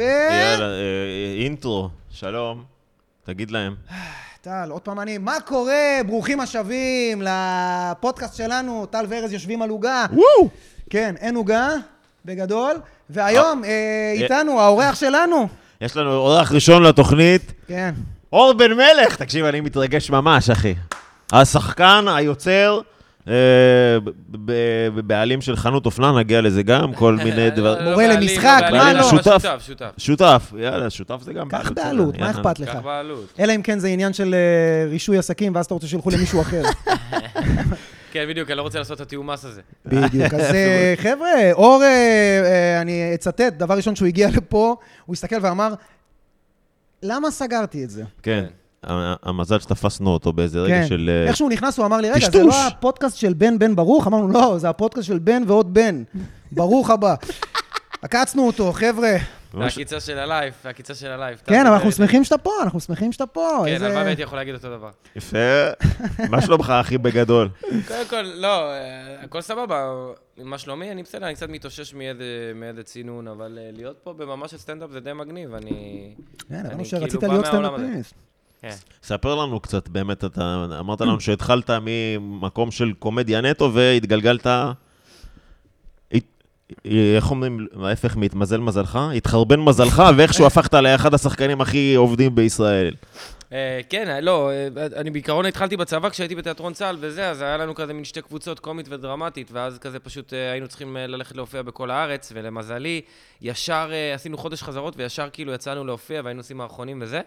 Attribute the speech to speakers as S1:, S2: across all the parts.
S1: אה, אינטרו, שלום, תגיד להם.
S2: טל, עוד פעם אני, מה קורה? ברוכים השבים לפודקאסט שלנו, טל וארז יושבים על עוגה.
S1: וואו!
S2: כן, אין עוגה, בגדול, והיום אה, איתנו, האורח שלנו.
S1: יש לנו אורח ראשון לתוכנית,
S2: כן.
S1: אור בן מלך! תקשיב, אני מתרגש ממש, אחי. השחקן, היוצר, אה, ב- ב- ב- בעלים של חנות אופנה, נגיע לזה גם, כל מיני
S3: לא,
S1: דברים.
S2: מורה למשחק, מה
S1: לא? שותף.
S3: שותף, שותף.
S1: שותף, יאללה, שותף זה גם...
S2: קח
S1: בעלות,
S2: בעלות,
S1: יאללה.
S2: מה אכפת לך?
S3: קח בעלות.
S2: אלא אם כן זה עניין של אה, רישוי עסקים, ואז אתה רוצה שילכו למישהו אחר.
S3: כן, בדיוק, אני לא רוצה לעשות את התיאום מס הזה.
S2: בדיוק. אז אה, חבר'ה, אור, אה, אה, אני אצטט, דבר ראשון שהוא הגיע לפה, הוא הסתכל ואמר, למה סגרתי את זה?
S1: כן. ה- המזל שתפסנו אותו באיזה
S2: כן.
S1: רגע של... אה,
S2: איך שהוא נכנס, הוא אמר לי, רגע, זה
S1: טשטוש."
S2: לא הפודקאסט של בן בן ברוך? אמרנו, לא, זה הפודקאסט של בן ועוד בן. ברוך הבא. עקצנו אותו, חבר'ה.
S3: זה
S1: ממש-
S3: הקיצה של הלייב, זה הקיצה של הלייב.
S2: לא. כן, אבל
S3: אתה-
S2: אנחנו שמחים שאתה פה, אנחנו שמחים שאתה פה.
S3: כן,
S2: איזה-
S3: הלוואי והייתי יכול להגיד אותו דבר.
S1: יפה. מה שלומך, אחי, בגדול?
S3: קודם כל, לא, אה, הכל סבבה, מה שלומי? אני בסדר, אני קצת מתאושש מאיזה- מאיזה צינון, אבל אה, להיות פה בממה של סטנדאפ זה די מגניב, אני...
S2: כן,
S3: אני
S2: אמרנו שרצית
S3: כאילו בא
S2: להיות
S3: מהעולם הזה.
S2: סטנדאפיסט.
S3: כן.
S1: ספר לנו קצת, באמת, אתה אמרת לנו שהתחלת ממקום של קומדיה נטו והתגלגלת... הת- איך אומרים, ההפך מהתמזל מזלך? התחרבן מזלך, ואיכשהו הפכת לאחד השחקנים הכי עובדים בישראל.
S3: אה, כן, לא, אה, אני בעיקרון התחלתי בצבא כשהייתי בתיאטרון צה"ל וזה, אז היה לנו כזה מין שתי קבוצות, קומית ודרמטית, ואז כזה פשוט אה, היינו צריכים אה, ללכת להופיע בכל הארץ, ולמזלי, ישר אה, עשינו חודש חזרות, וישר כאילו יצאנו להופיע, והיינו עושים מערכונים וזה,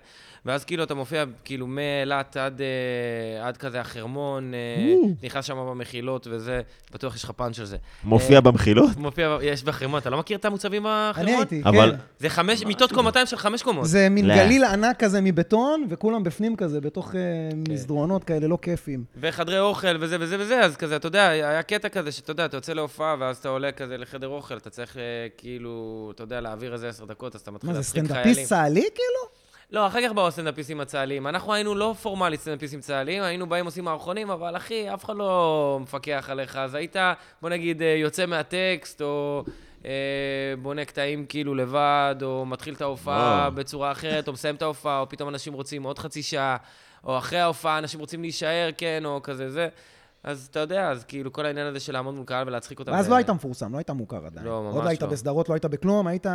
S3: ואז כאילו אתה מופיע כאילו מאילת עד, אה, עד כזה החרמון, אה,
S2: Mm.
S3: נכנס שם במחילות וזה, בטוח יש לך פאנץ' של זה.
S1: מופיע במחילות?
S3: מופיע, יש בחרמון, אתה לא מכיר את המוצבים בחרמון?
S2: אני הייתי,
S1: אבל-
S2: כן.
S3: זה חמש, מיטות קומתיים של חמש קומות.
S2: זה מין
S1: לא.
S2: גליל ענק כזה מבטון, וכולם בפנים כזה, בתוך אה,
S3: כן.
S2: מסדרונות כאלה, לא כיפים.
S3: וחדרי אוכל וזה וזה וזה, אז כזה, אתה יודע, היה קטע כזה שאתה יודע, אתה יוצא להופעה ואז אתה עולה כזה לחדר אוכל, אתה צריך אה, כאילו, אתה יודע, להעביר איזה עשר דקות, אז אתה מתחיל
S2: מה זה,
S3: להפחיד
S2: סטנדאפיסט
S3: חיילים.
S2: צה"לי כאילו?
S3: לא, אחר כך באו הסטנדאפיסטים הצה"ליים. אנחנו היינו לא פורמלית סטנדאפיסטים צה"ליים, היינו באים עושים מערכונים, אבל אחי, אף אחד לא מפקח עליך, אז היית, בוא נגיד, אה, יוצא מהטקסט, או אה, בונה קטעים כאילו לבד, או מתחיל את ההופעה
S1: וואו.
S3: בצורה אחרת, או מסיים את ההופעה, או פתאום אנשים רוצים עוד חצי שעה, או אחרי ההופעה אנשים רוצים להישאר, כן, או כזה זה. אז אתה יודע, אז כאילו כל העניין הזה של לעמוד מול קהל ולהצחיק אותם.
S2: ואז
S3: זה-
S2: לא היית מפורסם, לא היית מוכר עדיין.
S3: לא, ממש
S2: עוד לא היית
S3: לא.
S2: בסדרות, לא היית בכלום, היית...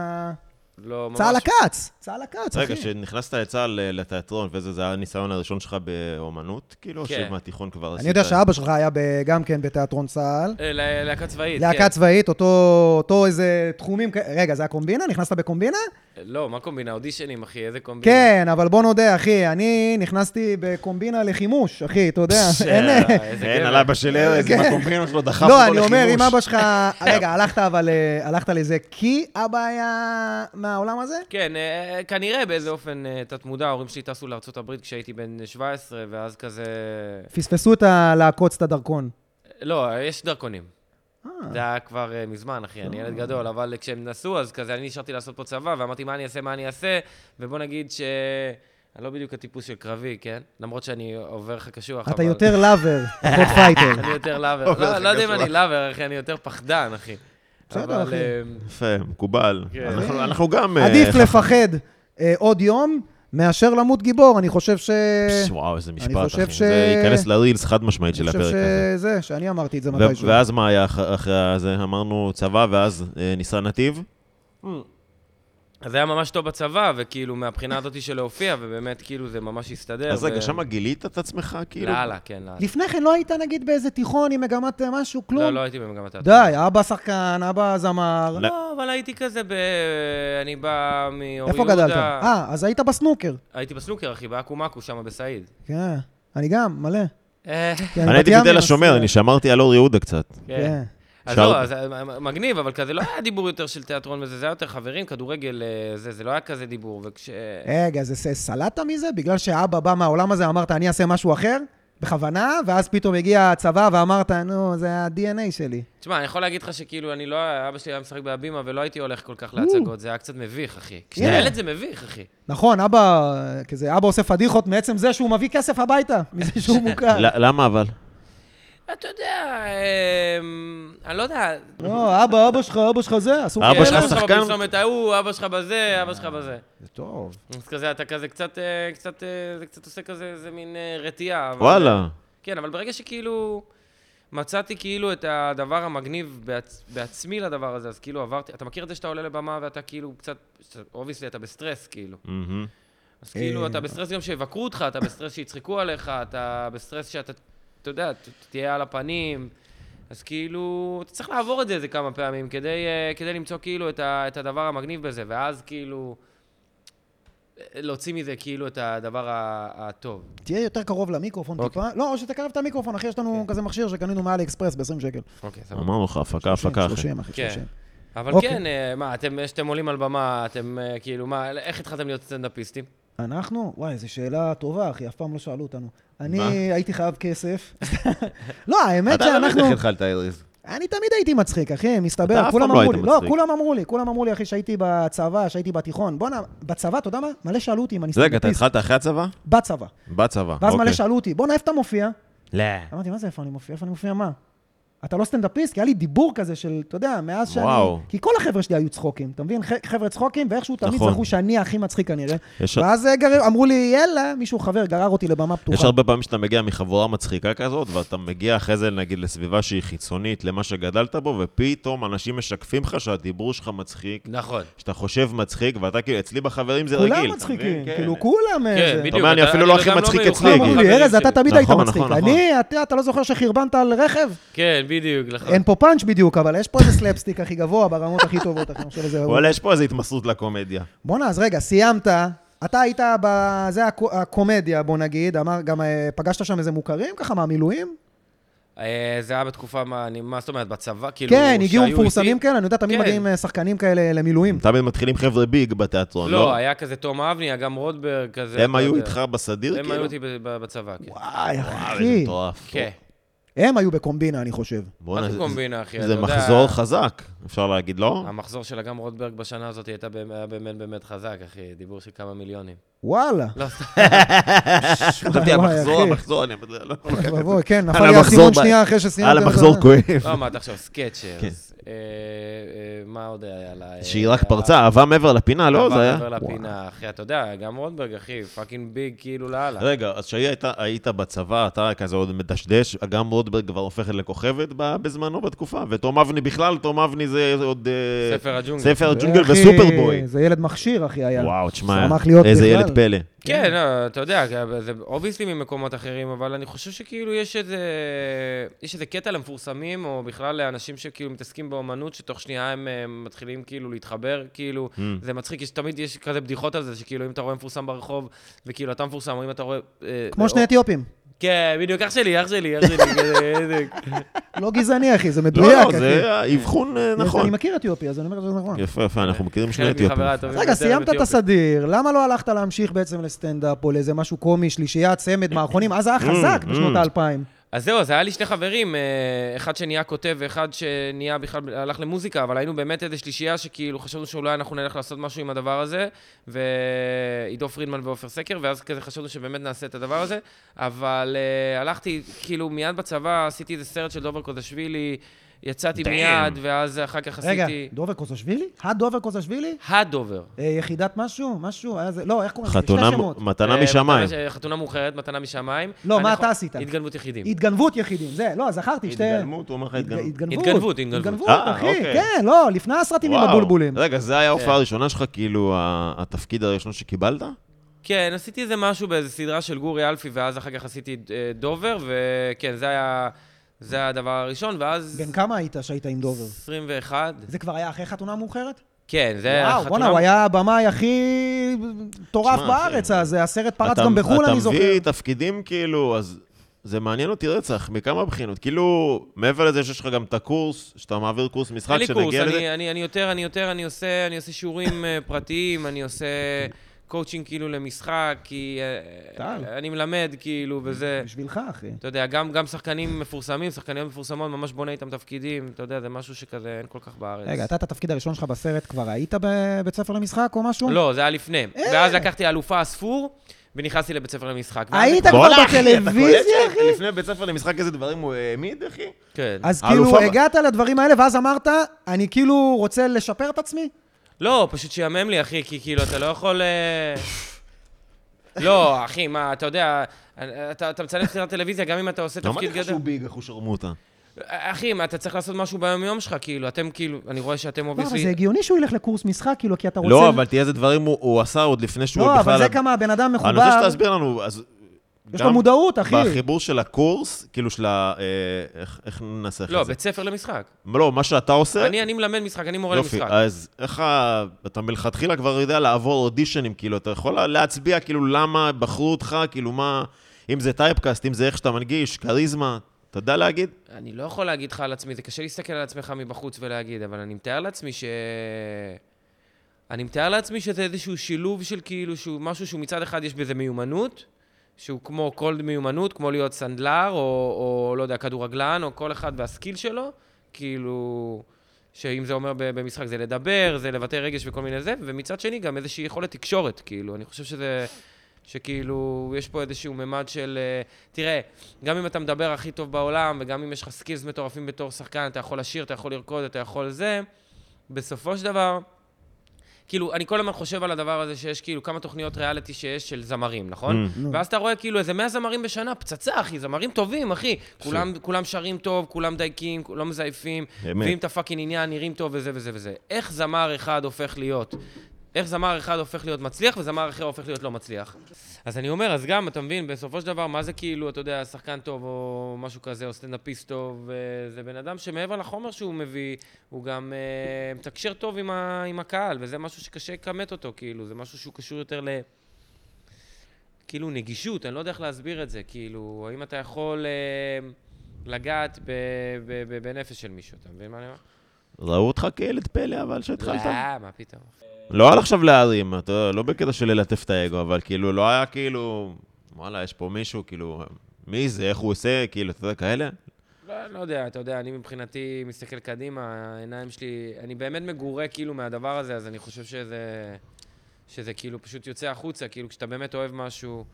S3: לא, ממש
S2: צה"ל הכץ! צה"ל הכץ, אחי.
S1: רגע, כשנכנסת לצה"ל אה, לתיאטרון, וזה, זה היה הניסיון הראשון שלך באומנות, כאילו?
S3: כן.
S1: שמהתיכון כבר עשית...
S2: אני יודע שאבא שלך היה ב- גם כן בתיאטרון צה"ל.
S3: אה, ל- להקה צבאית, כן.
S2: להקה צבאית, אותו אותו איזה תחומים, כ- רגע, זה היה קומבינה? נכנסת בקומבינה?
S3: לא, מה קומבינה? אודישנים, אחי, איזה קומבינה.
S2: כן, אבל בוא נודה, אחי, אני נכנסתי בקומבינה לחימוש, אחי, אתה יודע, אין...
S3: איזה
S1: אין
S3: גבר.
S1: על אבא של ארז,
S2: כן.
S1: בקומבינות שלו דחף אותו
S2: לא,
S1: לחימוש.
S2: אני אומר, אם אבא שלך... רגע, הלכת אבל, אה, הלכת לזה כי אבא היה מהעולם הזה?
S3: כן, אה, כנראה באיזה אופן אה, תת-מודע, ההורים שלי טסו לארה"ב כשהייתי בן 17, ואז כזה...
S2: פספסו את ה- לעקוץ את הדרכון.
S3: לא, יש דרכונים.
S2: אה,
S3: זה היה כבר אה, מזמן, אחי, אני ילד גדול, אבל כשהם נסעו, אז כזה אני נשארתי לעשות פה צבא, ואמרתי, מה אני אעשה, מה אני אעשה, ובוא נגיד ש... אני לא בדיוק הטיפוס של קרבי, כן? למרות שאני עובר לך קשוח,
S2: אתה יותר לאבר, פחות פייטר.
S3: אני יותר לאבר.
S1: עובר
S3: לא,
S1: לך
S3: לא יודע אם
S1: קשוח.
S3: אני לאבר, אחי, אני יותר פחדן, אחי.
S2: בסדר,
S3: אבל,
S2: אחי.
S3: אה,
S1: יפה, מקובל.
S3: כן.
S1: אנחנו- אנחנו גם... אה,
S2: עדיף לפחד אה, עוד יום מאשר למות גיבור, אני חושב ש...
S1: פש, וואו, איזה משפט,
S2: אה, חושב
S1: אחי.
S2: ש-
S1: זה ייכנס לרילס חד משמעית של
S2: אני
S1: הפרק
S2: חושב
S1: הזה.
S2: שזה, שאני אמרתי את זה
S1: ו-
S2: מתישהו.
S1: ואז מה היה אח- אחרי זה? אמרנו צבא, ואז אה, ניסה נתיב?
S3: אז זה היה ממש טוב בצבא, וכאילו, מהבחינה הזאת של להופיע, ובאמת, כאילו, זה ממש הסתדר.
S1: אז
S3: ו-
S1: רגע, שמה גילית את עצמך, כאילו?
S3: לאללה, כן, לאללה.
S2: לפני כן לא היית נגיד באיזה תיכון עם מגמת אה, משהו, כלום?
S3: לא, לא הייתי במגמת תיאטרון.
S2: די, אה. אבא שחקן, אבא זמר.
S1: לא.
S3: לא, אבל הייתי כזה ב... אני בא מאור
S2: איפה
S3: יהודה.
S2: גדלת? אה, אז היית בסנוקר.
S3: הייתי בסנוקר, אחי, באקו-מקו, שם בסעיד.
S2: כן. אני גם, מלא.
S3: אה,
S2: כי
S1: אני הייתי
S2: כן, בת ים,
S1: בתל
S2: אז-
S1: השומר, אני שמרתי על אור יהודה קצת.
S2: כן.
S3: אז
S1: שר-
S3: לא, אז אה, מגניב, אבל כזה לא היה דיבור יותר של תיאטרון וזה, זה היה יותר חברים, כדורגל, אה, זה, זה לא היה כזה דיבור, וכש...
S2: רגע, זה ס- סלטת מזה? בגלל שאבא בא מהעולם הזה, אמרת, אני אעשה משהו אחר? בכוונה, ואז פתאום הגיע הצבא ואמרת, נו, זה ה-DNA שלי.
S3: תשמע, אני יכול להגיד לך שכאילו, אני לא... אבא שלי היה משחק בהבימה ולא הייתי הולך כל כך להצגות, זה היה קצת מביך, אחי. כשאתה
S2: כן.
S3: ילד זה מביך, אחי.
S2: נכון, אבא,
S1: לא.
S2: כזה, אבא עושה פדיחות מעצם זה שהוא מביא כסף הביתה, מזה שהוא מוכר.
S1: ל- למה אבל?
S3: אתה יודע, אמ, אני לא יודע.
S2: לא, אבא, אבא שלך, אבא שלך זה, אסור...
S1: אבא
S3: כן,
S1: שלך
S3: אבא שלך
S1: שחקן?
S3: בפרסומת ההוא, אבא שלך בזה, אבא שלך בזה.
S2: זה טוב.
S3: אז כזה, אתה כזה קצת, אה, קצת, אה, זה קצת עושה כזה, זה מין אה, רתיעה. אבל-
S1: וואלה.
S3: כן, אבל ברגע שכאילו מצאתי כאילו את הדבר המגניב בעצ... בעצמי לדבר הזה, אז כאילו עברתי, אתה מכיר את זה שאתה עולה לבמה ואתה כאילו קצת, אובייסלי אתה בסטרס כאילו.
S1: מהמם.
S3: אז כאילו
S2: אה,
S3: אתה בסטרס גם שיבקרו אותך, אתה בסטרס שיצחקו עליך, אתה בסטרס שאתה, אתה יודע, ת- תהיה על הפנים. אז כאילו, אתה צריך לעבור את זה איזה כמה פעמים כדי, אה, כדי למצוא כאילו את, ה, את הדבר המגניב בזה, ואז כאילו אה, להוציא מזה כאילו את הדבר ה- הטוב.
S2: תהיה יותר קרוב למיקרופון
S3: אוקיי.
S2: טיפה. לא, או שתקרב את המיקרופון, אחי, יש לנו
S1: כן.
S2: כזה מכשיר שקנינו מעלי אקספרס ב-20 שקל.
S3: אוקיי, סבבה.
S1: אמרנו לך, הפקה, הפקה, אחי.
S2: 30, אחי,
S3: כן.
S2: 30.
S3: אבל
S2: אוקיי.
S3: כן, אה, מה, אתם, כשאתם עולים על במה, אתם אה, כאילו, מה, איך התחלתם להיות סטנדאפיסטים?
S2: אנחנו? וואי, זו שאלה טובה, אחי, אף פעם לא שאלו אותנו. אני
S1: מה?
S2: הייתי חייב כסף. לא, האמת
S1: אתה לא
S2: שאנחנו...
S1: מבין איך התחלת, ארז.
S2: אני תמיד הייתי מצחיק, אחי,
S1: אתה
S2: מסתבר,
S1: אף
S2: כולם
S1: פעם לא
S2: אמרו לי.
S1: היית
S2: לא,
S1: מצחיק.
S2: כולם אמרו לי, כולם אמרו לי, אחי, שהייתי בצבא, שהייתי בתיכון. בואנה, בצבא, אתה יודע מה? מלא שאלו אותי אם אני
S1: רגע, אתה
S2: סטנדאפיסט.
S1: התחלת אחרי הצבא?
S2: בצבא.
S1: בצבא,
S2: ואז מלא
S1: אוקיי.
S2: שאלו אותי, בואנה, איפה אתה מופיע?
S1: לא.
S2: אמרתי, מה זה איפה אני מופיע? איפה אני מופיע מה? אתה לא סטנדאפיסט? כי היה לי דיבור כזה של, אתה יודע, מאז שאני...
S1: וואו.
S2: כי כל החבר'ה שלי היו צחוקים, אתה מבין? ח- חבר'ה צחוקים, ואיכשהו תמיד
S1: נכון.
S2: זכו שאני הכי מצחיק כנראה.
S1: יש-
S2: ואז אה, גר... אמרו לי, יאללה, מישהו חבר גרר אותי לבמה פתוחה.
S1: יש הרבה פעמים שאתה מגיע מחבורה מצחיקה כזאת, ואתה מגיע אחרי זה, נגיד, לסביבה שהיא חיצונית למה שגדלת בו, ופתאום אנשים משקפים לך שהדיבור שלך מצחיק,
S3: נכון.
S1: שאתה חושב מצחיק, ואתה כאילו, אצלי בחברים זה רגיל.
S2: כולם
S1: אתה
S2: מצחיקים,
S1: מבין? כן.
S2: כאילו, כולם... אה,
S3: כן,
S2: זה.
S3: בדיוק.
S1: אתה אומר, אני
S3: אתה-
S1: אפילו לא
S3: אני
S1: הכי
S3: גם
S1: מצחיק
S3: מיוחד
S1: אצלי,
S2: כולם
S1: כאילו.
S2: אמרו
S3: בחברים
S2: לי, ארז,
S3: שלי."
S2: אתה תמיד היית
S1: נכון,
S2: מצחיק.
S1: נכון, נכון.
S2: אני, אתה אתה לא זוכר שחרבנת על רכב?
S3: כן, בדיוק, נכון.
S2: אין פה פאנץ' בדיוק, אבל יש פה איזה סלפסטיק הכי גבוה, ברמות הכי טובות, אחי, אני חושב שזה...
S1: וואלה, יש פה איזו התמסרות לקומדיה.
S2: בואנה, אז רגע, סיימת, אתה היית ב... זה הקו- הקומדיה, בוא נגיד, אמר, גם אה, פגשת שם איזה מוכרים ככה מהמילואים?
S3: אה, זה היה בתקופה, מה, אני- מה זאת אומרת, בצבא, כאילו,
S2: כן, הגיעו
S3: שהיו
S2: מפורסמים
S3: איתי?
S2: כאלה, אני יודע, תמיד
S3: כן.
S2: מגיעים אה, שחקנים כאלה למילואים.
S1: תמיד מתחילים חבר'ה ביג בתיאטרון, לא?
S3: לא, היה כזה תום אבני, היה גם רוטברג, כזה.
S1: הם
S3: אתה
S1: היו
S3: יודע.
S1: איתך בסדיר,
S3: הם
S1: כאילו?
S3: היו איתי ב- ב- בצבא, כן.
S2: וואי,
S1: וואו, איזה
S2: אחי.
S1: מטורף.
S3: כן.
S2: הם היו בקומבינה, אני חושב.
S1: בואנה,
S3: מה זה
S1: זה-
S3: קומבינה, אחי?
S1: זה
S3: אתה יודע-
S1: מחזור חזק, אפשר להגיד, לא?
S3: המחזור של אגם רוטברג בשנה הזאת הייתה באמת- היה באמת באמת חזק, אחי, דיבור של כמה מיליונים.
S2: וואלה.
S3: לא, סתם.
S1: חשבתי,
S2: וואי,
S1: המחזור,
S2: אחי.
S1: המחזור, אני... לא, לא.
S2: בואי, כן, נפל
S1: על
S2: לי
S1: המחזור
S2: האסימון
S1: ב-
S2: שנייה אחרי שסיימת.
S1: על המחזור כואב.
S3: לא, מה, אתה עכשיו סקצ'רס. אה, אה, מה עוד היה לה? אה,
S1: כן. שהיא רק
S3: היה-
S1: פרצה, אהבה מעבר לפינה, לא? זה היה...
S3: עבר לפינה, אחי, אתה יודע, גם רוטברג, אחי, פאקינג ביג, כאילו, לאללה.
S1: רגע, אז כשהיית בצבא, אתה כזה עוד מדשדש, גם רוטברג כבר הופכת לכוכבת ב- בזמנו, בתקופה, ותום אבני בכלל, תום אבני זה עוד... אה,
S3: ספר הג'ונגל.
S1: ספר הג'ונגל
S2: אחי,
S1: וסופרבוי.
S2: זה ילד מכשיר, אחי, היה.
S1: וואו, תשמע,
S2: שמח להיות
S1: איזה
S2: בכלל.
S1: ילד פלא.
S3: כן, לא, אתה יודע, זה אובייסלי ממקומות אחרים, אבל אני חושב שכאילו יש איזה, יש איזה קטע למפורסמים, או בכלל לאנשים שכאילו מתעסקים באומנות, שתוך שנייה הם אה, מתחילים כאילו להתחבר, כאילו,
S2: Hmm.
S3: זה מצחיק, יש תמיד יש כזה בדיחות על זה, שכאילו אם אתה רואה מפורסם ברחוב, וכאילו אתה מפורסם, או אם אתה רואה... אה,
S2: כמו שני
S1: לא-
S3: או-
S2: אתיופים.
S3: כן, בדיוק, אח שלי, אח שלי, אח שלי, כזה, בדיוק.
S2: לא גזעני, אחי, זה
S1: לא,
S2: מדויק,
S1: לא,
S2: אחי.
S1: זה אבחון אה,
S2: יש-
S1: נכון.
S2: אני מכיר אתיופי, אז אני אומר את זה נכון.
S1: יפה, יפה, אנחנו מכירים שני
S3: חלק
S1: אתיופים.
S3: מחבריי הטובים
S2: רגע,
S3: ביותר הם
S2: סיימת את
S3: אתיופים.
S2: הסדיר, למה לא הלכת להמשיך בעצם לסטנדאפ או לאיזה משהו קומי, שלישייה, צמד, מערכונים? אז היה
S1: Mm,
S2: חזק בשנות האלפיים.
S3: אז זהו, אז היה לי שני חברים, אה, אחד שנהיה כותב ואחד שנהיה בכלל, הלך למוזיקה, אבל היינו באמת איזה שלישייה שכאילו חשבנו שאולי אנחנו נלך לעשות משהו עם הדבר הזה, ועידו פרידמן ועופר סקר, ואז כזה חשבנו שבאמת נעשה את הדבר הזה, אבל אה, הלכתי, כאילו מיד בצבא עשיתי איזה סרט של דובר קוזשווילי, יצאתי
S1: Damn.
S3: מיד, ואז אחר כך
S2: רגע,
S3: עשיתי...
S2: דובר קוזשווילי? הדובר קוזשווילי?
S3: הדובר.
S2: אה, יחידת משהו? משהו? היה זה- לא, איך קוראים לזה?
S1: חתונה,
S2: שני שמות.
S1: מתנה
S3: אה,
S1: משמיים.
S3: מתנה- חתונה מאוחרת, מתנה משמיים.
S2: לא,
S3: אני
S2: מה
S3: יכול-
S2: אתה עשית?
S3: התגנבות יחידים.
S2: התגנבות יחידים, זה, לא, זכרתי, שתי...
S1: התגלמות, הוא אומר לך
S2: התג-
S1: התגלמות.
S2: התגנבות,
S3: התגנבות, התגנבות.
S2: התגנבות,
S1: אה,
S2: אחי,
S1: אוקיי.
S2: כן, לא, לפני הסרטים עם
S1: וואו.
S2: הבולבולים.
S1: רגע, זה היה ההופעה הראשונה שלך, כאילו, ה- התפקיד הראשון שקיבלת?
S3: כן, עשיתי איזה משהו באיזה סדרה של גורי אלפי, ואז אחר כך עשיתי אה, דובר, וכן, זה היה, זה היה הדבר הראשון, ואז...
S2: בן כמה היית שהיית עם דובר?
S3: 21.
S2: זה כבר היה אחרי חתונה מאוחרת?
S3: כן, זה היה
S2: וואו, בואנה, הוא היה הבמאי הכי מטורף
S1: שמע, אחי.
S2: בארץ, אז הסרט פרץ
S1: אתה-
S2: גם בחו"ל, אני
S1: אתה
S2: זוכר.
S1: מביא תפקידים, כאילו, אז זה מעניין אותי רצח, מכמה בחינות. כאילו, מעבר לזה שיש לך גם את הקורס, שאתה מעביר קורס משחק,
S3: אין לי קורס,
S1: שנגיע לזה.
S3: אני, אה, אני, אני יותר, אני יותר, אני עושה, אני עושה שיעורים אה, פרטיים, אני עושה קואוצ'ינג כאילו למשחק, כי אה,
S2: טל.
S3: אני מלמד כאילו, וזה...
S2: בשבילך, אחי.
S3: אתה יודע, גם, גם שחקנים מפורסמים, שחקניות מפורסמות, ממש בונה איתם תפקידים, אתה יודע, זה משהו שכזה אין כל כך בארץ.
S2: רגע, אתה את התפקיד הראשון שלך בסרט כבר היית בבית ספר למשחק או משהו? אה.
S3: לא, זה היה לפני. ואז לקחתי אלופה הספור, ונכנסתי לבית ספר למשחק.
S2: היית
S3: ואז-
S2: כבר
S1: בואנה, אחי, אתה
S2: בטלוויזיה,
S1: קולט לפני בית ספר למשחק איזה דברים הוא אה, העמיד, אחי?
S3: כן.
S2: אז
S1: האלופה
S2: כאילו
S1: ב-
S2: הגעת לדברים האלה, ואז אמרת, אני כאילו רוצה לשפר את עצמי?
S3: לא, פשוט שיאמם לי, אחי, כי כאילו, אתה לא יכול... אה, לא, אחי, מה, אתה יודע, אתה אתה מצלם סדרת טלוויזיה גם אם אתה עושה
S1: אמרתי
S3: תפקיד
S1: לך
S3: גדול.
S1: שהוא ביג, איך הוא שרמוטה.
S3: אחי, מה, אתה צריך לעשות משהו ביום-יום שלך, כאילו, אתם כאילו, אני רואה שאתם
S2: לא, אבל זה
S3: אובייסלי...
S2: הגיוני שהוא ילך לקורס משחק, כאילו, כי אתה רוצה...
S1: אוקיי, לא, אבל תראה איזה דברים הוא- הוא עשה עוד לפני שהוא בכלל...
S2: לא, אבל זה כמה הבן אדם
S1: אני רוצה
S2: מחובר,
S1: שתסביר לנו, אז...
S2: יש
S1: גם
S2: לו מודעות, אחי.
S1: בחיבור של הקורס, כאילו של ה... אה, איך- איך ננסח את זה?
S3: לא, בית ספר למשחק.
S1: לא, מה שאתה עושה...
S3: אני אני מלמד משחק, אני מורה
S1: יופי,
S3: למשחק.
S1: אז איך ה... אתה מלכתחילה כבר יודע לעבור אודישנים, כאילו, אתה יכול להצביע, כאילו, למה בחרו אותך, כאילו, מה... אם זה טייפקאסט, אם זה איך שאתה מנגיש, כריזמה, אתה יודע להגיד?
S3: אני לא יכול להגיד לך על עצמי, זה קשה להסתכל על עצמך מבחוץ ולהגיד, אבל אני מתאר לעצמי ש... אני מתאר לעצמי שזה איזשהו שילוב של כאילו, שהוא משהו שהוא מצד אחד יש בזה מיומנות, שהוא כמו כל מיומנות, כמו להיות סנדלר, או, או לא יודע, כדורגלן, או כל אחד והסקיל שלו, כאילו, שאם זה אומר ב- במשחק זה לדבר, זה לבטא רגש וכל מיני זה, ומצד שני גם איזושהי יכולת תקשורת, כאילו, אני חושב שזה... שכאילו, יש פה איזשהו ממד של... אה, תראה, גם אם אתה מדבר הכי טוב בעולם, וגם אם יש לך סקילס מטורפים בתור שחקן, אתה יכול לשיר, אתה יכול לרקוד, אתה יכול זה, בסופו של דבר, כאילו, אני כל הזמן חושב על הדבר הזה שיש כאילו כמה תוכניות ריאליטי שיש של זמרים, נכון?
S1: Mm.
S3: ואז אתה רואה כאילו איזה 100 זמרים בשנה, פצצה, אחי, זמרים טובים, אחי. כולם, כולם שרים טוב, כולם דייקים, לא מזייפים,
S1: אמת.
S3: מביאים את הפאקינג עניין, נראים טוב וזה וזה וזה. איך זמר אחד הופך להיות? איך זמר אחד הופך להיות מצליח וזמר אחר הופך להיות לא מצליח. אז אני אומר, אז גם, אתה מבין, בסופו של דבר, מה זה כאילו, אתה יודע, שחקן טוב או משהו כזה, או סטנדאפיסט טוב, אה, זה בן אדם שמעבר לחומר שהוא מביא, הוא גם אה, מתקשר טוב עם, ה, עם הקהל, וזה משהו שקשה לכמת אותו, כאילו, זה משהו שהוא קשור יותר ל... כאילו, נגישות, אני לא יודע איך להסביר את זה, כאילו, האם אתה יכול אה, לגעת ב, ב, ב, בנפש של מישהו, אתה מבין מה אני אומר?
S1: ראו אותך כילד פלא, אבל שהתחלת.
S3: אה, מה פתאום.
S1: לא היה לך עכשיו להרים, אתה יודע, לא בקטע של ללטף את האגו, אבל כאילו, לא היה כאילו, וואלה, יש פה מישהו, כאילו, מי זה, איך הוא עושה, כאילו, אתה יודע, כאלה?
S3: לא, לא יודע, אתה יודע, אני מבחינתי מסתכל קדימה, העיניים שלי, אני באמת מגורה כאילו מהדבר הזה, אז אני חושב שזה, שזה כאילו פשוט יוצא החוצה, כאילו כשאתה באמת אוהב משהו,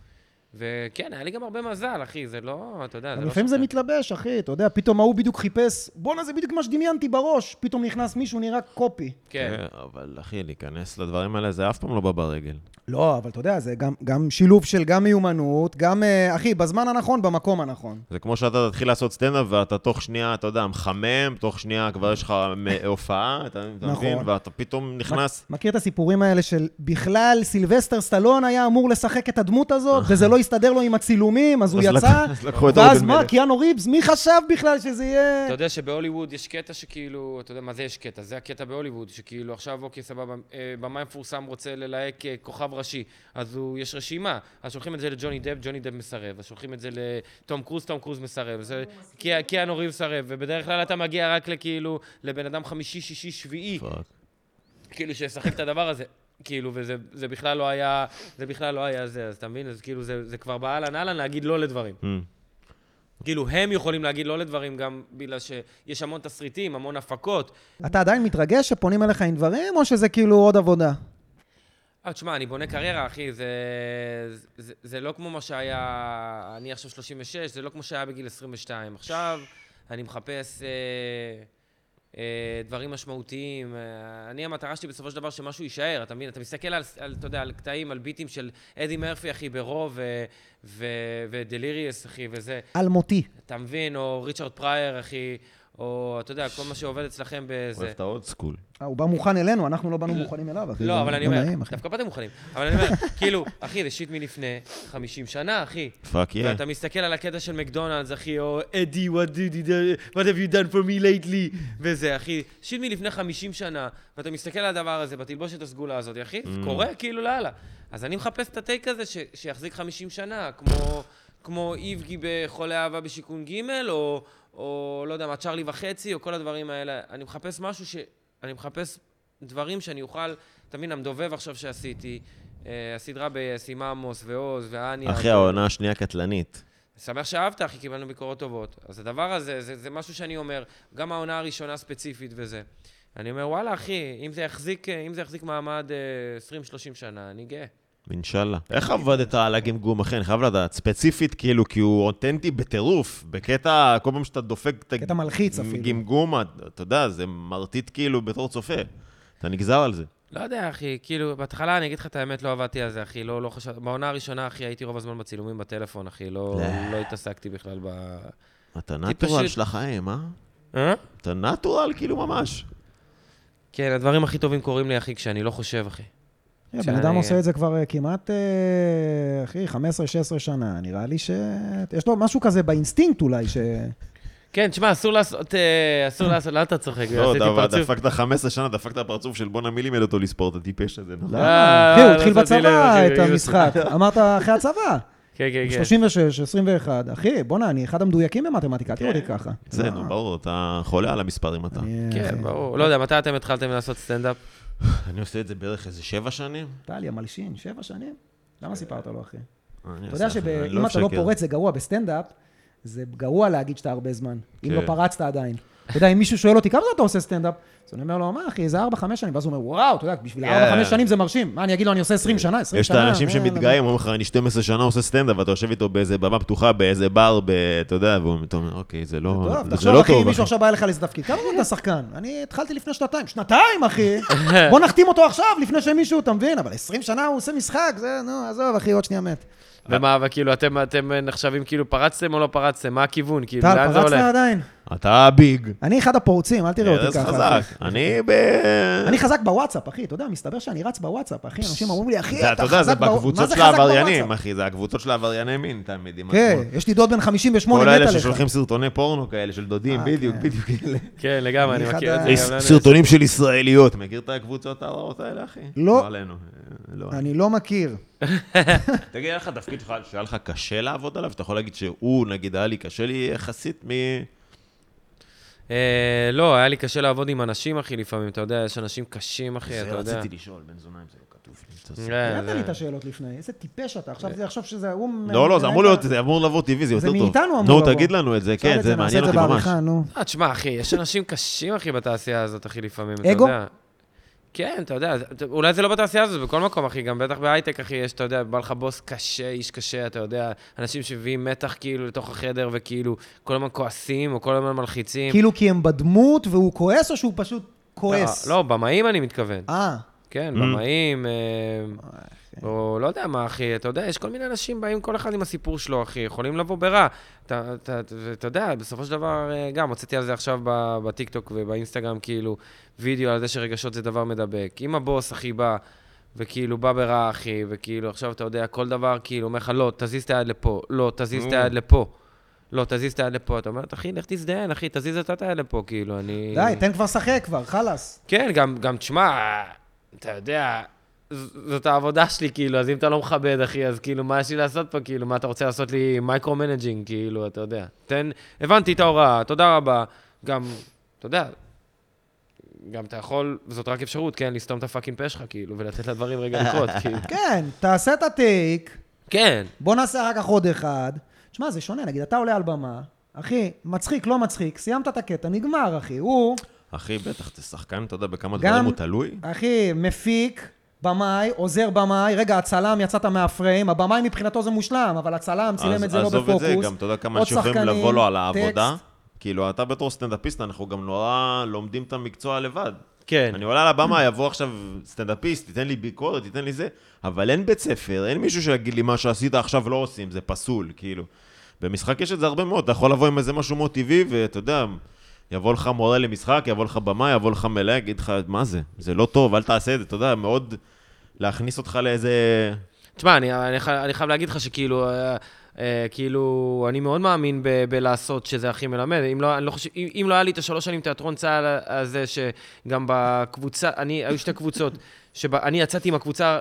S3: וכן, היה לי גם הרבה מזל, אחי, זה לא, אתה יודע, זה
S2: אבל
S3: לא...
S2: לפעמים זה
S3: שאתה-
S2: מתלבש, אחי, אתה יודע, פתאום ההוא בדיוק חיפש, בואנה, זה בדיוק מה שדמיינתי בראש, פתאום נכנס מישהו, נראה קופי.
S3: כן.
S1: אה, אבל אחי, להיכנס לדברים האלה, זה אף פעם לא בא ברגל.
S2: לא, אבל אתה יודע, זה גם, גם שילוב של גם מיומנות, גם, אה, אחי, בזמן הנכון, במקום הנכון.
S1: זה כמו שאתה תתחיל לעשות סטנדאפ, ואתה תוך שנייה, אתה יודע, מחמם, תוך שנייה כבר יש לך מ- הופעה, אתה אתה מבין?
S2: נכון.
S1: ואתה פתאום נכנס...
S2: מכ- מכיר את הסיפורים האלה של בכלל סילבסטר סטלון היה אמור לשחק את הדמות הזאת, וזה לא הסתדר לו עם הצילומים, אז הוא
S1: אז לק-
S2: יצא,
S1: אז לקחו את
S2: ואז
S1: אורדן
S2: מה,
S1: מלך.
S2: קיאנו ריבס, מי חשב בכלל שזה
S3: אתה
S2: יהיה...
S3: יודע שבהוליווד יש קטע שכאילו, אתה יודע מה זה יש קטע? זה הקטע בהוליווד, שכאילו עכשיו, אוקיי, סבבה, אה, במאי מפורסם רוצה ללהק אה, כוכב ראשי, אז הוא, יש רשימה, אז שולחים את זה לג'וני דב, ג'וני דב מסרב, אז שולחים את זה לתום קרוז, תום קרוז מסרב, זה- קיא- קיאנו ריב מסרב, ובדרך כלל אתה מגיע רק לכאילו, לבן אדם חמישי, שישי, שביעי,
S1: פאק.
S3: כאילו שישחק את הדבר הזה. כאילו, וזה זה בכלל לא היה, זה בכלל לא היה זה, אז אתה מבין? אז כאילו, זה, זה כבר באהלן אהלן להגיד לא לדברים.
S1: Mm.
S3: כאילו, הם יכולים להגיד לא לדברים גם בגלל שיש המון תסריטים, המון הפקות.
S2: אתה עדיין מתרגש שפונים אליך עם דברים, או שזה כאילו עוד עבודה?
S3: אה, תשמע, אני בונה קריירה, אחי, זה, זה, זה לא כמו מה שהיה, אני עכשיו 36, זה לא כמו שהיה בגיל 22. עכשיו, אני מחפש אה, אה, דברים משמעותיים. אה, אני, המטרה שלי בסופו של דבר שמשהו יישאר, אתה מבין? אתה מסתכל על, על, אתה יודע, על קטעים, על ביטים של אדי מרפי, אחי, ברוב, ו- ו- ודליריוס, אחי, וזה.
S2: אלמותי.
S3: אתה מבין? או ריצ'רד פרייר, אחי, או אתה יודע, כל מה שעובד אצלכם
S1: אוהב
S3: בזה.
S1: את האולד סקול.
S2: אה, הוא בא מוכן אלינו, אנחנו לא באנו מוכנים אליו, אחי. זה
S3: לא, אבל אני
S2: לא
S3: אומר,
S2: נעים, אחי.
S3: דווקא באתם מוכנים. אבל אני אומר, כאילו, אחי, זה שיט מלפני 50 שנה, אחי.
S1: פאק יא.
S3: ואתה מסתכל על הקטע של מקדונלדס, אחי, או אדי, what did you do- what have you done for me lately, וזה, אחי, שיט מלפני 50 שנה, ואתה מסתכל על הדבר הזה, בתלבושת הסגולה הזאת, אחי, זה קורה כאילו לאללה. אז אני מחפש את הטייק הזה ש- שיחזיק 50 שנה, כמו, כמו איבגי בחולה אהבה בשיכון ג' או, או לא יודע מה, צ'רלי וחצי, או כל הדברים האלה. אני מחפש משהו ש... אני מחפש דברים שאני אוכל, אתה מבין, המדובב עכשיו שעשיתי, אה, הסדרה בסיימה עמוס ועוז ואניה.
S1: אחי, העונה השנייה קטלנית.
S3: שמח שאהבת, אחי, קיבלנו ביקורות טובות. אז הדבר הזה, זה, זה משהו שאני אומר, גם העונה הראשונה ספציפית וזה. אני אומר, וואלה, אחי, אם זה יחזיק, אם זה יחזיק מעמד אה, 20-30 אה, שנה, אני גאה.
S1: אינשאללה. איך עבדת על הגמגום, אחי? אני חייב לדעת. ספציפית, כאילו, כי הוא אותנטי בטירוף. בקטע, כל פעם שאתה דופק את
S2: קטע מלחיץ אפילו.
S1: הגמגום, אתה יודע, זה מרטיט כאילו בתור צופה. אתה נגזר על זה.
S3: לא יודע, אחי, כאילו, בהתחלה, אני אגיד לך את האמת, לא עבדתי על זה, אחי, לא, לא חשב... בעונה הראשונה, אחי, הייתי רוב הזמן בצילומים בטלפון, אחי, לא,
S1: לא.
S3: לא התעסקתי בכלל ב...
S1: אתה
S3: פשוט-
S1: נטורל של החיים, אה?
S3: אה?
S1: אתה נטורל, כאילו, ממש.
S3: כן, הדברים הכי טובים קורים לי, אחי, כשאני לא חושב, אחי.
S2: תראה, בן
S3: שאני-
S2: אדם עושה את זה כבר אה, כמעט, אה, אחי, 15-16 שנה, נראה לי ש... יש לו משהו כזה באינסטינקט אולי, ש...
S3: כן, תשמע, אסור לעשות, אה, אסור לעשות, למה אתה צוחק?
S1: לא,
S3: עשיתי
S1: דפ-
S3: פרצוף.
S1: דפקת 15 שנה, דפקת פרצוף של בואנה מי לימד אותו לספור את הטיפש הזה, נכון?
S2: לא,
S3: אה,
S2: אחי, הוא
S3: לא,
S2: התחיל
S3: לא שמתי לב,
S2: בצבא
S3: אחי,
S2: את
S3: הוא-
S2: המשחק. אמרת אחרי הצבא.
S3: כן, כן, כן.
S2: 36, 21. אחי, בואנה, אני אחד המדויקים במתמטיקה, אל תראו אותי ככה.
S1: זה,
S2: לא.
S1: נו, ברור, אתה חולה על המספרים אתה.
S2: אני- אה, אחי,
S3: כן, ברור. לא יודע, מתי אתם התחלתם לעשות סטנדאפ?
S1: אני עושה את זה בערך איזה שבע שנים.
S2: טלי, המלשין, שבע שנים?
S3: אה,
S2: למה סיפרת לו, אחי?
S1: אני
S2: אתה
S1: עושה
S2: יודע
S1: את זה, אני
S2: שאם אתה לא
S1: משקר.
S2: פורץ זה גרוע בסטנדאפ, זה גרוע להגיד שאתה הרבה זמן, אם לא
S1: כן.
S2: פרצת עדיין. אתה יודע, אם מישהו שואל אותי, כמה זמן אתה עושה סטנדאפ? אז אני אומר לו, מה אחי, זה 4-5 שנים, ואז הוא אומר, וואו, אתה יודע, בשביל
S3: כן.
S2: 4-5 שנים זה מרשים. מה, אני אגיד לו, אני עושה 20 שנה, 20
S1: יש את
S2: שנה.
S1: האנשים
S2: אה,
S1: שמתגאים, אומרים לך, אני 12 שנה עושה סטנדאפ, ואתה יושב איתו באיזה במה פתוחה, באיזה בר, ב- אתה יודע, והוא אתה אומר, אוקיי, זה לא
S2: טוב,
S1: זה
S2: תחשוב,
S1: לא
S2: אחי, אם
S1: טוב,
S2: מישהו
S1: אחי.
S2: עכשיו בא אליך לאיזה תפקיד, כמה זמן אתה שחקן? אני התחלתי לפני שנתיים. שנתיים, אחי! בוא נחתים אותו עכשיו, לפני שמישהו, אתה מבין? אבל 20 שנה הוא עושה משחק, זה, נו, עזוב, אחי, עוד שנייה מת.
S3: ומה, וכאילו, אתם- אתם נחשבים כאילו פרצתם או לא פרצתם? מה הכיוון? כאילו,
S2: טל,
S3: לאן זה
S2: פרצת
S3: הולך?
S2: עדיין?
S1: אתה ביג.
S2: אני אחד הפורצים, אל תראה אותי
S1: ארז
S2: ככה.
S1: אה, חזק.
S2: אחי.
S1: אני ב...
S2: אני חזק בוואטסאפ, אחי, אתה יודע, מסתבר שאני רץ בוואטסאפ, אחי, אנשים אומרים לי, אחי,
S1: זה,
S2: אתה
S1: אתה יודע, זה
S2: חזק בוואטסאפ. מה
S1: בקבוצות
S2: זה
S1: של
S2: חזק
S1: העבריינים,
S2: בוואטסאפ?
S1: אחי, זה הקבוצות של העברייני מין, תמיד. עם
S2: כן,
S1: עצמו.
S2: יש לי דוד בן 58,
S1: כל
S2: מת
S1: האלה
S2: עליך.
S1: ששולחים סרטוני פורנו כאלה של דודים,
S2: אה,
S1: בדיוק,
S2: כן.
S1: בדיוק אלה.
S3: כן, לגמרי, אני
S2: אני
S3: מכיר את זה.
S2: חדש.
S3: גם לנו יש.
S1: אה, סרטונים של ישראליות, מכיר את הקבוצות הרעות האלה, אחי?
S2: לא.
S1: עלינו. אה, לא.
S2: אני לא מכיר.
S3: כן,
S1: תגיד, היה לך תפקיד שלך שהיה לך קשה לעבוד עליו? אתה יכול להגיד שהוא, נגיד, היה לי קשה לי יחסית מ...
S3: אה, לא, היה לי קשה לעבוד עם אנשים, אחי, לפעמים. אתה יודע, יש אנשים קשים, אחי, אתה
S1: זה
S3: יודע.
S1: רציתי לשאול, בן זונה, אם זה לא כתוב לי.
S3: כן,
S2: נתת לי
S3: זה-
S2: את השאלות לפני, איזה טיפש אתה, עכשיו זה יחשוב שזה הוא...
S1: לא, לא, זה
S2: מנהל
S1: אמור
S2: ה-
S1: להיות, זה אמור לבוא טבעי, זה
S2: זה
S1: יותר טוב.
S2: מאיתנו אמור לבוא.
S1: נו, תגיד לנו את זה,
S2: שאל
S1: כן,
S2: את
S1: זה
S2: נעשה
S1: מעניין
S2: את
S1: אותי ממש.
S2: בעריכה, נו.
S3: אה, תשמע, אחי, יש אנשים קשים, אחי, בתעשייה הזאת, אחי, לפעמים, אתה
S2: אגו?
S3: יודע. כן, אתה יודע, אתה- אולי זה לא בתעשייה הזאת, זה בכל מקום, אחי, גם בטח בהייטק, אחי, יש, אתה יודע, בא לך בוס קשה, איש קשה, אתה יודע, אנשים שמביאים מתח, כאילו, לתוך החדר, וכאילו, כל הזמן כועסים, או כל הזמן מלחיצים.
S2: כאילו כי הם בדמות והוא כועס, או שהוא פשוט כועס?
S3: לא, לא, במאים אני מתכוון.
S2: אה,
S3: כן,
S1: Mm.
S3: במאים, אה, או לא יודע מה, אחי, אתה יודע, יש כל מיני אנשים באים, כל אחד עם הסיפור שלו, אחי, יכולים לבוא ברע. אתה אתה- אתה יודע, בסופו של דבר, אה, גם, הוצאתי על זה עכשיו ב- בטיקטוק ובאינסטגרם, כאילו, וידאו על זה שרגשות זה דבר מדבק. אם הבוס, אחי, בא, וכאילו, בא ברע, אחי, וכאילו, עכשיו, אתה יודע, כל דבר, כאילו, אומר לך, לא, תזיז את היד לפה, לא, תזיז את
S1: נו.
S3: היד לפה. לא, תזיז את היד לפה. אתה אומר, אחי, לך תזדיין, אחי, תזיז אתה את היד לפה, כאילו, אני...
S2: די, תן כבר לשחק כבר, חלאס.
S3: כן, גם, גם תשמע, אתה יודע, ז- זאת העבודה שלי, כאילו, אז אם אתה לא מכבד, אחי, אז כאילו, מה יש לי לעשות פה, כאילו, מה אתה רוצה לעשות לי מייקרו-מנג'ינג, כאילו, אתה יודע. תן, הבנתי את ההוראה, תודה רבה. גם, אתה יודע, גם אתה יכול, זאת רק אפשרות, כן, לסתום את הפאקינג פה שלך, כאילו, ולתת לדברים רגע לקרות, כאילו.
S2: כן, תעשה את הטייק,
S3: כן,
S2: בוא נעשה אחר כך עוד אחד. שמע, זה שונה, נגיד, אתה עולה על במה, אחי, מצחיק, לא מצחיק, סיימת את הקטע, נגמר, אחי. הוא,
S1: אחי, בטח, אתה שחקן, אתה יודע בכמה
S2: גם-
S1: דברים הוא תלוי?
S2: אחי, מפיק, במאי, עוזר במאי, רגע, הצלם, יצאת מהפריים, הבמאי מבחינתו זה מושלם, אבל הצלם צילם
S1: אז
S2: את זה לא
S1: עזוב
S2: בפוקוס.
S1: את זה, גם אתה יודע כמה
S2: עוד
S1: אנשים יכולים
S2: שחקנים,
S1: לבוא לו על
S2: טקסט.
S1: העבודה. כאילו, אתה בתור סטנדאפיסט, אנחנו גם נורא לומדים את המקצוע לבד.
S3: כן.
S1: אני עולה על הבמה, יבוא עכשיו סטנדאפיסט, תיתן לי ביקורת, תיתן לי זה, אבל אין בית ספר, אין מישהו שיגיד לי מה שעשית עכשיו לא עושים, זה פסול, כאילו. במשחק יש את זה הרבה מאוד, אתה יכול לבוא עם איזה משהו מאוד טבעי, ואתה יודע, יבוא לך מורה למשחק, יבוא לך במה, יבוא לך מלא, יגיד לך, מה זה? זה לא טוב, אל תעשה את זה, אתה יודע, מאוד להכניס אותך לאיזה...
S3: תשמע, אני, אני, חי- אני חייב להגיד לך שכאילו, אה, אה, כאילו, אני מאוד מאמין ב, בלעשות שזה הכי מלמד. אם לא, אני לא חושב, אם, אם לא היה לי את השלוש שנים תיאטרון צה"ל הזה, שגם בקבוצה, אני, היו שתי קבוצות, שאני יצאתי עם הקבוצה,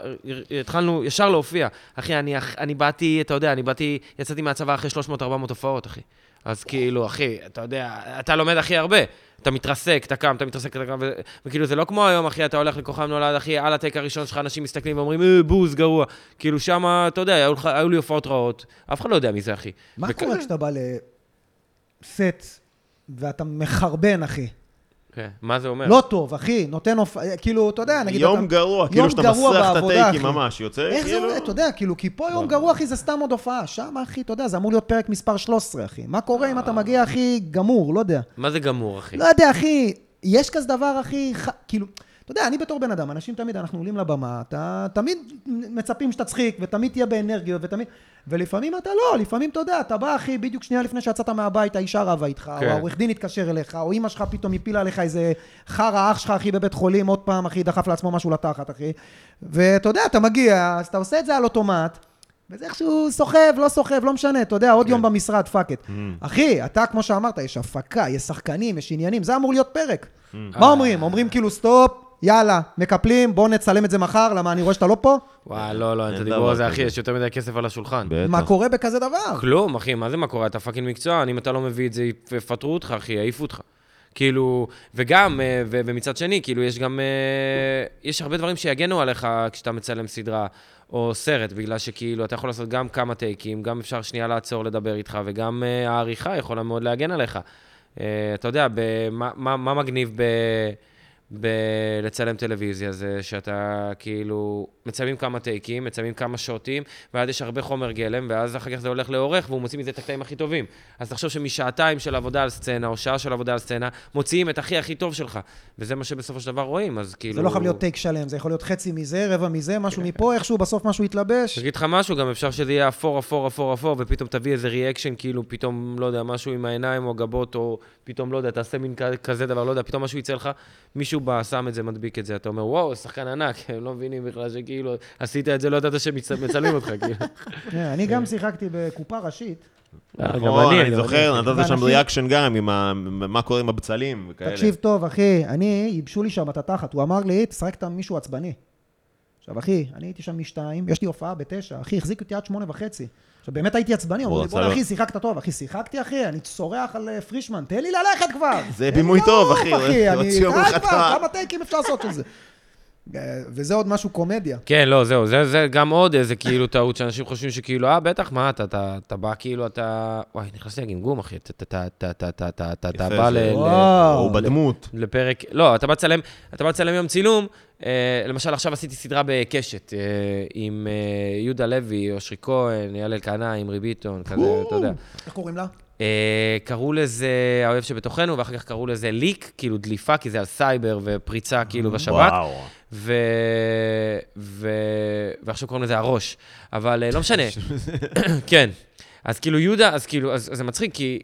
S3: אה, התחלנו ישר להופיע. אחי, אני, אח- אני באתי, אתה יודע, אני באתי, יצאתי מהצבא אחרי 300-400 הופעות, אחי. אז כאילו, אחי, אתה יודע, אתה לומד הכי הרבה. אתה מתרסק, אתה קם, אתה מתרסק, אתה קם, ו- וכאילו זה לא כמו היום, אחי, אתה הולך לכוכב נולד, אחי, על הטייק הראשון שלך אנשים מסתכלים ואומרים, אה, בוז, גרוע. כאילו שם, אתה יודע, היו, לך- היו לי הופעות רעות, אף אחד לא יודע מי זה, אחי.
S2: מה
S3: וכ-
S2: קורה כשאתה בא לסט ואתה מחרבן, אחי?
S3: כן, מה זה אומר?
S2: לא טוב, אחי, נותן הופעה, כאילו, אתה יודע, נגיד...
S1: יום
S2: אתה-
S1: גרוע, כאילו
S2: יום
S1: שאתה
S2: גרוע
S1: מסריח את
S2: בעבודה,
S1: הטייקים
S2: אחי.
S1: ממש, יוצא
S2: איך זה
S1: כאילו... לא.
S2: עולה, אתה יודע, כאילו, כי פה יום גרוע, אחי, זה סתם עוד הופעה. שם, אחי, אתה יודע, זה אמור להיות פרק מספר 13, אחי. מה קורה אם אתה מגיע, אחי, גמור, לא יודע.
S3: מה זה גמור, אחי?
S2: לא יודע, אחי, יש כזה דבר, אחי, ח... כאילו, אתה יודע, אני בתור בן אדם, אנשים תמיד, אנחנו עולים לבמה, אתה תמיד מצפים שתצחיק, ותמיד תהיה באנרגיות, ותמיד... ולפעמים אתה לא, לפעמים אתה יודע, אתה בא, אחי, בדיוק שנייה לפני שיצאת מהבית, האישה רבה איתך,
S3: כן.
S2: או העורך דין התקשר אליך, או אימא שלך פתאום הפילה עליך איזה חרא, אח שלך, אחי, בבית חולים, עוד פעם, אחי, דחף לעצמו משהו לתחת, אחי. ואתה יודע, אתה מגיע, אז אתה עושה את זה על אוטומט. וזה איכשהו סוחב, לא סוחב, לא משנה, אתה יודע, עוד יום במשרד, פאק את. אחי, אתה, כמו שאמרת, יש הפקה, יש שחקנים, יש עניינים, זה אמור להיות פרק. מה אומרים? אומרים כאילו, סטופ, יאללה, מקפלים, בואו נצלם את זה מחר, למה אני רואה שאתה לא פה?
S3: וואי, לא, לא, את
S1: אין
S3: הדיבור
S1: דבר
S3: הזה, אחי,
S1: כזה.
S3: יש יותר מדי כסף על השולחן.
S1: בטח.
S2: מה קורה בכזה דבר?
S3: כלום, אחי, מה זה מה קורה? אתה פאקינג מקצוען, אם אתה לא מביא את זה, יפטרו אותך, אחי, יעיפו אותך. כאילו, וגם, אה, ו- ומצד שני, כאילו, יש גם, אה, יש הרבה דברים שיגנו עליך כשאתה מצלם סדרה או סרט, בגלל שכאילו, אתה יכול לעשות גם כמה טייקים, גם אפשר שנייה לעצור לדבר איתך, וגם אה, העריכה יכולה מאוד להגן עליך. אה, אתה יודע, במה- מה מה מגניב ב... בלצלם טלוויזיה זה שאתה כאילו מצלמים כמה טייקים, מצלמים כמה שוטים, ואז יש הרבה חומר גלם, ואז אחר כך זה הולך לעורך, והוא מוציא מזה את הקטעים הכי טובים. אז תחשוב שמשעתיים של עבודה על סצנה, או שעה של עבודה על סצנה, מוציאים את הכי הכי טוב שלך. וזה מה שבסופו של דבר רואים, אז כאילו...
S2: זה לא חייב להיות טייק שלם, זה יכול להיות חצי מזה, רבע מזה, משהו מפה, איכשהו בסוף משהו יתלבש.
S3: אני אגיד לך משהו, גם אפשר שזה יהיה אפור, אפור, אפור, אפור, ופתאום תביא איזה ריאקשן, כאילו פתאום, לא יודע, משהו עם העיניים או הגבות, או פתאום, לא יודע, תעשה מין כ- כזה דבר, לא יודע, פתאום משהו יצא לך, מישהו בא, שם את זה, מדביק את זה, אתה אומר, וואו, שחקן ענק, הם לא מבינים בכלל שכאילו, עשית את זה, לא ידעת שמצלמים אותך, כאילו.
S2: כן, אני גם שיחקתי בקופה ראשית.
S3: לא,
S1: נכון, אני זוכר, נתת שם
S2: ואנשים-
S1: ריאקשן גם עם ה- מה קורה עם הבצלים וכאלה.
S2: תקשיב טוב, אחי, אני, ייבשו לי שם את התחת. הוא אמר לי, תשחק את מישהו עצבני. עכשיו, אחי, אני הייתי שם משתיים, יש לי הופעה בתשע, אחי, החזיק אותי עד שמונה וחצי. עכשיו, באמת הייתי עצבני,
S1: הוא
S2: אמרו לי,
S1: רצה
S2: בוא'נה,
S1: לו-
S2: אחי, שיחקת טוב. אחי, שיחקתי, אחי, אני צורח על אה, פרישמן, תן לי ללכת כבר. תן
S1: זה
S2: לי
S1: בימוי טוב,
S2: לעוף,
S1: אחי, הוא
S2: אני-
S1: הוציא יום
S2: די
S1: אחד
S2: כבר,
S1: רע.
S2: כמה טייקים אפשר לעשות של זה? אה, וזה עוד משהו קומדיה.
S3: כן, לא, זהו, זה, זה גם עוד איזה כאילו טעות שאנשים חושבים שכאילו, אה, בטח, מה, אתה, אתה, אתה בא כאילו, אתה... וואי, נכנסתי לגמגום, אחי, אתה, אתה, אתה, אתה, אתה, אתה, אתה, אתה
S1: יפה,
S3: בא ל...
S1: זה-
S3: ל...
S2: וואו.
S1: הוא בדמות.
S3: לפרק, לא, אתה בא לצלם, אתה בא לצלם יום צילום, אה, למשל עכשיו עשיתי סדרה בקשת אה, עם אה, יהודה לוי, אושרי כהן, אייל אלקנה, אמרי ביטון, כזה, אתה יודע.
S2: איך קוראים לה?
S3: אה, קראו לזה האויב שבתוכנו, ואחר כך קראו לזה ליק, כאילו דליפה, כי זה על סייבר ופריצה כאילו בשב"כ.
S1: וואו.
S3: ו... ו... ועכשיו קוראים לזה הראש, אבל אה, לא משנה. כן. אז כאילו יהודה, אז כאילו, אז, אז זה מצחיק, כי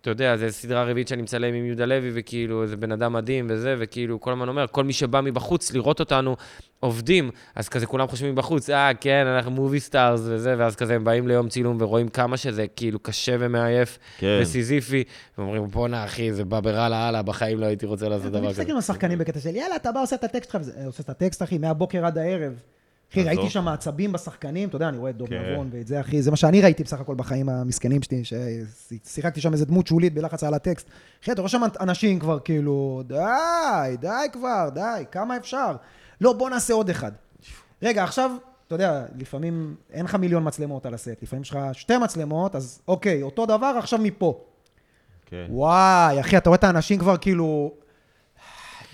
S3: אתה יודע, זו סדרה רביעית שאני מצלם עם יהודה לוי, וכאילו, זה בן אדם מדהים וזה, וכאילו, כל הזמן אומר, כל מי שבא מבחוץ לראות אותנו עובדים, אז כזה כולם חושבים מבחוץ, אה, כן, אנחנו מובי סטארס וזה, ואז כזה הם באים ליום צילום ורואים כמה שזה כאילו קשה ומעייף
S1: כן.
S3: וסיזיפי, ואומרים, בואנה, אחי, זה בא ברע לאללה, בחיים לא הייתי רוצה לעשות
S2: אני
S3: דבר כזה.
S2: מסתכל על השחקנים כאילו בקטע של יאללה, אתה בא, עושה את הטקסט שלך, וזה- אה, עושה את הטקסט, אחי, מהבוקר עד הערב. אחי,
S1: עזוב.
S2: ראיתי שם עצבים בשחקנים, אתה יודע, אני רואה את דוב
S1: כן.
S2: נבון ואת זה, אחי, זה מה שאני ראיתי בסך הכל בחיים המסכנים שלי, ששיחקתי שם איזה דמות שולית בלחץ על הטקסט. אחי, אתה רואה שם אנשים כבר כאילו, די, די כבר, די, כמה אפשר? לא, בוא נעשה עוד אחד. רגע, עכשיו, אתה יודע, לפעמים אין לך מיליון מצלמות על הסט, לפעמים יש לך שתי מצלמות, אז אוקיי, אותו דבר, עכשיו מפה.
S1: כן.
S2: וואי, אחי, אתה רואה את האנשים כבר כאילו...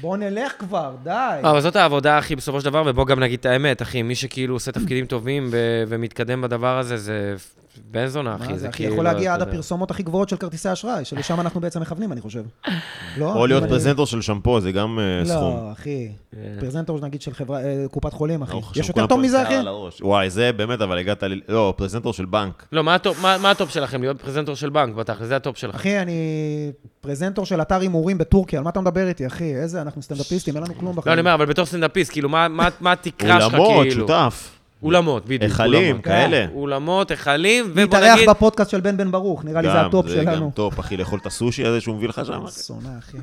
S2: בוא נלך כבר, די.
S3: אה, אבל זאת העבודה, אחי, בסופו של דבר, ובוא גם נגיד את האמת, אחי, מי שכאילו עושה תפקידים טובים ו- ומתקדם בדבר הזה, זה בן זונה, אחי.
S2: מה זה, אחי,
S3: כאילו,
S2: יכול להגיע
S3: אתה
S2: עד
S3: יודע.
S2: הפרסומות הכי גבוהות של כרטיסי אשראי, שלשם אנחנו בעצם מכוונים, אני חושב. לא?
S1: או להיות
S2: אני-
S1: פרזנטור של שמפו, זה גם אה, סכום.
S2: לא, אחי.
S3: כן. לא,
S2: פרזנטור, נגיד, של חברה, אה, קופת חולים, אחי.
S1: אורך,
S2: יש
S1: שם
S2: יותר
S1: כולם
S2: טוב
S1: פה עם
S2: מזה,
S1: שיער
S2: אחי?
S1: על הראש. וואי, זה באמת, אבל הגעת ל... לא, פרזנטור של בנק.
S3: לא, מה הטופ- מה מה הטופ שלכם? להיות פרזנטור של בנק, בתכל'ס, זה הטופ שלכם.
S2: אחי, אני פרזנטור של אתר הימורים בטורקיה, על מה אתה מדבר איתי, אחי? איזה, אנחנו סטנדאפיסטים, אין לנו כלום
S3: לא,
S2: בחיים.
S3: אני אומר, אבל בתור סטנדאפיסט, כאילו, מה- מה מה התקרה שלך, כאילו?
S1: אולמות, שותף.
S3: אולמות, בדיוק.
S1: היכלים,
S3: אולמות. כן,
S1: כאלה.
S3: אולמות, היכלים, ובוא
S2: להתארח
S3: נגיד...
S2: בפודקאסט של בן בן ברוך, נראה לי זה
S1: גם,
S2: הטופ
S1: זה גם
S2: שלנו.
S1: טופ, אחי, לאכול את הסושי הזה שהוא מביא לך שם.
S2: שונא, אחי.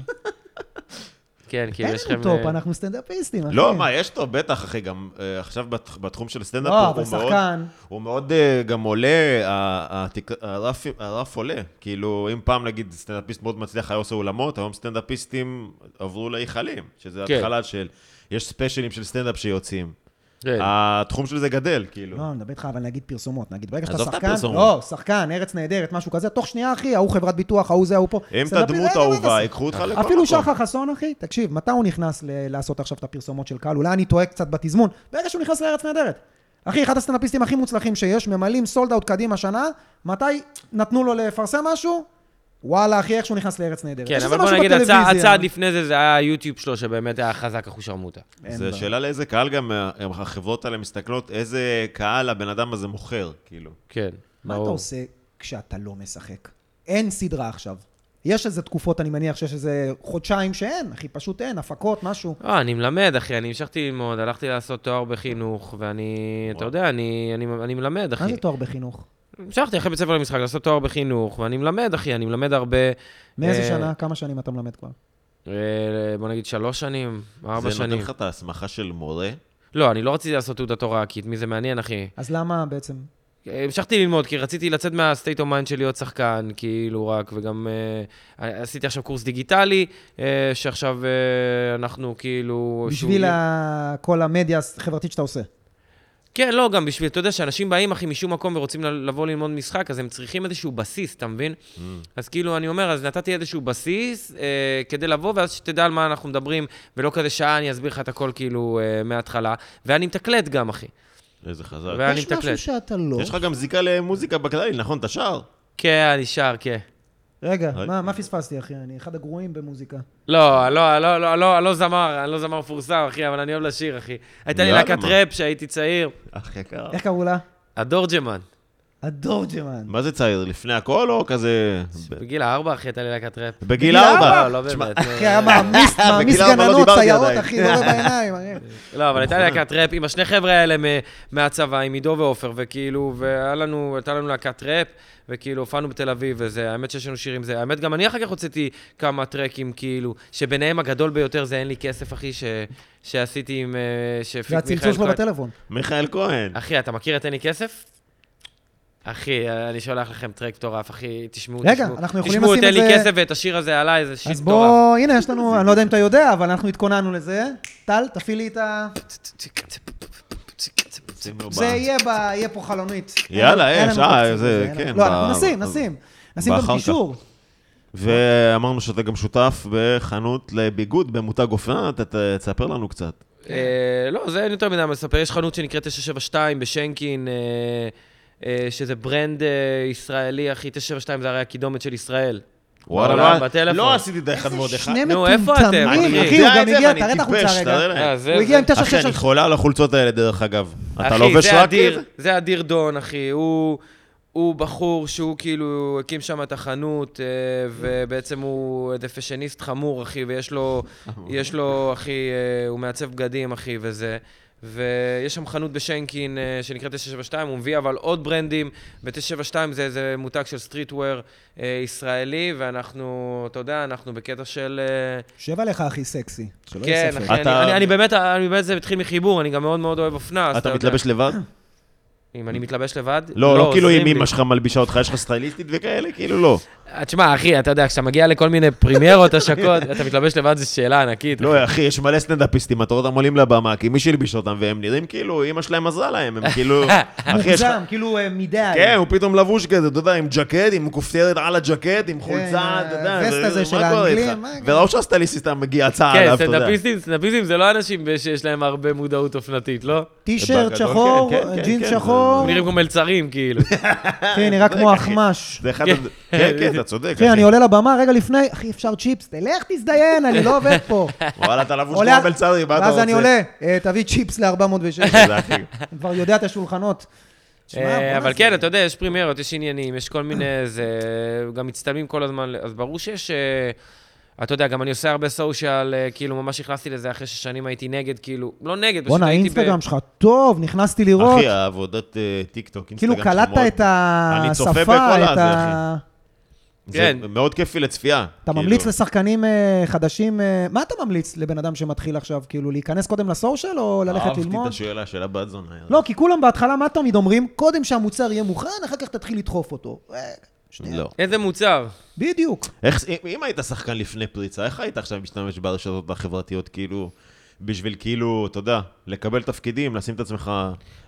S3: כן, כאילו,
S2: אין
S3: יש לכם...
S2: לנו טופ,
S3: אה,
S2: אנחנו סטנדאפיסטים, אחי.
S1: לא, מה, יש טוב, בטח, אחי, גם אה, עכשיו בת- בתחום של סטנדאפ,
S2: לא,
S1: הוא
S2: אבל
S1: מאוד-
S2: שחקן.
S1: הוא מאוד אה, גם עולה, ה- התק- הרף הרף עולה. כאילו, אם פעם, נגיד, סטנדאפיסט מאוד מצליח היה עושה אולמות, היום סטנדאפיסטים עברו להיכלים, שזה
S3: כן.
S1: התחלה של... יש ספיישלים של סטנדאפ שיוצאים.
S3: כן.
S1: התחום של זה גדל, כאילו.
S2: לא, אני מדבר איתך, אבל נגיד פרסומות. נגיד, ברגע שאתה
S1: עזוב את
S2: שחקן,
S1: הפרסומות.
S2: לא, שחקן, ארץ נהדרת, משהו כזה, תוך שנייה, אחי, ההוא חברת ביטוח, ההוא זה, ההוא פה.
S1: אם אתה
S2: סטנדאפיסט,
S1: דמות
S2: אין לו מה
S1: אהובה,
S2: לעשות.
S1: ייקחו אותך לכל מקום.
S2: אפילו שחר חסון, אחי, תקשיב, מתי הוא נכנס ל- לעשות עכשיו את הפרסומות של קהל? אולי אני טועה קצת בתזמון. ברגע שהוא נכנס לארץ נהדרת. אחי, אחד הסטנדאפיסטים הכי מוצלחים שיש, ממלאים סולד אאוט קדימה שנה, מתי נתנו לו לפרסם משהו? וואלה, אחי, איך שהוא נכנס לארץ נהדרת.
S3: כן,
S2: יש איזה
S3: אבל בוא
S2: משהו
S3: נגיד, הצע-
S2: בטלוויזיה.
S3: הצעד לפני זה, זה היה היוטיוב שלו, שבאמת היה חזק אחושרמוטה.
S2: אין
S1: זו
S2: בעיה.
S1: שאלה לאיזה קהל גם אה, החברות האלה מסתכלות, איזה קהל הבן אדם הזה מוכר, כאילו.
S3: כן,
S2: מה אתה
S3: ברור.
S2: עושה כשאתה לא משחק? אין סדרה עכשיו. יש איזה תקופות, אני מניח שיש איזה חודשיים שאין, אחי, פשוט אין, הפקות, משהו.
S3: לא, אני מלמד, אחי, אני המשכתי ללמוד, הלכתי לעשות תואר בחינוך, ואני, אתה
S1: וואו.
S3: יודע, אני, אני, אני מלמד, אחי.
S2: מה זה תואר בחינוך?
S3: המשכתי אחרי בית ספר למשחק לעשות תואר בחינוך, ואני מלמד, אחי, אני מלמד הרבה...
S2: מאיזה
S3: אה,
S2: שנה? כמה שנים אתה מלמד כבר?
S3: אה, בוא נגיד שלוש שנים, ארבע
S1: זה נותן
S3: שנים.
S1: לך את ההסמכה של מורה.
S3: לא, אני לא רציתי לעשות תעודת הוראה, כי את מי זה מעניין, אחי.
S2: אז למה בעצם?
S3: אה, המשכתי ללמוד, כי רציתי לצאת מה-state of mind של להיות שחקן, כאילו רק, וגם אה, עשיתי עכשיו קורס דיגיטלי, אה, שעכשיו אה, אנחנו כאילו... שהוא-
S2: בשביל ה- כל המדיה החברתית שאתה עושה.
S3: כן, לא, גם בשביל, אתה יודע, שאנשים באים, אחי, משום מקום ורוצים ל- לבוא ללמוד משחק, אז הם צריכים איזשהו בסיס, אתה מבין?
S1: Mm.
S3: אז כאילו, אני אומר, אז נתתי איזשהו בסיס אה, כדי לבוא, ואז שתדע על מה אנחנו מדברים, ולא כזה שעה, אני אסביר לך את הכל כאילו אה, מההתחלה. ואני מתקלט גם, אחי.
S1: איזה חזק.
S3: ואני
S2: יש משהו
S3: מתקלט.
S2: שאתה לא...
S1: יש לך גם זיקה למוזיקה בכללי, נכון? אתה שר?
S3: כן, אני שר, כן.
S2: רגע,
S1: אוי.
S2: מה- מה פספסתי, אחי? אני אחד הגרועים במוזיקה.
S3: לא, לא, לא, לא, לא, לא זמר, אני לא זמר מפורסם, אחי, אבל אני אוהב לשיר, אחי. הייתה לי
S1: יאללה,
S3: להקת
S1: מה?
S3: ראפ כשהייתי צעיר,
S1: אח יקר.
S2: איך קראו לה?
S3: הדורג'מן.
S1: כן.
S2: הדורג'מן.
S1: מה זה צעיר? לפני הכל או כזה... ב-
S3: בגיל הארבע, אחי, הייתה לי להקת ראפ.
S1: בגיל
S3: לא,
S1: ארבע?
S3: לא
S1: תשמע,
S3: באמת.
S2: אחי, היה מעמיס
S1: בגיל
S2: מעמיס
S1: ארבע לא
S2: גננות,
S1: דיברתי
S2: סייעות,
S1: עדיין.
S2: אחי, לא רואה בעיניים, אחי.
S3: לא, אבל הייתה לי להקת ראפ עם השני חבר'ה האלה מ- מהצבא, עם עידו ועופר, וכאילו, והיה לנו, הייתה לנו להקת ראפ, וכאילו, הופענו בתל אביב, וזה, האמת שיש לנו שירים זה, האמת, גם אני אחר כך הוצאתי כמה טרקים, כאילו, שביניהם הגדול ביותר זה אין לי כסף, אחי, ש- שעשיתי עם, אה,
S2: זה
S3: שהפיק מיכאל
S2: הצלצול שלו בטלפון.
S1: מיכאל כהן.
S3: אחי, אתה מכיר את אין לי כסף? אחי, אני שולח לכם טרק מטורף, אחי, תשמעו,
S2: רגע,
S3: תשמעו.
S2: אנחנו יכולים
S3: תשמעו
S2: לשים
S3: את אין
S2: את
S3: לי
S2: זה-
S3: כסף ואת השיר הזה עליי, זה שיט
S2: אז
S3: מטורף.
S2: בוא, הנה, יש לנו, אני לא יודע אם אתה יודע, אבל אנחנו התכוננו לזה. טל, תפעיל לי את ה...
S1: שימו
S2: זה
S1: ב-
S2: יהיה ב... יהיה פה חלונית.
S1: יאללה,
S2: אין לנו-
S1: יש,
S2: אין לנו
S1: אה,
S2: תקציב
S1: זה,
S2: לזה, אין לנו-
S1: כן,
S2: לא,
S1: ב-
S2: אנחנו נשים,
S1: אז-
S2: נשים. נשים
S1: באחר
S2: גם
S1: כך.
S2: קישור.
S1: ואמרנו שאתה גם שותף בחנות לביגוד במותג אופנה, ת- ת- תספר לנו קצת.
S3: אה, לא, זה אין יותר מדי מה לספר. יש חנות שנקראת 972 בשנקין, אה, אה, שזה ברנד אה, ישראלי, אחי, 972 זה הרי הקידומת של ישראל. בעולם,
S1: לא-
S3: בטלפון.
S1: לא עשיתי דרך אחד ועוד אחד.
S2: שני
S3: נו, איפה אתם?
S2: מטומטמים,
S3: אני
S2: אחי,
S1: יודע
S2: הוא גם
S1: את זה,
S2: הגיע,
S1: ואני
S2: תרד החוצה
S1: טיפש,
S2: רגע.
S1: תראה להם.
S3: אה, זה-
S2: הוא הגיע עם תשע
S1: אחי,
S2: שש
S1: אני
S2: שש.
S1: חולה על החולצות האלה, דרך אגב. אתה לא
S3: אחי,
S1: לובש
S3: זה
S1: רק...
S3: אדיר, זה אדיר דון, אחי. הוא, הוא בחור שהוא כאילו הקים שם את החנות, אה, ובעצם הוא איזה פשניסט חמור, אחי, ויש לו, יש לו, אחי, אה, הוא מעצב בגדים, אחי, וזה. ויש שם חנות בשנקין אה, שנקראת 972, הוא מביא אבל עוד ברנדים. ב-972 זה איזה מותג של סטריטוור אה, ישראלי, ואנחנו, אתה יודע, אנחנו בקטע של... אה,
S2: שב עליך, אחי, סקסי. שלא לא יהיה
S3: כן,
S2: ספק.
S3: אחי,
S1: אתה-
S3: אני, אני, אני באמת, אני באמת, זה התחיל מחיבור, אני גם מאוד מאוד אוהב אופנה, אז אתה
S1: אתה
S3: יודע.
S1: מתלבש לבד?
S3: אם אני מתלבש לבד?
S1: לא, לא כאילו
S3: עוזרים
S1: אם
S3: לי.
S1: אמא שלך מלבישה אותך, יש לך סטייליסטית וכאלה? כאילו לא.
S3: אה, תשמע, אחי, אתה יודע, כשאתה מגיע לכל מיני פרימיירות, השקות, אתה מתלבש לבד, זו שאלה ענקית.
S1: לא, אחי, יש מלא סטנדאפיסטים, אתה רואה אותם עולים לבמה, כי מי שהלביש אותם, והם נראים כאילו, אמא שלהם עזרה להם, הם כאילו... אחי, יש לך-
S2: מוגזם, כאילו אה, מדי.
S1: כן, הוא פתאום לבוש כזה, אתה יודע, עם ג'קט, עם כופתרת על הג'קט, עם
S2: ה-
S1: חולצה, אתה יודע,
S2: הווסט
S1: זה-
S2: הזה
S1: מה
S2: אה, של
S1: קורה
S2: האנגלים,
S1: איתך?
S2: מה-
S1: וראו שהסטייליסט סתם מגיע צהר
S3: כן,
S1: עליו, אתה יודע.
S3: סטנדאפיסטים, סטנדאפיסטים זה לא אנשים ב- שיש להם הרבה מודעות אופנתית, לא?
S2: אה, טישרט
S1: בגדול,
S2: שחור, אה,
S1: כן, כן, כן,
S2: ג'ינס
S1: כן,
S2: שחור.
S3: הם נראים כמו מלצרים, כאילו.
S2: אחי, נראה כמו אחמש.
S1: זה אחד... הד- כן, כן, אתה צודק.
S2: אחי, אני עולה לבמה רגע לפני, אחי, אפשר צ'יפס, תלך תזדיין, אני לא עובד פה.
S1: וואלה, אתה לבוש כמו
S2: עולה-
S1: אבל צרי, מה אתה רוצה?
S2: ואז אני עולה, "אה, תביא צ'יפס ל-406.
S1: זה הכי-
S2: אני כבר יודע את השולחנות. תשמע,
S3: אה,
S2: בואנה,
S3: אבל
S2: זה-
S3: כן, אתה יודע, יש פרימיירות, יש עניינים, יש כל מיני... זה... גם מצטלמים כל הזמן, אז ברור שיש... אה, אתה יודע, גם אני עושה הרבה סושיאל, אה, כאילו, ממש נכנסתי לזה אחרי ששנים הייתי נגד, כאילו, לא נגד, פשוט
S2: בואנה,
S3: הייתי ב...
S2: האינסטגרם שלך טוב, נכנסתי לראות.
S1: אחי, העבודת אה, טיקטוק,
S2: כאילו,
S1: אינסטגרם,
S2: קלטת
S1: מאוד-
S2: את השפה,
S1: אני צופה בכל
S2: את
S1: הזה, אחי.
S2: ה...
S1: זה
S3: כן.
S1: מאוד כיפי לצפייה.
S2: אתה
S1: כאילו.
S2: ממליץ לשחקנים אה, חדשים, אה, מה אתה ממליץ לבן אדם שמתחיל עכשיו, כאילו, להיכנס קודם לסושיאל או ללכת
S1: אהבתי את
S2: ללמוד?
S1: השאלה של הבת זונה.
S2: לא, כי כולם בהתחלה, מה תמיד אומרים? קודם שהמוצר יהיה מוכן, אחר כך תתחיל לדחוף אותו. אה, שנייה.
S1: לא.
S3: איזה מוצר?
S2: בדיוק.
S1: איך, אם- אם היית שחקן לפני פריצה, איך היית עכשיו משתמש ברשתות החברתיות, כאילו, בשביל כאילו, אתה יודע, לקבל תפקידים, לשים את עצמך,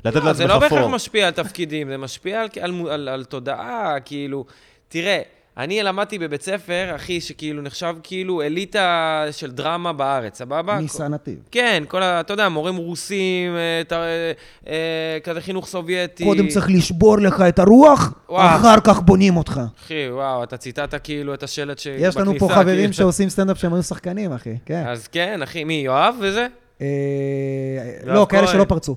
S1: לתת
S3: לא, זה
S1: לעצמך
S3: לא בהכרח
S1: פור.
S3: משפיע על תפקידים, זה משפיע על, על, מו- על, על תודעה, כאילו... תראה, אני למדתי בבית ספר, אחי, שכאילו נחשב כאילו אליטה של דרמה בארץ, סבבה?
S2: ניסן נתיב.
S3: כן, כל ה... אתה יודע, מורים רוסים, אה, ת- אה, אה, כזה חינוך סובייטי.
S2: קודם צריך לשבור לך את הרוח,
S3: וואו.
S2: אחר כך בונים אותך.
S3: אחי, וואו, אתה ציטטת כאילו את השלט שבכניסה.
S2: יש לנו פה חברים
S3: כאילו.
S2: שעושים סטנדאפ שהם היו שחקנים, אחי. כן.
S3: אז כן, אחי, מי, יואב וזה?
S2: אה,
S3: יואב
S2: לא, כאלה
S3: כהן.
S2: שלא פרצו.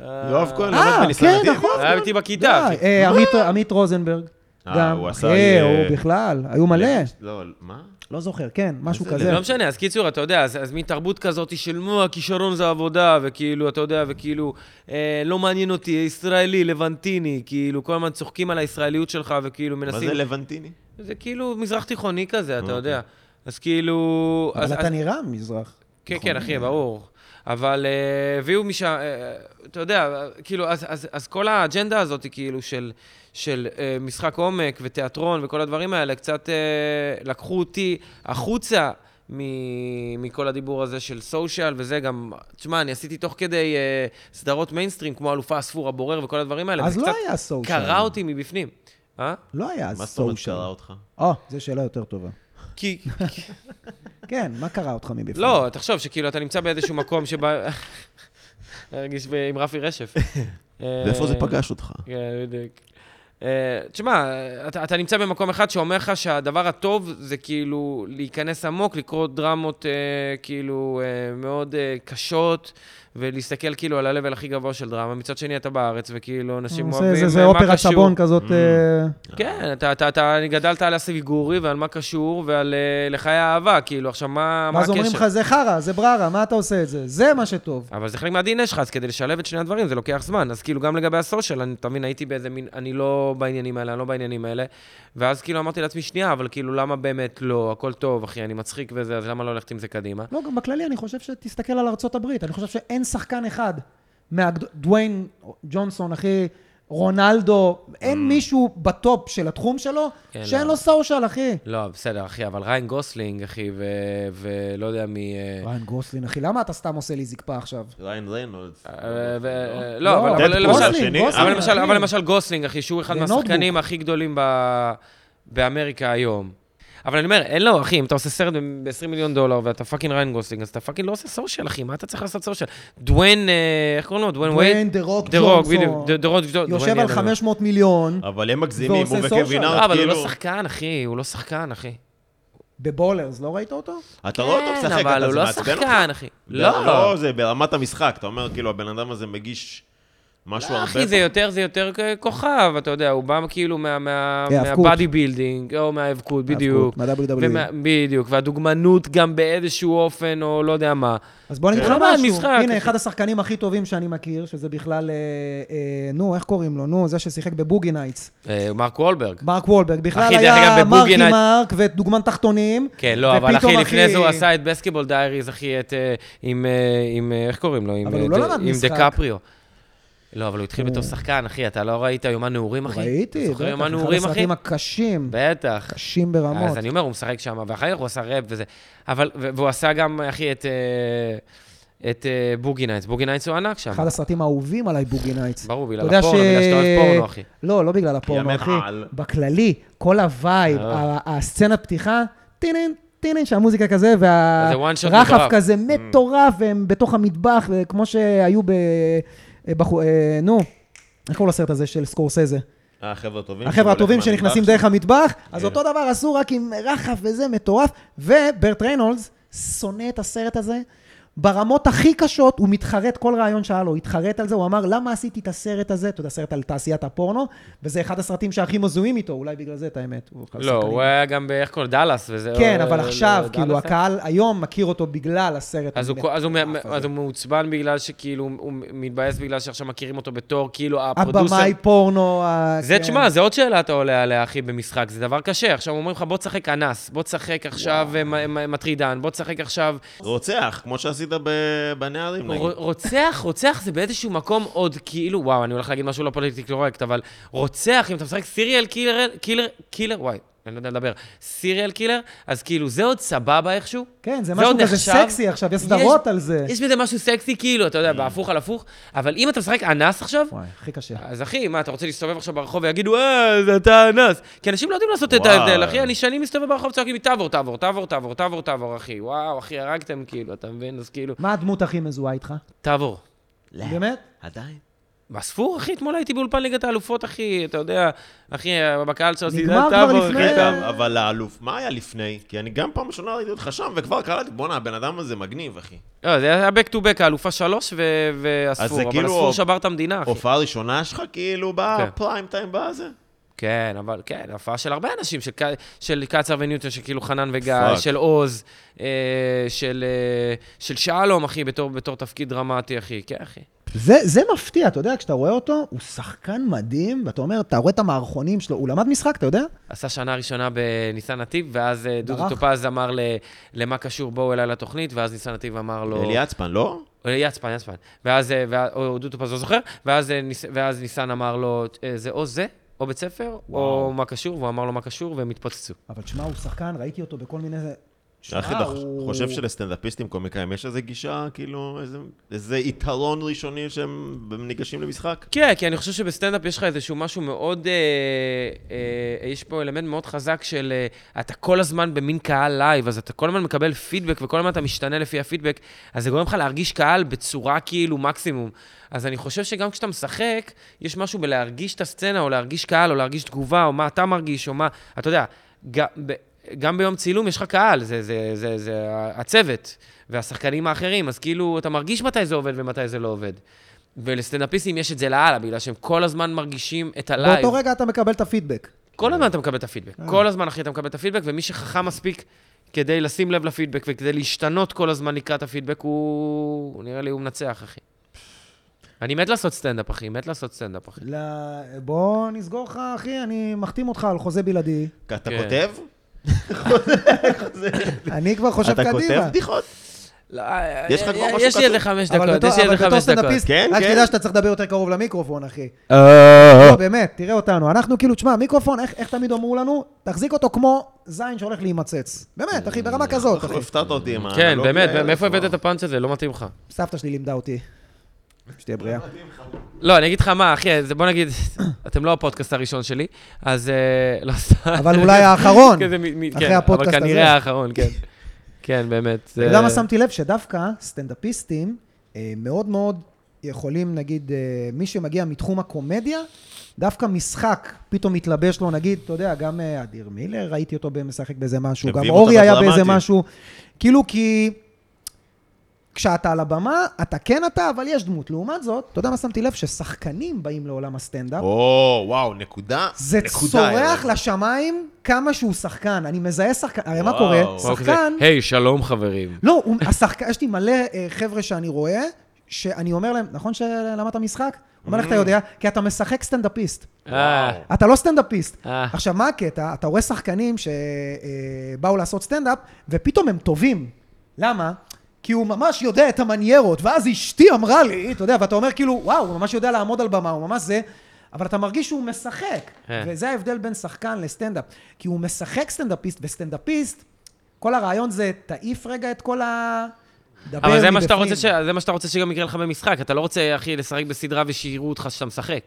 S1: יואב
S3: לא,
S1: כהן לא
S2: אה,
S1: למד בניסן
S2: כן,
S1: נתיב.
S2: נכון.
S3: היה איתי בכיתה,
S2: די,
S3: אחי.
S2: אה, עמית- עמית רוזנברג.
S1: אה,
S2: גם,
S1: הוא עשה,
S2: אחי,
S1: אה,
S2: הוא בכלל, היו מלא.
S1: לא, מה?
S2: לא זוכר, כן, משהו
S1: איזה
S2: כזה.
S1: זה.
S3: לא משנה, אז קיצור, אתה יודע, אז, אז מין תרבות כזאת של מה, כישרון זה עבודה, וכאילו, אתה יודע, וכאילו, אה, לא מעניין אותי, ישראלי, לבנטיני, כאילו, כל הזמן צוחקים על הישראליות שלך, וכאילו,
S1: מה
S3: מנסים...
S1: זה לבנטיני?
S3: זה כאילו מזרח תיכוני כזה, אתה
S1: אוקיי.
S3: יודע. אז כאילו...
S2: אבל
S3: אז, אז,
S2: אתה נראה מזרח. נכון.
S3: כן, כן, אחי, ברור. אבל אה, הביאו משם, אה, אתה יודע, אה, כאילו, אז, אז, אז כל האג'נדה הזאת, היא כאילו, של, של אה, משחק עומק ותיאטרון וכל הדברים האלה, קצת אה, לקחו אותי החוצה מ- מכל הדיבור הזה של סושיאל, וזה גם, תשמע, אני עשיתי תוך כדי אה, סדרות מיינסטרים, כמו אלופה, הספור, הבורר וכל הדברים האלה,
S2: אז
S3: זה
S2: לא
S3: קצת
S2: היה סושיאל.
S3: קרע אותי מבפנים. אה?
S2: לא היה
S1: מה זאת אומרת
S2: סושיאל.
S1: קרא אותך?
S2: או, זו שאלה יותר טובה.
S3: כי... כי-
S2: כן, מה קרה אותך מבפנים?
S3: לא, תחשוב שכאילו אתה נמצא באיזשהו מקום שבה... הרגיש ב- עם רפי רשף.
S1: ואיפה זה
S3: אה,
S1: פגש אותך?
S3: כן, בדיוק. אה, תשמע, אתה, אתה נמצא במקום אחד שאומר לך שהדבר הטוב זה כאילו להיכנס עמוק, לקרוא דרמות אה, כאילו אה, מאוד אה, קשות, ולהסתכל כאילו על ה-level הכי גבוה של דרמה. מצד שני אתה בארץ, וכאילו אנשים
S2: זה-
S3: אוהבים
S2: זה-
S3: אה,
S2: זה
S3: מה
S2: אופרה
S3: קשור.
S2: סבון כזאת,
S1: Mm.
S2: אה,
S3: כן, אתה, אתה, אתה גדלת על הסביגורי ועל מה קשור ועל אה, לחיי אהבה, כאילו, עכשיו מה, מה
S2: ואז
S3: הקשר?
S2: אומרים לך, זה חרא, זה בררה, מה אתה עושה את זה? זה מה שטוב.
S3: אבל זה חלק מהדנ"א שלך, אז כדי לשלב את שני הדברים, זה לוקח זמן. אז כאילו, גם לגבי הסושיאל, אני, אתה מבין, הייתי באיזה מין, אני לא בעניינים האלה, אני לא בעניינים האלה. ואז כאילו אמרתי לעצמי, שנייה, אבל כאילו, למה באמת לא? הכל טוב, אחי, אני מצחיק וזה, אז למה לא ללכת עם זה קדימה?
S2: לא, גם בכללי, אני חושב שתסתכל על ארצות הברית. אני חושב שאין שחקן אחד מהדוויין ג'ונסון, אחי, רונלדו, אין מישהו בטופ של התחום שלו
S3: Mm. כן,
S2: שאין
S3: לא.
S2: לו סושיאל, אחי.
S3: לא, בסדר, אחי, אבל ריין גוסלינג, אחי, ו... ולא יודע מי... אה,
S2: ריין גוסלין, אחי, למה אתה סתם עושה לי זקפה עכשיו?
S1: ריין ריינולדס.
S3: אה, ו-
S2: לא,
S3: אה, לא, אבל- אבל
S1: דדפול
S3: למשל...
S1: השני,
S2: גוסלין,
S3: אבל למשל,
S2: אחי.
S3: אבל למשל גוסלינג, אחי, שהוא אחד
S2: זה
S3: מהשחקנים הכי גדולים ב- באמריקה היום. אבל אני אומר, אין לו, אחי, אם אתה עושה סרט ב-20 מיליון דולר ואתה פאקינג ריין גוסלינג, אז אתה פאקינג לא עושה סושיאל, אחי, מה אתה צריך לעשות סושיאל? דוויין, אה, איך קוראים לו? דוויין וייד?
S2: דוויין, דה רוק,
S3: דה רוק,
S2: ג'ונסון.
S3: בדיוק, דה- דה רוק, ג'ו- דוויין
S2: יושב על
S3: ידע.
S2: 500
S3: אה.
S2: מיליון
S1: אבל הם מגזימים,
S2: ועושה
S1: הוא
S2: סושיאל.
S1: וקווין
S3: לא,
S1: הארט,
S3: אבל הוא לא
S1: כאילו...
S3: שחקן, אחי, הוא לא שחקן, אחי.
S2: בבולרס, לא ראית אותו?
S1: אתה רואה אותו
S3: כן,
S1: משחק,
S3: אבל
S1: אתה
S3: הוא
S1: זה
S3: לא
S1: מעצבן אותך.
S3: שחקן, אחי.
S1: לא,
S3: לא.
S1: זה ברמת המשחק. אתה אומר, כאילו, הבן אדם הזה מגיש משהו
S3: לא,
S1: הרבה...
S3: אחי, זה יותר, זה יותר כ- כוכב, אתה יודע, הוא בא כאילו מה- מה-
S2: היאבקות.
S3: מהבאדי בילדינג, או מהאבקות, בדיוק. ומה-
S2: מה-WWE.
S3: בדיוק, והדוגמנות גם באיזשהו אופן, או לא יודע מה.
S2: אז בוא אני אגיד לך
S3: כן. לא בעד
S2: משהו.
S3: משחק,
S2: הנה,
S3: אחי.
S2: אחד השחקנים הכי טובים שאני מכיר, שזה בכלל, אה, אה, נו, איך קוראים לו? נו, זה ששיחק בבוגי נייטס.
S3: אה, מרק וולברג.
S2: מרק וולברג. בכלל
S3: אחי, דרך
S2: היה
S3: אגב, בבוגי
S2: מרקי
S3: נייט-
S2: מרק ודוגמן תחתונים.
S3: כן, לא, אבל
S2: ופתאום,
S3: אחי, לפני זה הוא עשה את בסקבול דייריז, אחי, את... אה, עם... אה, עם, אה, איך קוראים לו? עם,
S2: אבל
S3: אה,
S2: הוא לא
S3: ד-
S2: למד
S3: עם
S2: משחק. אה.
S3: דקפריו. לא, אבל הוא התחיל בתור שחקן, אחי, אתה לא ראית יומן נעורים, אחי?
S2: ראיתי,
S3: אתה
S2: בטח,
S3: זוכר יומן
S2: אחד
S3: נעורים, אחי?
S2: הסרטים הקשים,
S3: בטח.
S2: קשים ברמות.
S3: אז אני אומר, הוא משחק שם, ואחר כך הוא עשה ראפ וזה. אבל, ו- והוא עשה גם, אחי, את... אה, את אה, בוגי נייטס. בוגי נייטס הוא ענק שם.
S2: אחד הסרטים האהובים עליי, בוגי נייטס.
S3: ברור, בגלל
S2: אתה יודע
S3: הפורנו, בגלל שאתה אוהב פורנו, אחי.
S2: לא, לא בגלל הפורנו,
S1: ימי
S2: אחי.
S1: על.
S2: בכללי, כל הווייב,
S3: אה.
S2: ה- הסצנת פתיחה, טינן, טינן, שהמוזיקה כזה,
S3: זה one shot
S2: והרחב
S3: מטורף. Mm.
S2: כזה מטורף, והם בתוך המטבח, וכמו שהיו ב... בחו- אה, נו, איך קוראים לסרט הזה של סקורסזה?
S1: אה, החבר'ה הטובים.
S2: החבר'ה הטובים
S1: שהולך
S2: שנכנסים
S1: מהמטבח.
S2: דרך המטבח, אז
S1: כן.
S2: אותו דבר עשו רק עם רחף וזה מטורף, וברט ריינולדס שונא את הסרט הזה. ברמות הכי קשות, הוא מתחרט, כל רעיון שהיה לו, הוא התחרט על זה, הוא אמר, למה עשיתי את הסרט הזה? אתה יודע, סרט על תעשיית הפורנו, וזה אחד הסרטים שהכי מזוהים איתו, אולי בגלל זה, את האמת. הוא אחד
S3: לא,
S2: השחקנים.
S3: הוא היה גם ב... איך קוראים לו? דאלאס וזה.
S2: כן,
S3: או-
S2: אבל
S3: לא,
S2: עכשיו,
S3: דאלאס
S2: כאילו,
S3: היה?
S2: הקהל היום מכיר אותו בגלל הסרט.
S3: אז הוא,
S2: המטורף
S3: אז, הוא, מ-
S2: הזה.
S3: אז הוא מעוצבן בגלל שכאילו, הוא מתבאס בגלל שעכשיו מכירים אותו בתור כאילו הפרודוסר.
S2: הבמאי פורנו, ה-
S3: זה,
S2: כן.
S3: תשמע, זה עוד שאלה אתה עולה עליה, אחי, במשחק. זה דבר קשה. עכשיו אומרים לך, בוא תשחק אנס, בוא תשחק עכשיו אה, מ- מ- מטרידן, בוא תשחק עכשיו...
S1: רוצח, כמו שעשית ב- בנערים, נגיד.
S3: ר- רוצח, רוצח זה באיזשהו מקום עוד כאילו... וואו, אני הולך להגיד משהו לא פוליטיקלי קורקט, אבל רוצח, אם אתה משחק סיריאל קילר, קילר, קילר, וואי. אני לא יודע לדבר, סיריאל קילר, אז כאילו זה עוד סבבה איכשהו.
S2: כן, זה
S3: זה
S2: משהו
S3: עוד
S2: כזה
S3: נחשב.
S2: סקסי עכשיו, יש סדרות על זה.
S3: יש בזה משהו סקסי כאילו, אתה יודע, בהפוך על הפוך, אבל אם אתה משחק אנס עכשיו,
S2: וואי, הכי קשה.
S3: אז אחי, מה, אתה רוצה להסתובב עכשיו ברחוב ויגידו, אה, זה אתה אנס? כי אנשים לא יודעים לעשות את
S1: וואי.
S3: ההבדל, אחי, אני שנים מסתובב ברחוב, צועקים לי, תעבור, תעבור, תעבור, תעבור, תעבור, תעבור, אחי. וואו, אחי, הרגתם כאילו, אתה מבין? אז כאילו,
S2: מה הדמות הכי מזוהה איתך?
S3: תעבור.
S1: לא,
S2: באמת?
S1: עדיין.
S3: בספור, אחי, אתמול הייתי באולפן ליגת האלופות, אחי, אתה יודע, אחי, בקהל שעשיתי,
S2: נגמר כבר
S3: תעבור,
S2: לפני-
S3: אחי, תעבור.
S1: רגע, כן, אבל האלוף, מה היה לפני? כי אני גם פעם ראשונה ראיתי אותך שם, וכבר קראתי, בואנה, הבן אדם הזה מגניב, אחי.
S3: לא, זה היה back to back, האלופה שלוש ו-
S1: אז
S3: והספור,
S1: זה
S3: אבל
S1: כאילו-
S3: הספור שבר את המדינה, אחי.
S1: הופעה ראשונה שלך, כאילו, בפריים טיים בזה?
S3: כן, אבל כן, הופעה של הרבה אנשים, של, ק- של קצר וניוטון, של כאילו חנן וגיא,
S1: פאק.
S3: של עוז, אה, של, אה, של שלום, אחי, בתור, בתור תפקיד דרמטי, אחי. כן, אחי.
S2: זה, זה מפתיע, אתה יודע, כשאתה רואה אותו, הוא שחקן מדהים, ואתה אומר, אתה רואה את המערכונים שלו, הוא למד משחק, אתה יודע?
S3: עשה שנה ראשונה בניסן נתיב, ואז אה, דודו
S2: ברח.
S3: טופז אמר ל, למה קשור בואו אליי לתוכנית, ואז ניסן נתיב אמר לו...
S1: אלי יצפן, לא?
S3: אה, יצפן, יצפן. ואז, אה, ואז- או דודו טופז לא זוכר, ואז, אה, ניס, ואז ניסן אמר לו, אה, זה או זה, או בית ספר,
S1: וואו.
S3: או מה קשור, והוא אמר לו מה קשור, והם התפוצצו.
S2: אבל תשמע, הוא שחקן, ראיתי אותו בכל מיני... תשמע,
S1: אחי, אתה
S2: אה, הוא-
S1: חושב שלסטנדאפיסטים, קומיקאים, יש איזה גישה, כאילו, איזה- איזה יתרון ראשוני שהם ניגשים למשחק?
S3: כן, כי אני חושב שבסטנדאפ יש לך איזשהו משהו מאוד... אה, אה, יש פה אלמנט מאוד חזק של... אה, אתה כל הזמן במין קהל לייב, אז אתה כל הזמן מקבל פידבק, וכל הזמן אתה משתנה לפי הפידבק, אז זה גורם לך להרגיש קהל בצורה כאילו מקסימום. אז אני חושב שגם כשאתה משחק, יש משהו בלהרגיש את הסצנה, או להרגיש קהל, או להרגיש תגובה, או מה אתה מרגיש, או מה... אתה יודע, גם, ב- גם ביום צילום יש לך קהל, זה, זה, זה, זה הצוות, והשחקנים האחרים, אז כאילו, אתה מרגיש מתי זה עובד ומתי זה לא עובד. ולסטנדאפיסטים יש את זה לאללה, בגלל שהם כל הזמן מרגישים את הלייב.
S2: באותו רגע אה. אתה מקבל את הפידבק.
S3: כל הזמן אתה מקבל את הפידבק. כל הזמן, אחי, אתה מקבל את הפידבק, ומי שחכם מספיק כדי לשים לב לפידבק וכדי להשתנות כל הזמן לקראת הפידבק, הוא... הוא נראה לי הוא מנצח, אחי. אני מת לעשות סטנדאפ, אחי, מת לעשות סטנדאפ, אחי.
S2: ל- בוא נסגור לך, אחי, אני מחתים אותך על חוזה בלעדי.
S1: אתה
S3: כן.
S1: כותב?
S2: אני כבר חושב
S1: אתה כותב
S2: קדימה.
S1: בדיחות?
S3: לא,
S1: יש לך כבר משהו
S3: יש לי איזה
S1: כתוב?
S3: חמש
S2: אבל
S3: דקות,
S2: בתור-
S3: יש לי
S2: אבל
S3: איזה
S2: בתור
S3: חמש דקות.
S2: סטנדאפיסט,
S1: כן,
S2: רק
S1: כן. אה.
S2: תדע שאתה צריך לדבר יותר קרוב למיקרופון, אחי. לא, באמת, תראה אותנו. אנחנו כאילו, תשמע, מיקרופון, איך איך תמיד אמרו לנו? תחזיק אותו כמו זין שהולך להימצץ. באמת, אחי, ברמה כזאת,
S1: אה, אנחנו
S2: אחי.
S1: הפתעת אותי עם
S3: כן,
S1: האנלוגיה
S3: באמת,
S1: האלה,
S3: מאיפה הבאת
S1: וואו.
S3: את הפאנץ' הזה? לא מתאים לך.
S2: סבתא שלי לימדה אותי. שתהיה בריאה.
S3: לא, אני אגיד לך מה, אחי, זה- בוא נגיד, אתם לא הפודקאסט הראשון שלי, אז אה, לא סתם.
S2: אבל אולי האחרון.
S3: כזה מ- מ-
S2: נכון. אחרי
S3: כן,
S2: הפודקאסט
S3: אבל
S2: הזה.
S3: כנראה האחרון, כן. כן, באמת.
S2: אתה
S3: זה-
S2: יודע מה שמתי לב? שדווקא סטנדאפיסטים אה, מאוד מאוד יכולים, נגיד, אה, מי שמגיע מתחום הקומדיה, דווקא משחק פתאום מתלבש לו, נגיד, אתה יודע, גם אה, אדיר מילר, ראיתי אותו משחק באיזה משהו, גם
S1: הביאו אותו
S2: אורי היה באיזה
S1: בדרמטי.
S2: משהו. כאילו, כי כשאתה על הבמה, אתה כן אתה, אבל יש דמות. לעומת זאת, אתה יודע מה שמתי לב? ששחקנים באים לעולם הסטנדאפ.
S1: או, וואו, נקודה.
S2: זה
S1: נקודה, אה.
S2: צורח
S1: ארז.
S2: לשמיים כמה שהוא שחקן. אני מזהה שחקן, הרי מה
S1: וואו. אוקיי.
S2: קורה?
S3: וואו, כזה,
S2: שחקן...
S3: אוקיי. היי, שלום חברים.
S2: לא, הוא- השחקן, יש לי מלא אה, חבר'ה שאני רואה, שאני אומר להם, נכון שלמדת משחק? הוא אומר לך, אתה יודע, כי אתה משחק סטנדאפיסט.
S3: אה,
S1: וואו.
S2: אתה לא סטנדאפיסט.
S3: אה.
S2: עכשיו, מה הקטע? אתה רואה שחקנים שבאו לעשות סטנדאפ, ופתאום הם טובים. למה? כי הוא ממש יודע את המניירות, ואז אשתי אמרה לי, אתה יודע, ואתה אומר כאילו, וואו, הוא ממש יודע לעמוד על במה, הוא ממש זה, אבל אתה מרגיש שהוא משחק.
S3: כן.
S2: וזה ההבדל בין שחקן לסטנדאפ. כי הוא משחק סטנדאפיסט, וסטנדאפיסט, כל הרעיון זה, תעיף רגע את כל ה... דבר
S3: אבל זה מה שאתה
S2: מבפנים."
S3: רוצה ש- זה מה שאתה רוצה שגם יקרה לך במשחק. אתה לא רוצה, אחי, לשחק בסדרה ושיראו אותך שאתה משחק.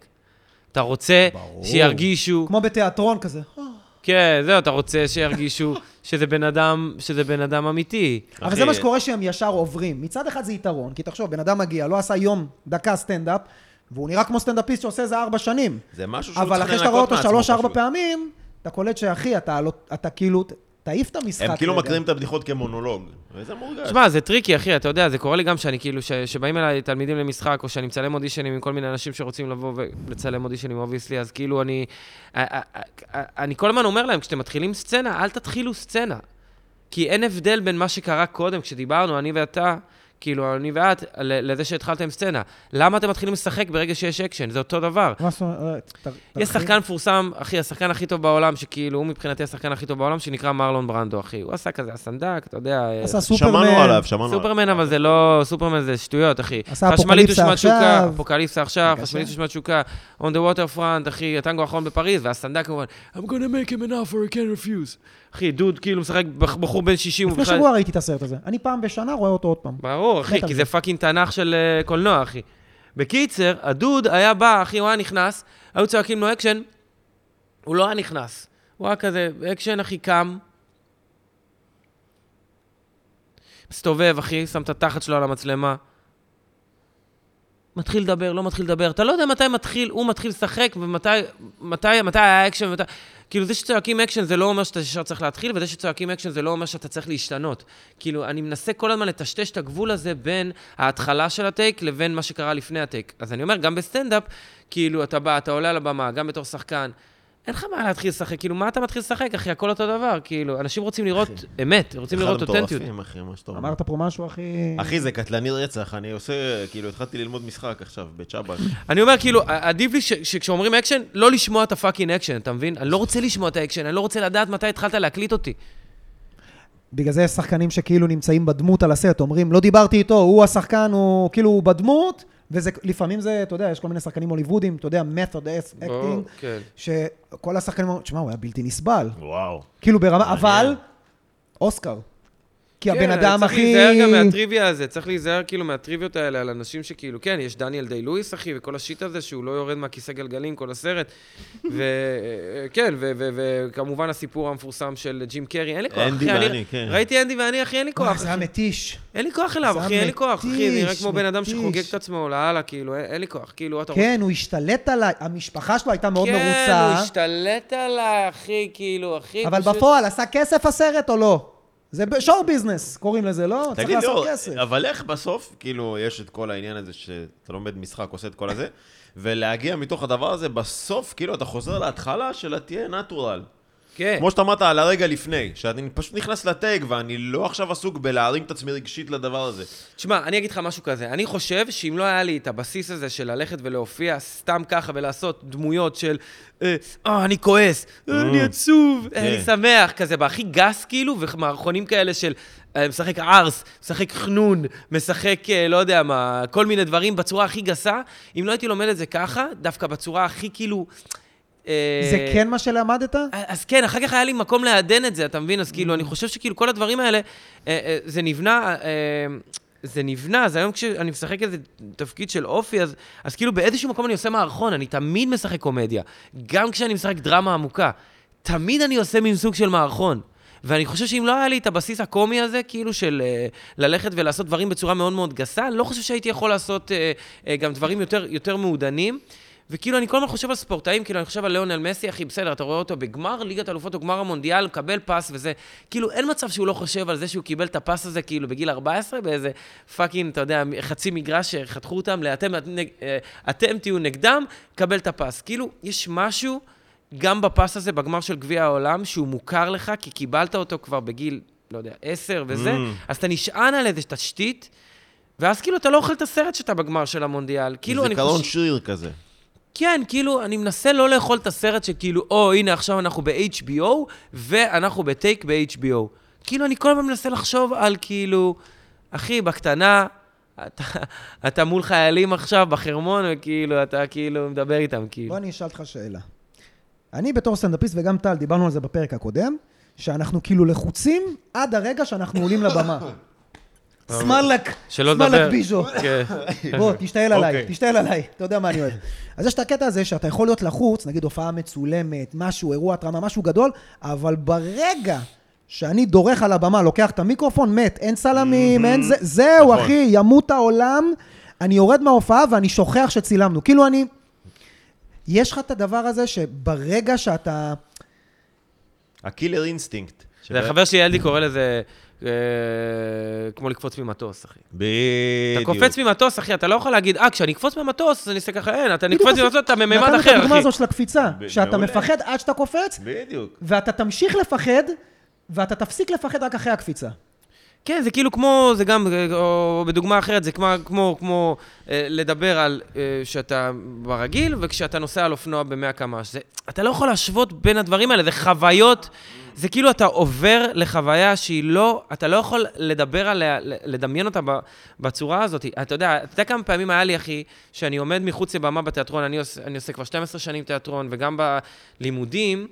S3: אתה רוצה שירגישו...
S2: כמו בתיאטרון כזה.
S3: כן, זהו, אתה רוצה שירגישו שזה בן אדם, שזה בן אדם אמיתי.
S2: אבל
S1: אחי,
S2: זה מה שקורה שהם ישר עוברים. מצד אחד זה יתרון, כי תחשוב, בן אדם מגיע, לא עשה יום, דקה סטנדאפ, והוא נראה כמו סטנדאפיסט שעושה איזה ארבע שנים.
S1: זה משהו שהוא צריך לנקות
S2: אבל
S1: מעצמו.
S2: אחרי שאתה רואה אותו שלוש, ארבע
S1: פשוט.
S2: פעמים, אתה קולט שאחי, אתה לא- אתה כאילו, ת- תעיף את המשחק.
S1: הם כאילו
S2: רגע.
S1: מקריאים את הבדיחות כמונולוג. וזה מורגש.
S3: תשמע, זה טריקי, אחי, אתה יודע, זה קורה לי גם שאני כאילו, ש- שבאים אליי תלמידים למשחק, או שאני מצלם אודישנים עם כל מיני אנשים שרוצים לבוא ולצלם אודישנים, אובייסלי, אז כאילו אני... א- א- א- א- אני כל הזמן אומר להם, כשאתם מתחילים סצנה, אל תתחילו סצנה. כי אין הבדל בין מה שקרה קודם, כשדיברנו, אני ואתה, כאילו, אני ואת, ל- לזה שהתחלת עם סצנה. למה אתם מתחילים לשחק ברגע שיש אקשן? זה אותו דבר.
S2: מה זאת אומרת? ת- ת-
S3: יש שחקן מפורסם, אחי, השחקן הכי טוב בעולם, שכאילו, הוא מבחינתי השחקן הכי טוב בעולם, שנקרא מרלון ברנדו, אחי. הוא עשה כזה הסנדק, אתה יודע... אה,
S2: עשה סופרמן.
S1: שמענו עליו, שמענו עליו.
S3: סופרמן, אבל זה לא... סופרמן זה שטויות, אחי.
S2: עשה
S3: חשמלית
S2: אפוקליפסה
S3: ושמת שוקה,
S2: עכשיו.
S3: אפוקליפסה עכשיו,
S2: בבקשה.
S3: חשמלית ושמת שוקה, on the water front, אחי, הטנגו האחרון בפריז, והסנדק כמובן, I'm gonna make him an offer he can't refuse. אחי, דוד כאילו משחק בח- בחור בן 60, הוא
S2: לפני שבוע ראיתי את הסרט הזה. אני פעם בשנה רואה אותו עוד פעם.
S3: ברור, אחי,
S2: מת על
S3: כי
S2: זה.
S3: זה פאקינג תנ"ך של אה, קולנוע, אחי. בקיצר, הדוד היה בא, אחי, הוא היה נכנס, היו צועקים לו אקשן, הוא לא היה נכנס. הוא היה כזה, אקשן, אחי, קם. מסתובב, אחי, שם את התחת שלו על המצלמה. מתחיל לדבר, לא מתחיל לדבר. אתה לא יודע מתי מתחיל, הוא מתחיל לשחק, ומתי, מתי, מתי היה אקשן, ומתי... כאילו, זה שצועקים אקשן זה לא אומר שאתה ישר צריך להתחיל, וזה שצועקים אקשן זה לא אומר שאתה צריך להשתנות. כאילו, אני מנסה כל הזמן לטשטש את הגבול הזה בין ההתחלה של הטייק לבין מה שקרה לפני הטייק. אז אני אומר, גם בסטנדאפ, כאילו, אתה בא, אתה עולה על הבמה, גם בתור שחקן, אין לך מה להתחיל לשחק, כאילו, מה אתה מתחיל לשחק, אחי? הכל אותו דבר, כאילו, אנשים רוצים לראות אמת, רוצים לראות אותנטיות.
S1: אחד המטורפים, אחי, מה שאתה אומר.
S2: אמרת פה משהו הכי...
S1: אחי, זה קטלני רצח, אני עושה, כאילו, התחלתי ללמוד משחק עכשיו, בצ'אבק.
S3: אני אומר, כאילו, עדיף לי ש- שכשאומרים אקשן, לא לשמוע את הפאקינג אקשן, אתה מבין? אני לא רוצה לשמוע את האקשן, אני לא רוצה לדעת מתי התחלת להקליט אותי.
S2: בגלל זה יש שחקנים שכאילו נמצאים בדמות על הסט, אומרים, לא דיברתי איתו, הוא השחקן, הוא כאילו הוא בדמות, וזה, לפעמים זה, אתה יודע, יש כל מיני שחקנים הוליוודים, אתה יודע, method
S3: ברור,
S2: acting,
S3: כן.
S2: שכל השחקנים אומרים, תשמע, הוא היה בלתי נסבל.
S1: וואו.
S2: כאילו ברמה,
S1: מעניין.
S2: אבל, אוסקר. כי
S3: כן,
S2: הבן אדם
S3: צריך
S2: הכי...
S3: להיזהר גם מהטריוויה הזה, צריך להיזהר כאילו מהטריוויות האלה על אנשים שכאילו, כן, יש דניאל דיי לואיס, אחי, וכל השיט הזה שהוא לא יורד מהכיסא גלגלים כל הסרט. אה, כן, וכן, וכמובן הסיפור המפורסם של ג'ים קרי, אין לי כוח, אחי.
S1: אנדי
S3: אני-
S1: ואני, כן.
S3: ראיתי אנדי ואני, אחי, אין לי
S2: וואי,
S3: כוח.
S2: אה, זה היה
S3: אחי.
S2: מתיש.
S3: אין לי כוח
S2: זה
S3: אליו,
S2: היה
S3: אחי, אין לי כוח, אחי,
S2: מתיש,
S3: נראה כמו בן אדם
S2: מתיש.
S3: שחוגג את עצמו לאללה, כאילו, אין אין לי כוח, כאילו, אתה
S2: כן, הוא השתלט עליי, המשפחה שלו הייתה מאוד
S3: כן, הוא
S2: מרוצה,
S3: השתלט עליי, אחי, כאילו, אחי.
S2: אבל
S3: פשוט-
S2: בפועל עשה כסף הסרט או לא? זה ב- שואו ביזנס, קוראים לזה, לא? צריך
S1: תגיד,
S2: לעשות
S1: לא,
S2: כסף.
S1: אבל איך בסוף, כאילו, יש את כל העניין הזה שאתה לומד משחק, עושה את כל הזה, ולהגיע מתוך הדבר הזה, בסוף, כאילו, אתה חוזר להתחלה של התהיה נטורל.
S3: כן.
S1: כמו שאתה אמרת על הרגע לפני, שאני פשוט נכנס לטייק, ואני לא עכשיו עסוק בלהרים את עצמי רגשית לדבר הזה.
S3: תשמע, אני אגיד לך משהו כזה. אני חושב שאם לא היה לי את הבסיס הזה של ללכת ולהופיע סתם ככה ולעשות דמויות של אה, אה, אני כועס, אה, אני עצוב, אה, אני
S1: כן.
S3: שמח, כזה, בהכי גס כאילו, ומערכונים כאלה של אה, משחק ערס, משחק חנון, משחק אה, לא יודע מה, כל מיני דברים בצורה הכי גסה, אם לא הייתי לומד את זה ככה, דווקא בצורה הכי כאילו... אה,
S2: זה כן מה שלמדת?
S3: אז כן, אחר כך היה לי מקום לעדן את זה, אתה מבין? אז כאילו, אני חושב שכאילו כל הדברים האלה, אה, אה, זה נבנה, אה, זה נבנה, אז היום כשאני משחק איזה תפקיד של אופי, אז, אז כאילו באיזשהו מקום אני עושה מערכון, אני תמיד משחק קומדיה. גם כשאני משחק דרמה עמוקה, תמיד אני עושה מין סוג של מערכון. ואני חושב שאם לא היה לי את הבסיס הקומי הזה, כאילו של אה, ללכת ולעשות דברים בצורה מאוד מאוד גסה, לא חושב שהייתי יכול לעשות אה, אה, גם דברים יותר, יותר מעודנים. וכאילו, אני כל הזמן חושב על ספורטאים, כאילו, אני חושב על ליאונל מסי, אחי, בסדר, אתה רואה אותו בגמר ליגת אלופות או גמר המונדיאל, מקבל פס וזה. כאילו, אין מצב שהוא לא חושב על זה שהוא קיבל את הפס הזה, כאילו, בגיל 14, באיזה פאקינג, אתה יודע, חצי מגרש שחתכו אותם, לאתם, את- נג- אה, אתם תהיו נגדם, קבל את הפס. כאילו, יש משהו גם בפס הזה, בגמר של גביע העולם, שהוא מוכר לך, כי קיבלת אותו כבר בגיל, לא יודע, 10 וזה,
S1: Mm.
S3: אז אתה נשען על איזה תשתית, ואז כאילו, אתה לא אוכל את הסרט שאתה בגמר של המונדיאל. כאילו, אני
S1: זיכרון
S3: חושב...
S1: שריר כזה.
S3: כן, כאילו, אני מנסה לא לאכול את הסרט שכאילו, או, הנה, עכשיו אנחנו ב-HBO, ואנחנו בטייק ב-HBO. כאילו, אני כל הזמן מנסה לחשוב על כאילו, אחי, בקטנה, אתה, אתה מול חיילים עכשיו בחרמון, וכאילו, אתה כאילו מדבר איתם, כאילו.
S2: בוא אני אשאל אותך שאלה. אני בתור סטנדאפיסט וגם טל, דיברנו על זה בפרק הקודם, שאנחנו כאילו לחוצים עד הרגע שאנחנו עולים לבמה. סמרלק,
S3: שלא לדבר.
S2: סמרלק ביז'ו.
S3: כן.
S2: בוא, תשתעל עליי,
S1: אוקיי.
S2: תשתעל עליי, אתה יודע מה אני אוהב. אז יש את הקטע הזה שאתה יכול להיות לחוץ, נגיד הופעה מצולמת, משהו, אירוע התרמה, משהו גדול, אבל ברגע שאני דורך על הבמה, לוקח את המיקרופון, מת, אין צלמים, אין זה, זהו,
S1: נכון.
S2: אחי, ימות העולם, אני יורד מההופעה ואני שוכח שצילמנו. כאילו אני... יש לך את הדבר הזה שברגע שאתה...
S1: הקילר אינסטינקט.
S3: זה החבר שלי, ילדי, קורא לזה אה, כמו לקפוץ ממטוס, אחי.
S1: בדיוק.
S3: אתה קופץ ממטוס, אחי, אתה לא יכול להגיד, אה, כשאני אקפוץ ממטוס, אני אעשה ככה, אין, אתה
S2: בדיוק
S3: נקפוץ
S2: עשית-
S3: ממטוס, אתה מממד
S2: נתנו את
S3: אחר,
S2: הדוגמה
S3: אחי.
S2: הזו של הקפיצה,
S1: ב-
S2: שאתה
S1: מעולה.
S2: מפחד עד שאתה קופץ,
S1: בדיוק.
S2: ואתה תמשיך לפחד, ואתה תפסיק לפחד רק אחרי הקפיצה.
S3: כן, זה כאילו כמו, זה גם, אה, או בדוגמה אחרת, זה כמו, כמו, כמו אה, לדבר על אה, שאתה ברגיל, וכשאתה נוסע על אופנוע ב-100 קמ"ש. זה- אתה לא יכול להשוות בין הדברים האלה, זה חוויות, זה כאילו אתה עובר לחוויה שהיא לא, אתה לא יכול לדבר עליה, ל- לדמיין אותה ב- בצורה הזאת. אתה יודע, אתה יודע כמה פעמים היה לי, אחי, שאני עומד מחוץ לבמה בתיאטרון, אני עושה, אני עושה כבר 12 שנים תיאטרון, וגם בלימודים,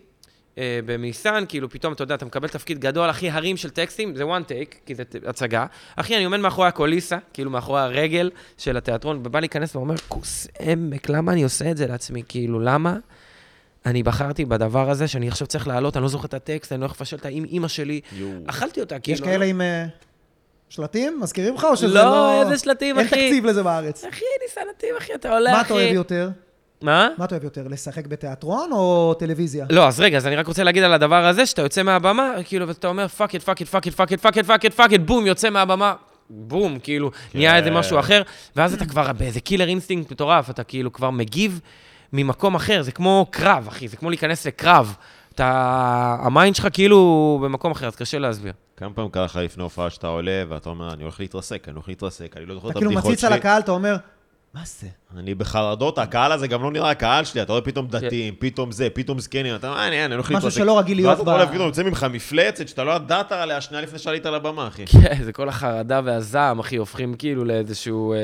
S3: אה, במיסן, כאילו פתאום, אתה יודע, אתה מקבל תפקיד גדול, אחי, הרים של טקסטים, זה one take, כי זה ת- הצגה. אחי, אני עומד מאחורי הקוליסה, כאילו מאחורי הרגל של התיאטרון, ובא להיכנס ואומר, כוס עמק, למה אני עושה את זה לעצמי? כאילו, למה? אני בחרתי בדבר הזה שאני עכשיו צריך לעלות, אני לא זוכר את הטקסט, אני לא הולך לפשל את האימא שלי. אכלתי אותה, כאילו.
S2: יש כאלה עם אה, שלטים? מזכירים לך או שזה לא...
S3: לא, איזה שלטים,
S2: אין
S3: אחי.
S2: תקציב לזה בארץ.
S3: לא- אחי, אני סנטים, אחי, אתה עולה, אחי.
S2: מה אתה אוהב יותר?
S3: מה?
S2: מה אתה אוהב יותר, לשחק בתיאטרון או טלוויזיה?
S3: לא, אז רגע, אז אני רק רוצה להגיד על הדבר הזה, שאתה יוצא מהבמה, כאילו, ואתה אומר, פאק איט, פאק איט, פאק איט, פאק איט, פאק איט, פאק איט, פאק איט, בום, יוצא מהבמה, בום, כאילו, נהיה איזה משהו אחר, ואז אתה כבר באיזה קילר אינסטינקט מטורף, אתה כאילו כבר מגיב ממקום אחר, זה כמו קרב, אחי, זה כמו להיכנס לקרב. אתה... המיינד שלך כאילו במקום אחר, אז קשה להסביר.
S1: כמה פעמים קרה לך לפני הופעה שאתה עולה, ואתה אומר, אני הולך להתרסק, אני הולך להתרסק, אני לא זוכר את
S2: אתה כאילו
S1: הבדיחות
S2: מציץ על
S1: שלי.
S2: הקהל, אתה אומר, מה זה?
S1: אני בחרדות, הקהל הזה גם לא נראה הקהל שלי, אתה רואה פתאום דתיים, פתאום זה, פתאום זקנים, אתה אומר, "אה, אני אני הולך
S2: משהו
S1: להתרסק.
S2: שלא רגיל להיות
S1: ואז
S2: ב-
S1: אתה עולה ופתאום יוצא ממך מפלצת שאתה לא ידעת עליה שנייה לפני שעלית על הבמה, אחי.
S3: כן, זה כל החרדה והזעם, אחי, הופכים כאילו לאיזשהו אה,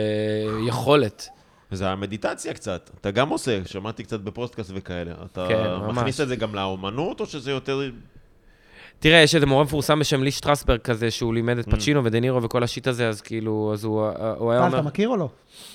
S3: יכולת.
S1: זה המדיטציה קצת, אתה גם עושה, שמעתי קצת בפוסטקאסט וכאלה. אתה
S3: כן, ממש.
S1: מכניס את זה גם לאומנות, או שזה יותר...
S3: תראה, יש איזה מורה מפורסם בשם לי שטרסברג כזה, שהוא לימד את פצ'ינו ודה נירו וכל השיט הזה, אז כאילו, אז הוא, הוא היה
S2: טל,
S3: אומר...
S2: אתה מכיר או לא?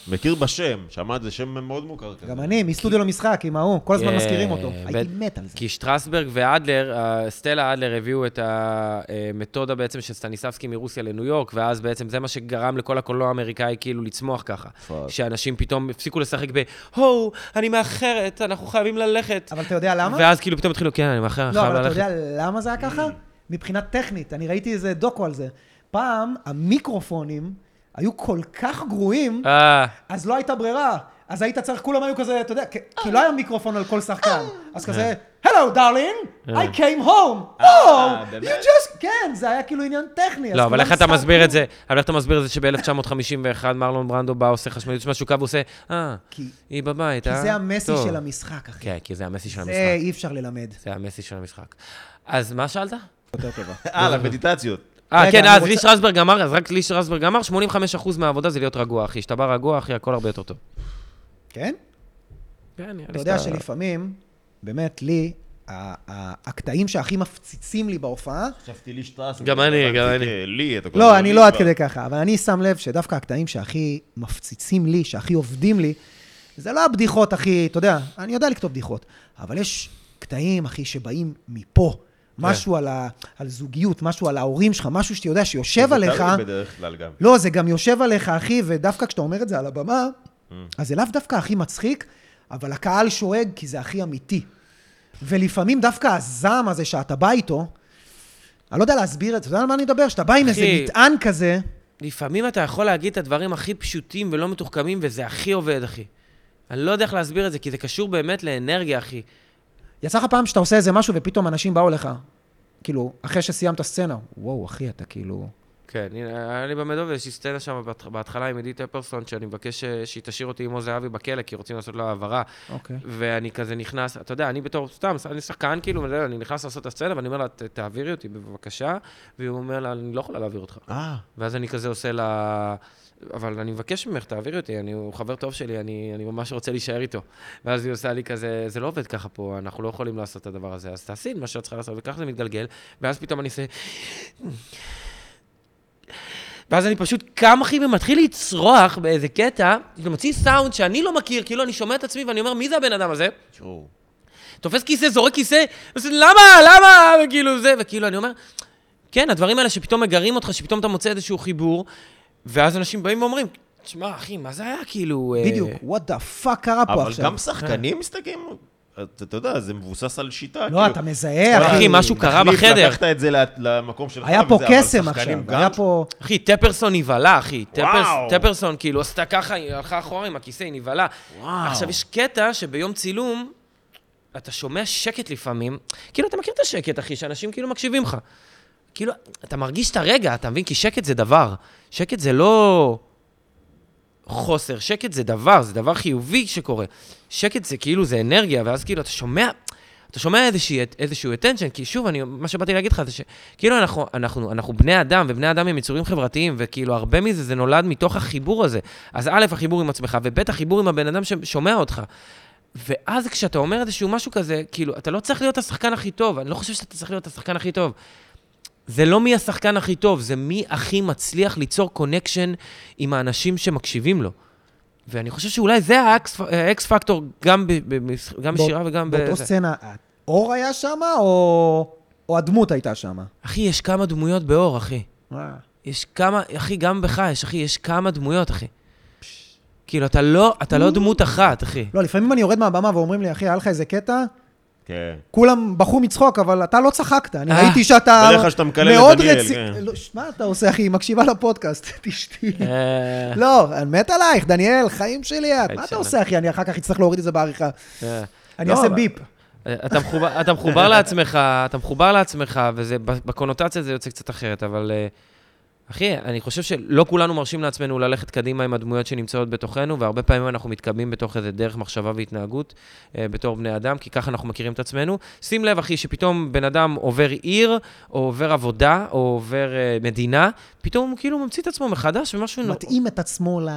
S1: מכיר בשם, שמעת, זה שם מאוד מוכר כזה.
S2: גם אני, מסטודיו למשחק, עם ההוא, כל הזמן
S3: אה,
S2: מזכירים אותו.
S3: בט-
S2: הייתי מת על זה.
S3: כי שטרסברג ואדלר, אה, סטלה אדלר הביאו את המתודה בעצם של סטניסבסקי מרוסיה לניו יורק, ואז בעצם זה מה שגרם לכל הקולנוע האמריקאי כאילו לצמוח ככה.
S1: פאק.
S3: שאנשים פתאום הפסיקו לשחק ב, הו, אני מאחרת, אנחנו חייבים ללכת.
S2: אבל אתה יודע למה?
S3: ואז כאילו פתאום התחילו, כן, אני מאחר, אני
S2: לא,
S3: חייב
S2: אבל אתה
S3: ללכת.
S2: יודע למה זה היה ככה? מבחינה טכנית, אני ראיתי איזה דוקו על זה. פעם המיקרופונים היו כל כך גרועים,
S3: אה,
S2: אז לא הייתה ברירה. אז היית צריך, כולם היו כזה, אתה יודע, כי- כי לא היה מיקרופון על כל שחקן. אז כזה,
S3: אה.
S2: Hello, darling, I came home. Oh, you
S1: באמת?
S2: just... כן, זה היה כאילו עניין טכני. אז
S3: לא, אבל
S2: כולם
S3: איך אתה
S2: הסתכלו.
S3: מסביר את זה? אבל איך אתה מסביר את זה שב-1951 מרלון ברנדו בא, עושה חשמליות של משהו קו, הוא עושה, אה,
S2: כי
S3: היא בבית,
S2: כי
S3: אה?
S2: זה המסי
S3: טוב."
S2: של המשחק, אחי.
S3: כן, כי זה המסי של
S2: זה
S3: המשחק.
S2: אי אפשר ללמד.
S3: זה המסי של המשחק. אז מה שאלת?
S2: יותר טובה.
S1: אה, למדיטציות.
S3: אה,
S2: רגע,
S3: כן,
S2: אני
S3: אז
S2: רוצה-
S3: לי שרסברג אמר, אז רק לי שרסברג אמר, 85% מהעבודה זה להיות רגוע, אחי. כשאתה בא רגוע, אחי, הכל הרבה יותר טוב.
S2: כן?
S3: כן, נראה לי
S2: אתה יודע שלפעמים, באמת, לי, ה- ה- הקטעים שהכי מפציצים לי בהופעה,
S1: חשבתי לי שטרס.
S3: גם אני, גם
S1: הבנתי,
S3: אני.
S1: כן, לי, אתה קורא
S2: לא,
S1: לי
S2: אני
S1: לי
S2: לא עד
S1: כבר.
S2: כדי ככה, אבל אני שם לב שדווקא הקטעים שהכי מפציצים לי, שהכי עובדים לי, זה לא הבדיחות הכי, אתה יודע, אני יודע לכתוב בדיחות, אבל יש קטעים, אחי, שבאים מפה.
S1: כן.
S2: משהו על, ה, על זוגיות, משהו על ההורים שלך, משהו שאתה יודע שיושב
S1: זה
S2: עליך.
S1: תלוי בדרך כלל גם.
S2: לא, זה גם יושב עליך, אחי, ודווקא כשאתה אומר את זה על הבמה,
S1: Mm.
S2: אז זה לאו דווקא הכי מצחיק, אבל הקהל שואג כי זה הכי אמיתי. ולפעמים דווקא הזעם הזה שאתה בא איתו, אני לא יודע להסביר את זה, אתה יודע על מה אני מדבר? שאתה בא עם איזה
S3: אחי.
S2: מטען כזה,
S3: לפעמים אתה יכול להגיד את הדברים הכי פשוטים ולא מתוחכמים, וזה הכי עובד, אחי. אני לא יודע איך להסביר את זה, כי זה קשור באמת לאנרגיה, אחי.
S2: יצא לך פעם שאתה עושה איזה משהו ופתאום אנשים באו לך, כאילו, אחרי שסיימת סצנה, וואו, אחי, אתה כאילו...
S3: כן, הנה, היה לי במדובה איזושהי סצנה שם בהתח- בהתחלה עם עידית אפרסון, שאני מבקש אה, שהיא תשאיר אותי עם עוז זהבי בכלא, כי רוצים לעשות לה העברה.
S2: אוקיי.
S3: ואני כזה נכנס, אתה יודע, אני בתור סתם, אני שחקן כאילו, וזה, אני נכנס לעשות את הסצנה, ואני אומר לה, "ת- תעבירי אותי בבקשה, והיא אומר לה, אני לא יכולה להעביר אותך.
S1: אה,
S3: ואז אני כזה עושה לה... אבל אני מבקש ממך, תעבירי אותי, אני, הוא חבר טוב שלי, אני, אני ממש רוצה להישאר איתו. ואז היא עושה לי כזה, זה לא עובד ככה פה, אנחנו לא יכולים לעשות את הדבר הזה, אז תעשי את מה שאת צריכה לעשות, וככה זה מתגלגל, ואז פתאום אני עושה... ואז אני פשוט קם, אחי, ומתחיל לצרוח באיזה קטע, כאילו, מוציא סאונד שאני לא מכיר, כאילו, אני שומע את עצמי ואני אומר, מי זה הבן אדם הזה?
S1: תשמעו.
S3: תופס כיסא, זורק כיסא, ועושה, למה, למה, וכאילו זה, וכאילו אני אומר, כן, הדברים האלה שפתאום מגרים אותך, שפתאום אתה מוצא איזשהו חיבור, ואז אנשים באים ואומרים, תשמע, אחי, מה זה היה כאילו... אה,
S2: בדיוק, what the fuck קרה פה
S1: אבל
S2: עכשיו?
S1: גם שחקנים מסתכלים, אתה אתה יודע, זה מבוסס על שיטה.
S2: לא,
S1: כאילו,
S2: אתה מזהה,
S3: אחי,
S2: אחי.
S3: משהו קרה
S1: תחליף,
S3: בחדר.
S1: לקחת את זה ל- למקום שלך.
S2: היה פה
S1: וזה, אבל
S2: קסם
S1: שחקנים
S2: עכשיו,
S1: גם
S2: היה פה...
S3: אחי, טפרסון נבהלה, אחי. טפרס,
S1: וואו.
S3: טפרסון כאילו עשתה ככה, היא הלכה אחורה עם הכיסא, היא נבהלה. עכשיו, יש קטע שביום צילום, אתה שומע שקט לפעמים, כאילו, אתה מכיר את השקט, אחי, שאנשים כאילו מקשיבים לך. כאילו, אתה מרגיש את הרגע, אתה מבין? כי שקט זה דבר. שקט זה לא חוסר, שקט זה דבר, זה דבר חיובי שקורה. שקט זה כאילו, זה אנרגיה, ואז כאילו, אתה שומע, אתה שומע איזושהי, איזשהו attention, כי שוב, אני, מה שבאתי להגיד לך זה שכאילו אנחנו, אנחנו, אנחנו בני אדם, ובני אדם הם יצורים חברתיים, וכאילו הרבה מזה זה נולד מתוך החיבור הזה. אז א', החיבור עם עצמך, וב', החיבור עם הבן אדם ששומע אותך. ואז כשאתה אומר איזשהו משהו כזה, כאילו, אתה לא צריך להיות השחקן הכי טוב, אני לא חושב שאתה צריך להיות השחקן הכי טוב. זה לא מי השחקן הכי טוב, זה מי הכי מצליח ליצור קונקשן עם האנשים שמקשיבים לו. ואני חושב שאולי זה האקס פקטור גם, ב, ב, גם בשירה וגם
S2: באותו
S3: בזה.
S2: סצנה, אור היה שמה או... או הדמות הייתה שמה?
S3: אחי, יש כמה דמויות באור, אחי.
S2: אה,
S3: יש כמה, אחי, גם בך יש, אחי, יש כמה דמויות, אחי. כאילו, אתה לא, אתה לא דמות אחת, אחי.
S2: לא, לפעמים אני יורד מהבמה ואומרים לי, אחי, היה לך איזה קטע?
S1: כן.
S2: כולם בכו מצחוק, אבל אתה לא צחקת. אני
S3: אה.
S2: ראיתי שאתה
S1: בדרך כלל שאתה מקלל את
S2: מאוד
S1: דניאל,
S2: רצי-
S1: כן.
S2: לא, ש- מה אתה עושה, אחי? היא מקשיבה לפודקאסט, את אשתי.
S3: אה,
S2: לא, אני מת עלייך, דניאל, חיים שלי את. מה אתה
S3: שלה.
S2: עושה, אחי? אני אחר כך אצטרך להוריד את זה בעריכה.
S3: אה.
S2: אני
S3: לא,
S2: אעשה
S3: אבל-
S2: ביפ.
S3: אתה מחובר, אתה מחובר לעצמך, אתה מחובר לעצמך, וזה, בקונוטציה זה יוצא קצת אחרת, אבל... אה, אחי, אני חושב שלא כולנו מרשים לעצמנו ללכת קדימה עם הדמויות שנמצאות בתוכנו, והרבה פעמים אנחנו מתקבעים בתוך איזה דרך מחשבה והתנהגות אה, בתור בני אדם, כי ככה אנחנו מכירים את עצמנו. שים לב, אחי, שפתאום בן אדם עובר עיר, או עובר עבודה, או עובר אה, מדינה, פתאום הוא כאילו ממציא את עצמו מחדש, ומשהו... נורא-
S2: מתאים את עצמו ל...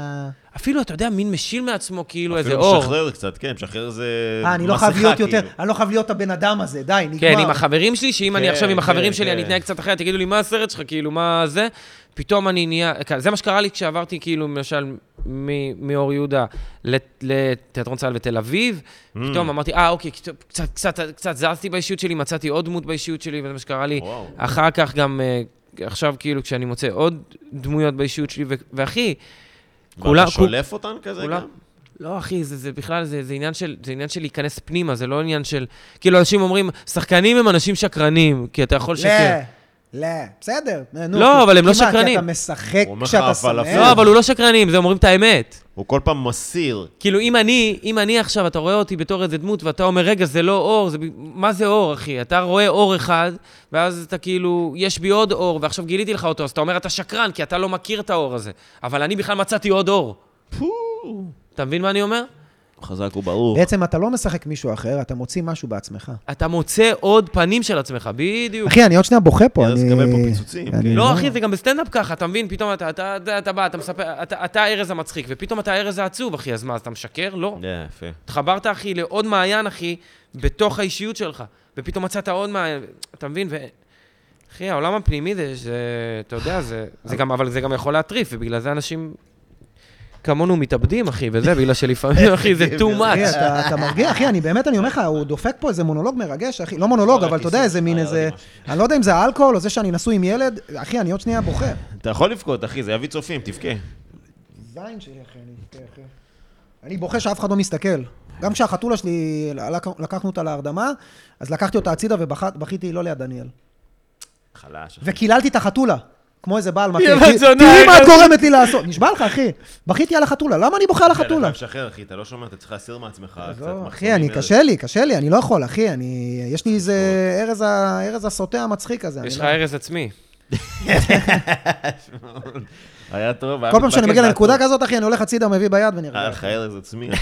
S3: אפילו, אתה יודע, מין משיל מעצמו, כאילו איזה
S1: אפילו
S3: אור.
S1: משחרר קצת, כן, משחרר זה...
S2: אה, אני לא
S1: מסכה,
S2: חייב להיות יותר,
S1: כאילו.
S2: אני לא חייב להיות הבן אדם הזה, די, נגמר.
S3: כן, עם החברים שלי, שאם אני
S1: כן,
S3: עכשיו עם
S1: כן,
S3: החברים שלי,
S1: כן.
S3: אני אתנהג קצת אחרת, תגידו לי, מה הסרט שלך, כאילו, מה זה? פתאום אני נהיה... כן, זה מה שקרה לי כשעברתי, כאילו, למשל, מ- מאור יהודה לת- לתיאטרון צה"ל בתל אביב.
S1: Mm.
S3: פתאום אמרתי, אה, אוקיי, קצת- קצת- קצת קצת זזתי באישיות שלי, מצאתי עוד דמות באישיות שלי, וזה מה שקרה לי.
S1: וואו.
S3: אחר כך גם, אה, עכשיו, כאילו, כשאני מוצא עוד דמויות באישיות שלי, ו- ואחי, כולם-
S1: ואתה שולף אותן כזה
S3: כולם-
S1: גם?
S3: לא, אחי, זה, זה בכלל, זה, זה, עניין של, זה עניין של להיכנס פנימה, זה לא עניין של... כאילו, אנשים אומרים, שחקנים הם אנשים שקרנים, כי אתה יכול לשקר.
S2: לא, לא, בסדר. נו,
S3: לא,
S2: כי-
S3: אבל הם לא
S2: כי מה, כי
S3: שקרנים.
S2: אתה משחק
S1: הוא אומר לך,
S2: כשאתה
S1: אבל
S2: שמח.
S1: אפילו-
S3: לא, אבל הוא לא שקרנים, זה אומרים את האמת.
S1: הוא כל פעם מסיר.
S3: כאילו, אם אני, אם אני עכשיו, אתה רואה אותי בתור איזה דמות, ואתה אומר, רגע, זה לא אור, זה... ב- מה זה אור, אחי? אתה רואה אור אחד, ואז אתה כאילו, יש בי עוד אור, ועכשיו גיליתי לך אותו, אז אתה אומר, אתה שקרן, כי אתה לא מכיר את האור הזה. אבל אני בכלל מצאתי עוד אור. אתה מבין מה אני אומר?
S1: חזק וברור.
S2: בעצם אתה לא משחק מישהו אחר, אתה מוציא משהו בעצמך.
S3: אתה מוצא עוד פנים של עצמך, בדיוק.
S2: אחי, אני עוד שנייה בוכה פה,
S1: יאללה,
S2: אני...
S1: אז תקבל פה פיצוצים,
S2: אני
S1: כן.
S3: לא, אחי, זה גם בסטנדאפ ככה, אתה מבין? פתאום אתה, אתה, אתה, אתה בא, אתה מספר, אתה, אתה הארז המצחיק, ופתאום אתה הארז העצוב, אחי, אז מה, אז אתה משקר? לא.
S1: כן, יפה.
S3: התחברת, אחי, לעוד מעיין, אחי, בתוך האישיות שלך, ופתאום מצאת עוד מעיין, אתה מבין? ו... אחי, העולם הפנימי זה, זה אתה יודע, זה, זה גם, אבל זה גם יכול להטריף, ובגלל זה אנשים כמונו מתאבדים, אחי, וזה, בגלל שלפעמים, אחי, זה too
S2: אחי,
S3: much.
S2: אתה, אתה מרגיע, אחי, אני באמת, אני אומר לך, הוא דופק פה איזה מונולוג מרגש, אחי, לא מונולוג, אבל אתה יודע, איזה
S1: אה,
S2: מין איזה... אני לא יודע אם זה האלכוהול או זה שאני נשוי עם ילד, אחי, אני עוד שנייה בוכה.
S1: אתה יכול לבכות, אחי, זה יביא צופים, תבכה.
S2: זין שלי, אחי, אני בוכה, אחי. אני בוכה שאף אחד לא מסתכל. גם כשהחתולה שלי, לק- לקחנו אותה להרדמה, אז לקחתי אותה הצידה ובכיתי לא ליד דניאל.
S1: חלש. אחי.
S2: וקיללתי את החתולה, כמו איזה בעל מכיר.
S3: יא
S2: כי-
S3: בת זונה,
S2: תראי מה את
S3: איך-
S2: גורמת לי לעשות. נשבע לך, אחי. בכיתי על החתולה, למה אני בוכה על
S1: אתה
S2: החתולה?
S1: חייב לשחרר, אחי, אתה לא שומע, אתה צריך להסיר מעצמך קצת.
S2: לא,
S1: מחסומים
S2: אחי, אני,
S1: אלה.
S2: קשה לי, קשה לי, אני לא יכול, אחי, אני, יש לי איזה ארז, ה- ארז הסוטה המצחיק הזה. אני
S3: יש לך
S2: לא-
S3: הרס עצמי.
S1: היה טוב, היה
S2: כל פעם שאני
S1: מתבקש,
S2: מגיע
S1: היה
S2: לנקודה
S1: טוב.
S2: כזאת, אחי, אני הולך הצידה, מביא ביד
S1: היה
S3: אה,
S2: ונרגע.
S1: לך ארז עצמי.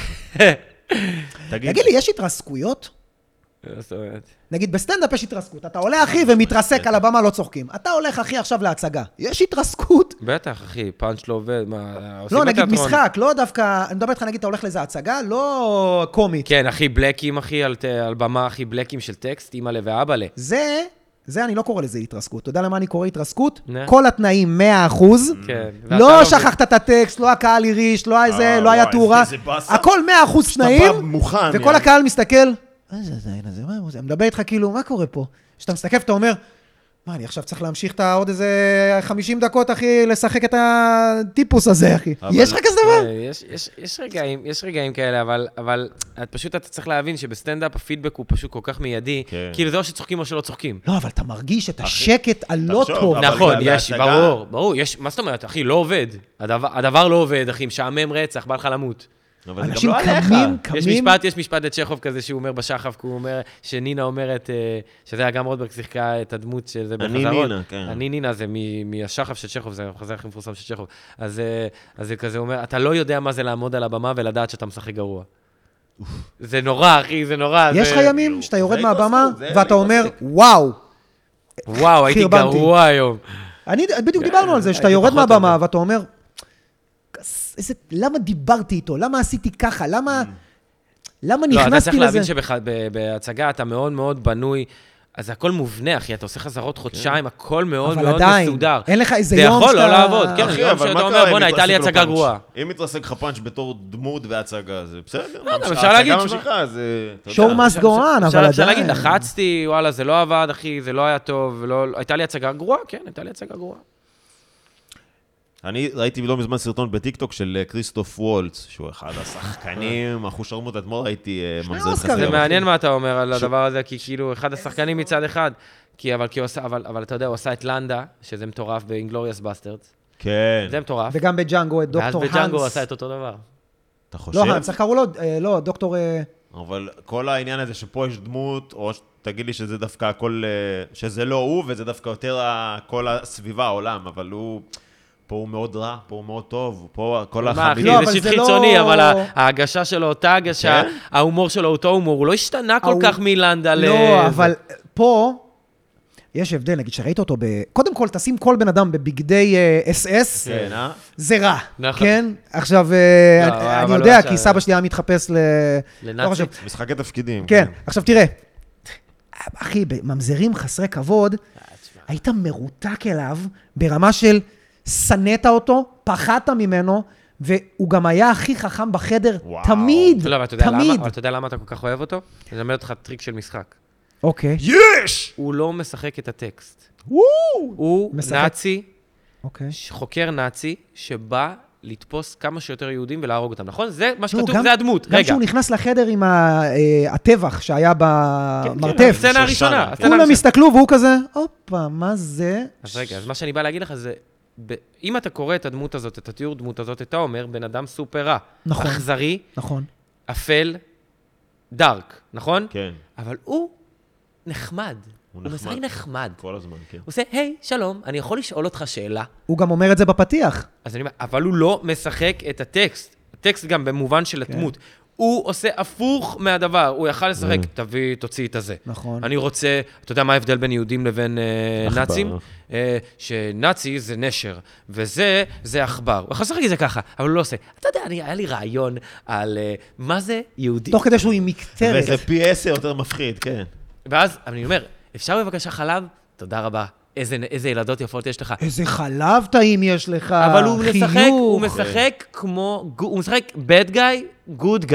S1: תגיד,
S2: תגיד לי, יש התרסקויות?
S3: זאת אומרת,
S2: נגיד, בסטנדאפ יש התרסקות. אתה עולה, אחי, ומתרסק על הבמה, לא צוחקים. אתה הולך, אחי, עכשיו להצגה. יש התרסקות?
S3: בטח, אחי, פאנץ' לא עובד, מה, עושים
S2: לא, נגיד
S3: בתיאטרון.
S2: משחק, לא דווקא, אני מדבר איתך, נגיד, אתה הולך לאיזה הצגה, לא קומית.
S3: כן, אחי בלקים, אחי, על, ת- על במה אחי בלקים של טקסט, אימא'לה ואבא'לה.
S2: זה, זה אני לא קורא לזה התרסקות. אתה יודע למה אני קורא התרסקות?
S3: נה.
S2: כל התנאים 100%.
S3: כן. ואתה
S2: לא
S3: מבין.
S2: שכחת את הטקסט, לא הקהל הרעיש, לא
S1: אה,
S2: איזה, לא היה
S1: וואי,
S2: תאורה.
S1: איזה באסה.
S2: הכל 100%
S1: אתה בא
S2: תנאים,
S1: מוכן.
S2: וכל
S1: יאללה.
S2: הקהל מסתכל, מה זה הזין הזה, מה זה? מדבר איתך כאילו, מה קורה פה? כשאתה מסתכל ואתה אומר, מה, אני עכשיו צריך להמשיך את העוד איזה 50 דקות, אחי, לשחק את הטיפוס הזה, אחי.
S1: אבל-
S2: יש לך כזה דבר?
S3: אה, יש, יש, יש, רגעים, יש רגעים כאלה, אבל, אבל את פשוט אתה צריך להבין שבסטנדאפ הפידבק הוא פשוט כל כך מיידי,
S1: כן.
S3: כאילו זה או שצוחקים או שלא צוחקים.
S2: לא, אבל אתה מרגיש את השקט הלא
S1: תחשוב,
S2: טוב.
S1: אבל
S3: נכון,
S1: בה-
S3: יש,
S1: בהצגה-
S3: ברור, ברור, יש, מה זאת אומרת, אחי, לא עובד. הדבר, הדבר לא עובד, אחי, משעמם רצח, בא לך למות.
S1: אבל זה גם
S2: אנשים
S1: לא עליך.
S2: קמים,
S3: יש
S2: קמים.
S3: משפט, יש משפט לצ'כוב כזה שהוא אומר בשחף, כי הוא אומר, שנינה אומרת, אה, שזה היה גם רוטברג שיחקה את הדמות של זה
S1: אני
S3: בחזרות.
S1: נינה, כן.
S3: אני נינה זה מ- מהשחף של צ'כוב, זה המחזר הכי מפורסם של צ'כוב. אז אה, אז זה כזה אומר, אתה לא יודע מה זה לעמוד על הבמה ולדעת שאתה משחק גרוע. זה נורא, אחי, זה נורא.
S2: יש
S3: זה-
S2: לך ימים שאתה יורד
S1: זה
S2: מהבמה,
S1: התרסקות, זה
S2: ואתה אומר,
S1: התרסק.
S2: וואו.
S3: וואו, הייתי
S2: חרבנתי.
S3: גרוע היום.
S2: אני, בדיוק דיברנו על זה, שאתה
S3: כן, הייתי
S2: יורד
S3: פחות
S2: מהבמה
S3: אוהב.
S2: ואתה אומר, "כס- איזה, למה דיברתי איתו? למה עשיתי ככה? למה... למה
S3: Mm. לא, אתה צריך
S2: נכנסתי
S3: להבין
S2: לזה?
S3: שבהצגה אתה מאוד מאוד בנוי, אז הכל מובנה, אחי, אתה עושה חזרות חודשיים, הכל מאוד
S2: כן. אבל
S3: מאוד
S2: עדיין,
S3: מסודר.
S2: אין לך איזה
S3: זה
S2: יום
S3: יכול
S2: שאתה-
S3: לא לעבוד,
S1: אה,
S3: כן,
S2: אחי,
S3: יום שאתה אומר,
S1: אם
S3: בואנה, הייתה לי
S1: מתרסק לו
S3: הצגה
S1: פאנץ'?
S3: גרועה.
S1: אם מתרסק לך פאנץ' בתור דמות והצגה, זה בסדר.
S3: יודע, אבל
S1: ממשיכה,
S3: אפשר להגיד,
S1: ההצגה
S3: תשמע.
S1: ממשיכה, זה... אתה
S2: show
S1: יודע.
S2: must go on, אבל
S3: אפשר- אפשר
S2: עדיין.
S3: להגיד, לחצתי, וואלה, זה לא עבד, אחי, זה לא היה טוב, לא- לא- הייתה לי הצגה גרועה, כן, הייתה לי הצגה גרועה.
S1: אני ראיתי לא מזמן סרטון בטיקטוק של אה, כריסטוף וולץ, שהוא אחד השחקנים, אחושרמוט, אתמול ראיתי אה, ממזר
S2: אוסקרים.
S1: חסר.
S3: זה
S2: אחי.
S3: מעניין מה אתה אומר על הדבר הזה, כי כאילו, אחד השחקנים מצד אחד, כי אבל כי הוא עשה, אבל אבל אתה יודע, הוא עשה את לנדה, שזה מטורף באינגלוריאס בסטרדס,
S1: כן.
S3: זה מטורף,
S2: וגם בג'אנגו, את
S3: ואז
S2: דוקטור האנס.
S3: בג'אנגו הוא עשה את אותו דבר.
S1: אתה חושב?
S2: לא, האנס, איך קראו לו? אה, לא, דוקטור... אה,
S1: אבל כל העניין הזה שפה יש דמות, או ש- תגיד לי שזה דווקא הכל, אה, שזה לא הוא, וזה דווקא יותר ה- כל הסביבה, העולם, אבל הוא, פה הוא מאוד רע, פה הוא מאוד טוב, פה כל
S3: מה, אחי,
S1: החמידים.
S2: לא, אבל
S3: זה שיט
S2: זה
S3: חיצוני,
S2: לא-
S3: אבל ה- ההגשה שלו אותה הגשה,
S1: כן?
S3: ההומור שלו אותו הומור, הוא לא השתנה כל
S2: ההוא-
S3: כך מלנדה ל...
S2: לא, אבל פה... יש הבדל, נגיד, שראית אותו ב... קודם כל, תשים כל בן אדם בבגדי אה, אס-אס,
S1: כן, אה?
S2: זה רע,
S3: נכון.
S2: כן? עכשיו, אה,
S3: לא,
S2: אני-
S3: אבל
S2: אני
S3: לא
S2: יודע,
S3: עכשיו.
S2: כי סבא שלי היה מתחפש ל... לא
S3: לנאצי?
S2: חשוב.
S1: משחקי תפקידים.
S2: כן, עכשיו תראה. אחי, בממזרים חסרי כבוד, היית מרותק אליו ברמה של שנאת אותו, פחדת ממנו, והוא גם היה הכי חכם בחדר,
S1: וואו.
S2: תמיד,
S3: לא, אבל אתה יודע למה-
S2: תמיד.
S3: אבל אתה יודע למה אתה כל כך אוהב אותו? אני אלמד אותך טריק של משחק.
S2: אוקיי.
S1: יש!
S3: הוא לא משחק את הטקסט.
S2: וואו!
S3: הוא
S2: משחק.
S3: נאצי,
S2: אוקיי.
S3: ש- חוקר נאצי, שבא לתפוס כמה שיותר יהודים ולהרוג אותם, נכון? זה מה שכתוב,
S2: לא, גם-
S3: זה הדמות.
S2: גם
S3: רגע.
S2: כשהוא נכנס לחדר עם ה- אה, הטבח שהיה
S3: כן,
S2: במרתף,
S3: הסצנה
S1: שושנה,
S3: הראשונה.
S1: כן.
S3: הסצנה
S2: כולם
S3: הראשונה.
S2: הסתכלו והוא כזה, הופה, מה זה?
S3: אז רגע, אז מה שאני בא להגיד לך זה, ב- אם אתה קורא את הדמות הזאת, את התיאור דמות הזאת, אתה אומר, בן אדם סופר רע.
S2: נכון.
S3: אכזרי,
S2: נכון.
S3: אפל, דארק, נכון?
S1: כן,
S3: אבל הוא נחמד. הוא
S1: נחמד.
S3: משחק נחמד. הוא
S1: כל הזמן, כן.
S3: עושה, היי, שלום, אני יכול לשאול אותך שאלה?
S2: הוא גם אומר את זה בפתיח.
S3: אז אני אומר, אבל הוא לא משחק את הטקסט. הטקסט גם במובן של
S2: כן.
S3: הדמות. הוא עושה הפוך מהדבר. הוא יכל לשחק, תביא, תוציא את הזה.
S2: Mm. נכון.
S3: אני רוצה, אתה יודע מה ההבדל בין יהודים לבין אה,
S1: עכבר.
S3: נאצים? אה, שנאצי זה נשר, וזה, זה עכבר. הוא יכול לשחק את זה ככה, אבל הוא לא עושה. אתה יודע, אני, היה לי רעיון על אה, מה זה יהודי.
S2: תוך כדי שהוא עם מקטרת.
S1: וזה פי עשר יותר מפחיד, כן.
S3: ואז אני אומר, אפשר בבקשה חלב? תודה רבה. איזה, איזה ילדות יפות יש לך.
S2: איזה חלב טעים יש לך,
S3: אבל הוא
S2: חיוך.
S3: משחק, הוא משחק כמו, גו- הוא משחק bad guy, good guy.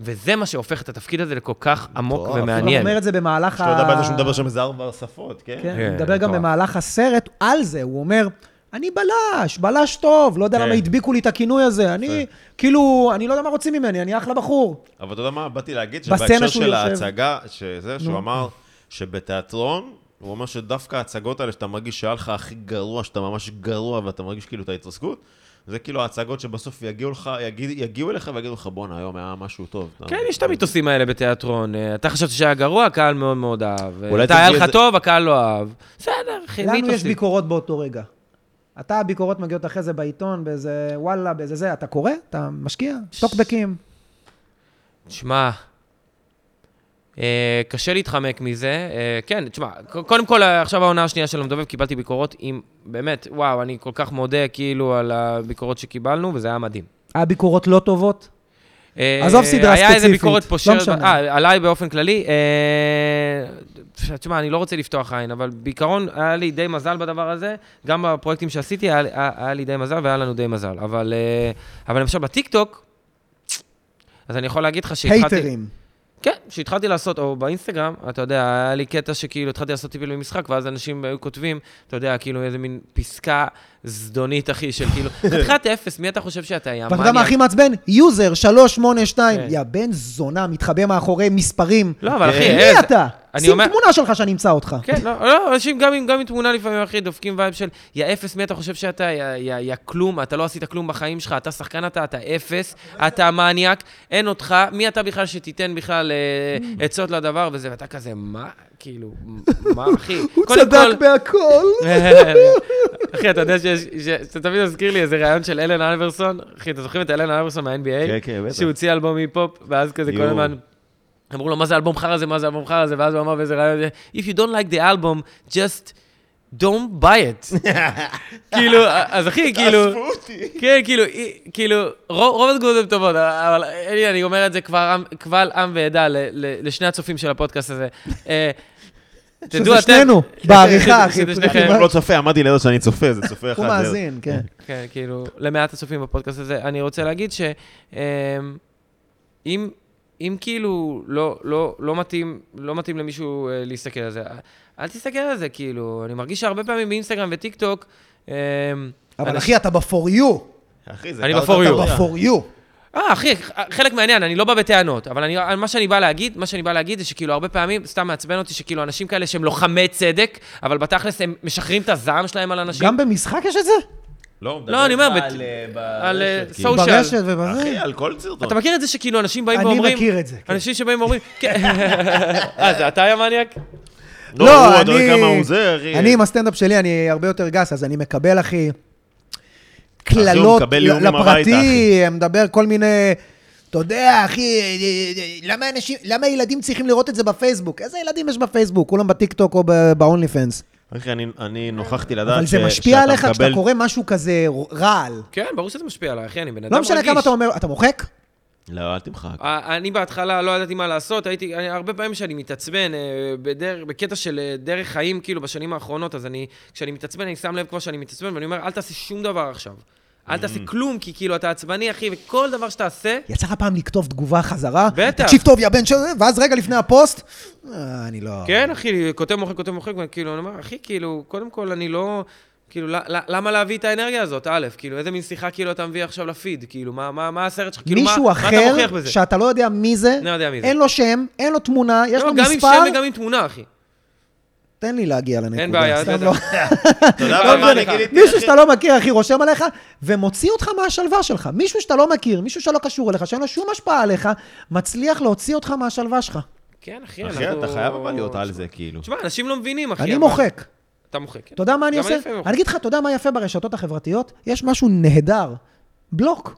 S3: וזה מה שהופך את התפקיד הזה לכל כך עמוק
S1: מטורף.
S2: הוא גם
S3: ומעניין.
S2: אומר את זה במהלך
S1: שאתה יודע בעצם שהוא מדבר שם איזה ארבע שפות,
S2: כן,
S1: כן?
S2: הוא
S3: כן,
S2: מדבר גם
S3: מטורף.
S2: במהלך הסרט על זה, הוא אומר, אני בלש, בלש טוב, לא יודע
S1: כן.
S2: למה הדביקו לי את הכינוי הזה, אני, כאילו, אני לא יודע מה רוצים ממני, אני אחלה בחור.
S1: אבל אתה יודע מה באתי להגיד?
S2: בסצנה
S1: שבהקשר
S2: שהוא
S1: של
S2: יושב-
S1: ההצגה, שזה, שהוא אמר שבתיאטרון, הוא אומר שדווקא ההצגות האלה, שאתה מרגיש שהיה לך הכי גרוע, שאתה ממש גרוע ואתה מרגיש כאילו את ההתרסקות, זה כאילו ההצגות שבסוף יגיעו לך, יגיע, יגיעו אליך ויגידו לך, בואנה, היום היה משהו טוב. אתה-
S3: כן, יש את המיתוסים האלה בתיאטרון. אה, אתה חשבת שהיה גרוע, הקהל מאוד מאוד אהב.
S1: אולי
S3: אתה היה
S1: תביא
S3: לך
S1: איזה-
S3: טוב, הקהל לא אהב. בסדר, אחי,
S2: לנו יש
S3: מיתוסים.
S2: ביקורות באותו רגע. אתה, הביקורות מגיעות אחרי זה בעיתון, באיזה וואלה, באיזה זה, אתה קורא? אתה משקיע? טוקבקים.
S3: תשמע, אה, קשה להתחמק מזה. אה, כן, תשמע, ק- קודם כל, אה, עכשיו העונה השנייה של המדובב, קיבלתי ביקורות עם, באמת, וואו, אני כל כך מודה כאילו על הביקורות שקיבלנו, וזה היה מדהים.
S2: היה ביקורות לא טובות?
S3: אה,
S2: עזוב סדרה
S3: היה איזה
S2: ספציפית,
S3: ביקורת
S2: לא
S3: פושרת,
S2: משנה.
S3: אה, עליי באופן כללי. אה, תשמע, אני לא רוצה לפתוח עין, אבל בעיקרון היה לי די מזל בדבר הזה. גם בפרויקטים שעשיתי היה, היה, היה לי די מזל והיה לנו די מזל. אבל, אה, אבל למשל בטיקטוק, אז אני יכול להגיד לך שהתחלתי...
S2: הייטרים.
S3: כן, כשהתחלתי לעשות, או באינסטגרם, אתה יודע, היה לי קטע שכאילו התחלתי לעשות טיפים במשחק, ואז אנשים היו כותבים, אתה יודע, כאילו איזה מין פסקה זדונית, אחי, של כאילו, חתיכת אפס, מי אתה חושב שאתה, יא
S2: ואתה יודע מה
S3: מניאק?"
S2: הכי מעצבן? יוזר 382.
S3: כן.
S2: יא בן זונה, מתחבא מאחורי מספרים.
S3: לא, אבל אחי,
S1: כן.
S2: מי
S3: איזה-
S2: אתה?
S3: אני
S2: שים
S3: אומר-
S2: תמונה שלך שאני אמצא אותך.
S3: כן, לא, לא, אנשים גם עם, גם עם תמונה לפעמים, אחי, דופקים וייב של, יא אפס, מי אתה חושב שאתה, יא, יא, יא כלום, אתה לא עשית כלום בחיים שלך, אתה שחקן אתה, אתה אפס, אתה מניאק, אין אותך, מי אתה בכלל שתיתן בכלל אה, עצות לדבר וזה, ואתה כזה, מה? כאילו, מה, אחי?
S2: הוא
S3: קודם כל-
S2: צדק בהכל.
S3: אחי, אתה יודע שיש, ש- שאתה תמיד מזכיר לי איזה ראיון של אלן אלברסון, אחי, אתה זוכרים את אלן אלברסון מה-NBA?
S1: כן, כן, בטח.
S3: שהוא הוציא אלבום היפ-הופ, ואז כזה כל
S1: יואו.
S3: הזמן... אמרו לו, מה זה אלבום חרא הזה, מה זה אלבום חרא הזה, ואז הוא אמר באיזה ראיון, If you don't like the album, just don't buy it. כאילו, אז אחי, כאילו... כן, כאילו, אי- כאילו, רוב רוב התגובות הן טובות, אבל אלי, אני אומר את זה כבר עם- קבל עם ועדה ל- ל- לשני הצופים של הפודקאסט הזה. אה, תדעו
S2: שזה
S3: אתם-
S2: שנינו,
S3: כן,
S2: בעריכה,
S3: שזה
S2: אחי.
S3: שניכם.
S1: הוא לא צופה, אמרתי לידו שאני צופה, זה צופה אחד.
S2: הוא
S1: זה-
S2: מאזין, כן.
S3: כן, כאילו, למעט הצופים בפודקאסט הזה. אני רוצה להגיד ש... אמ, אם, אם כאילו לא, לא, לא, מתאים, לא מתאים למישהו אה, להסתכל על זה, אל תסתכל על זה, כאילו. אני מרגיש שהרבה פעמים באינסטגרם וטיק טוק... אמ,
S2: אבל
S3: אנשים-
S2: אחי, אתה ב-for you.
S1: אחי, זה
S3: אני
S1: קרקע
S3: ב-for you.
S2: אתה
S1: טרייה.
S2: ב-for you.
S3: אה, אחי, חלק מהעניין, אני לא בא בטענות, אבל אני, מה שאני בא להגיד, מה שאני בא להגיד זה שכאילו הרבה פעמים, סתם מעצבן אותי שכאילו אנשים כאלה שהם לוחמי צדק, אבל בתכלס הם משחררים את הזעם שלהם על אנשים.
S2: גם במשחק יש את זה?
S1: לא, הוא מדבר
S3: לא, אני אומר,
S1: איתך
S3: בת-
S1: על, אה,
S3: על, אה,
S1: ברשת,
S3: סושיאל.
S1: כאילו.
S3: סושיאל.
S2: ברשת ובזה?
S1: אחי, על כל סרטון.
S3: אתה מכיר את זה שכאילו אנשים באים
S2: אני
S3: ואומרים...
S2: מכיר את זה, כן.
S3: אנשים שבאים ואומרים... כן. אה, זה אתה היה מניאק?
S1: לא, הוא, אתה יודע כמה הוא זה, אחי.
S2: אני עם הסטנדאפ שלי, אני הרבה יותר גס, אז אני מקבל, אחי,
S1: הוא
S2: קללות
S1: מקבל
S2: ל-
S1: איומים הביתה,
S2: לפרטי,
S1: אחי.
S2: מדבר כל מיני... אתה יודע, אחי, אה, למה אנשים, למה ילדים צריכים לראות את זה בפייסבוק? איזה ילדים יש בפייסבוק? כולם בטיקטוק או ב- ב-only fans.
S1: אחי, אני- אני נוכחתי
S2: אבל
S1: לדעת ש-
S2: זה משפיע עליך כשאתה קורא משהו כזה רעל.
S3: כן, ברור שזה משפיע עליי, אחי, אני בן אדם
S2: לא
S3: רגיש.
S2: משנה כמה אתה אומר, אתה מוחק?
S1: לא, אל תמחק.
S3: אה, אני בהתחלה לא ידעתי מה לעשות, הייתי, אני, הרבה פעמים שאני מתעצבן, אה, בדר, בקטע של אה, דרך חיים, כאילו, בשנים האחרונות, אז אני, כשאני מתעצבן, אני שם לב כבר שאני מתעצבן, ואני אומר, אל תעשה שום דבר עכשיו. אל תעשה כלום, כי כאילו, אתה עצבני, אחי, וכל דבר שתעשה,
S2: יצא לך פעם לכתוב תגובה חזרה?
S3: בטח.
S2: תקשיב טוב, יא בן של... ואז רגע לפני הפוסט, "אה, אני לא...
S3: כן, אחי, כותב מוחק, כותב מוחק, וכאילו, אני אומר, אחי, כאילו, קודם כל, אני לא... כאילו, ל- ל- למה להביא את האנרגיה הזאת, א', כאילו, איזה מין שיחה כאילו אתה מביא עכשיו לפיד? כאילו, מה, מה, מה הסרט שלך? כאילו, מה,
S2: מישהו
S3: מה אתה
S2: אחר,
S3: מוכיח בזה?
S2: שאתה לא יודע מי זה,
S3: לא יודע מי זה.
S2: אין לו שם, אין לו תמונה, יש
S3: לא,
S2: לו
S3: גם
S2: מספר,
S3: עם שם וגם עם תמונה, אחי.
S2: תן לי להגיע לנקודה.
S3: אין בעיה,
S2: סתם
S3: בטח.
S2: לא.
S1: אתה יודע
S3: אבל
S1: מה,
S3: אני
S1: אני גיליתי...
S2: מישהו שאתה לא מכיר, אחי, רושם עליך, ומוציא אותך מהשלווה שלך. מישהו שאתה לא מכיר, מישהו שלא קשור אליך, שאין לו שום השפעה עליך, מצליח להוציא אותך מהשלווה שלך.
S3: כן, אחי,
S1: אחי,
S3: אנחנו-
S1: אתה חייב אבל להיות על זה, כאילו.
S3: תשמע, אנשים לא מבינים, אחי.
S2: אני
S3: אבל-
S2: מוחק.
S3: אתה מוחק, כן.
S2: אתה יודע מה אני
S3: גם
S2: עושה?
S3: לפעמים מוחק.
S2: אני אגיד לך, אתה יודע מה יפה ברשתות החברתיות? יש משהו נהדר. בלוק.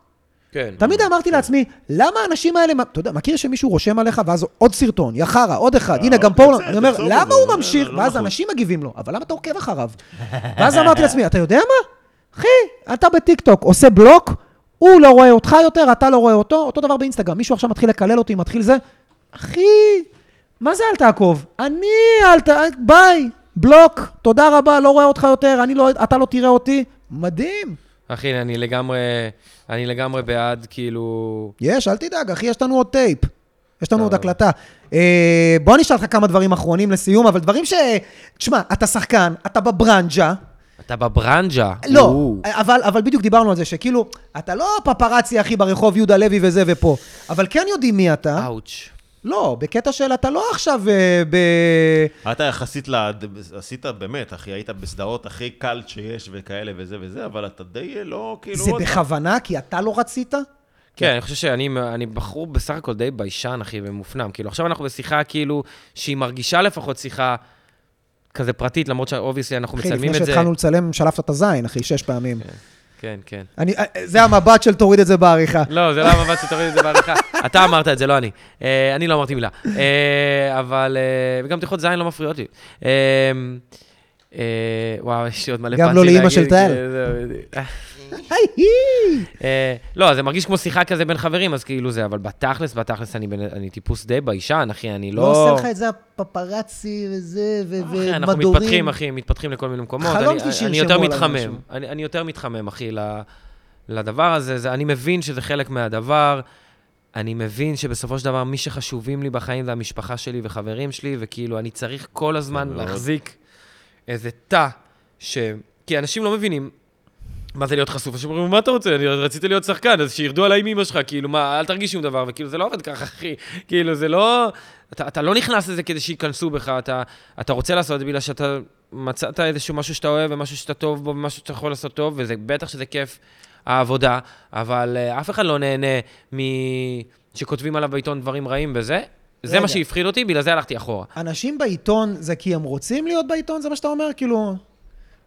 S3: כן.
S2: תמיד אמרתי לעצמי, למה האנשים האלה, אתה יודע, מכיר שמישהו רושם עליך, ואז עוד סרטון, יא חרא, עוד אחד, הנה גם פה, הוא-
S1: אה, בסדר,
S2: אני אומר,
S1: בסדר,
S2: למה
S1: זה
S2: הוא
S1: לא-
S2: ממשיך?
S1: לא
S2: ואז
S1: נחוץ.
S2: אנשים מגיבים לו, אבל למה אתה עוקב אחריו? ואז אמרתי לעצמי, אתה יודע מה? אחי, אתה בטיקטוק עושה בלוק, הוא לא רואה אותך יותר, אתה לא רואה אותו, אותו דבר באינסטגרם, מישהו עכשיו מתחיל לקלל אותי, מתחיל זה, אחי, מה זה אל תעקוב? אני אל ת... ביי, בלוק, תודה רבה, לא רואה אותך יותר, אני לא, אתה לא תראה אותי, מדהים.
S3: אחי, אני לגמרי, אני לגמרי בעד, כאילו...
S2: יש, אל תדאג, אחי, יש לנו עוד טייפ. יש לנו
S3: אה.
S2: עוד הקלטה. אה, בוא נשאל אותך כמה דברים אחרונים לסיום, אבל דברים ש... תשמע, אתה שחקן, אתה בברנז'ה.
S3: אתה בברנז'ה.
S2: לא,
S3: או.
S2: אבל, אבל בדיוק דיברנו על זה, שכאילו, אתה לא פפרצי, אחי, ברחוב יהודה לוי וזה ופה, אבל כן יודעים מי אתה.
S3: אאוץ'.
S2: לא, בקטע של אתה לא עכשיו אה, ב...
S1: אתה יחסית ל... עשית באמת, אחי, היית בסדרות הכי קל שיש וכאלה וזה וזה, אבל אתה די לא, כאילו...
S2: זה
S1: אתה-
S2: בכוונה, כי אתה לא רצית?
S3: כן, אני חושב שאני אני בחור בסך הכל די ביישן, אחי, ומופנם. כאילו, עכשיו אנחנו בשיחה, כאילו, שהיא מרגישה לפחות שיחה כזה פרטית, למרות שאובייסלי אנחנו
S2: אחי,
S3: מצלמים
S2: לפני
S3: את זה.
S2: שהתחלנו לצלם, שלפת את הזין, אחי, שש פעמים.
S3: כן, כן.
S2: אני- אה, זה המבט של תוריד את זה בעריכה.
S3: לא, זה לא המבט שתוריד את זה בעריכה. אתה אמרת את זה, לא אני. אה, אני לא אמרתי מילה. אה, אבל... אה, וגם תיכות זין לא מפריעות לי. אה, אה, וואו, יש לי עוד מלא
S2: גם
S3: פאנצים
S2: לא לאימא
S3: להגיד,
S2: של טל.
S3: כאילו, זהו, בדיוק. אה,
S2: היי, היי.
S3: אה, לא, זה מרגיש כמו שיחה כזה בין חברים, אז כאילו זה, אבל בתכלס, בתכלס אני בן- אני טיפוס די ביישן, אחי, אני לא...
S2: לא עושה לך את זה הפפרצי וזה, ו-
S3: אחי,
S2: ומדורים.
S3: אנחנו מתפתחים, אחי, מתפתחים לכל מיני מקומות.
S2: חלום
S3: אני-
S2: שלי שירשמו
S3: אני יותר
S2: עליי
S3: מתחמם.
S2: משהו.
S3: אני אני יותר מתחמם, אחי, ל- לדבר הזה. זה- אני מבין שזה חלק מהדבר. אני מבין שבסופו של דבר, מי שחשובים לי בחיים זה המשפחה שלי וחברים שלי, וכאילו, אני צריך כל הזמן
S1: מאוד.
S3: להחזיק איזה תא, ש... כי אנשים לא מבינים. מה זה להיות חשוף? אנשים אומרים, מה אתה רוצה? אני רציתי להיות שחקן, אז שירדו עליי עם אמא שלך, כאילו, מה, אל תרגיש שום דבר, וכאילו, זה לא עובד ככה, אחי. כאילו, זה לא... אתה, אתה לא נכנס לזה כדי שייכנסו בך, אתה, אתה רוצה לעשות את זה בגלל שאתה מצאת איזשהו משהו שאתה אוהב ומשהו שאתה טוב בו ומשהו שאתה יכול לעשות טוב, וזה בטח שזה כיף, העבודה, אבל אה, אף אחד לא נהנה מ... שכותבים עליו בעיתון דברים רעים וזה. זה
S2: רגע.
S3: מה שהפחיד אותי, בגלל זה הלכתי אחורה.
S2: אנשים בעיתון זה כי הם רוצים להיות בעיתון? זה מה שאתה אומר? כאילו...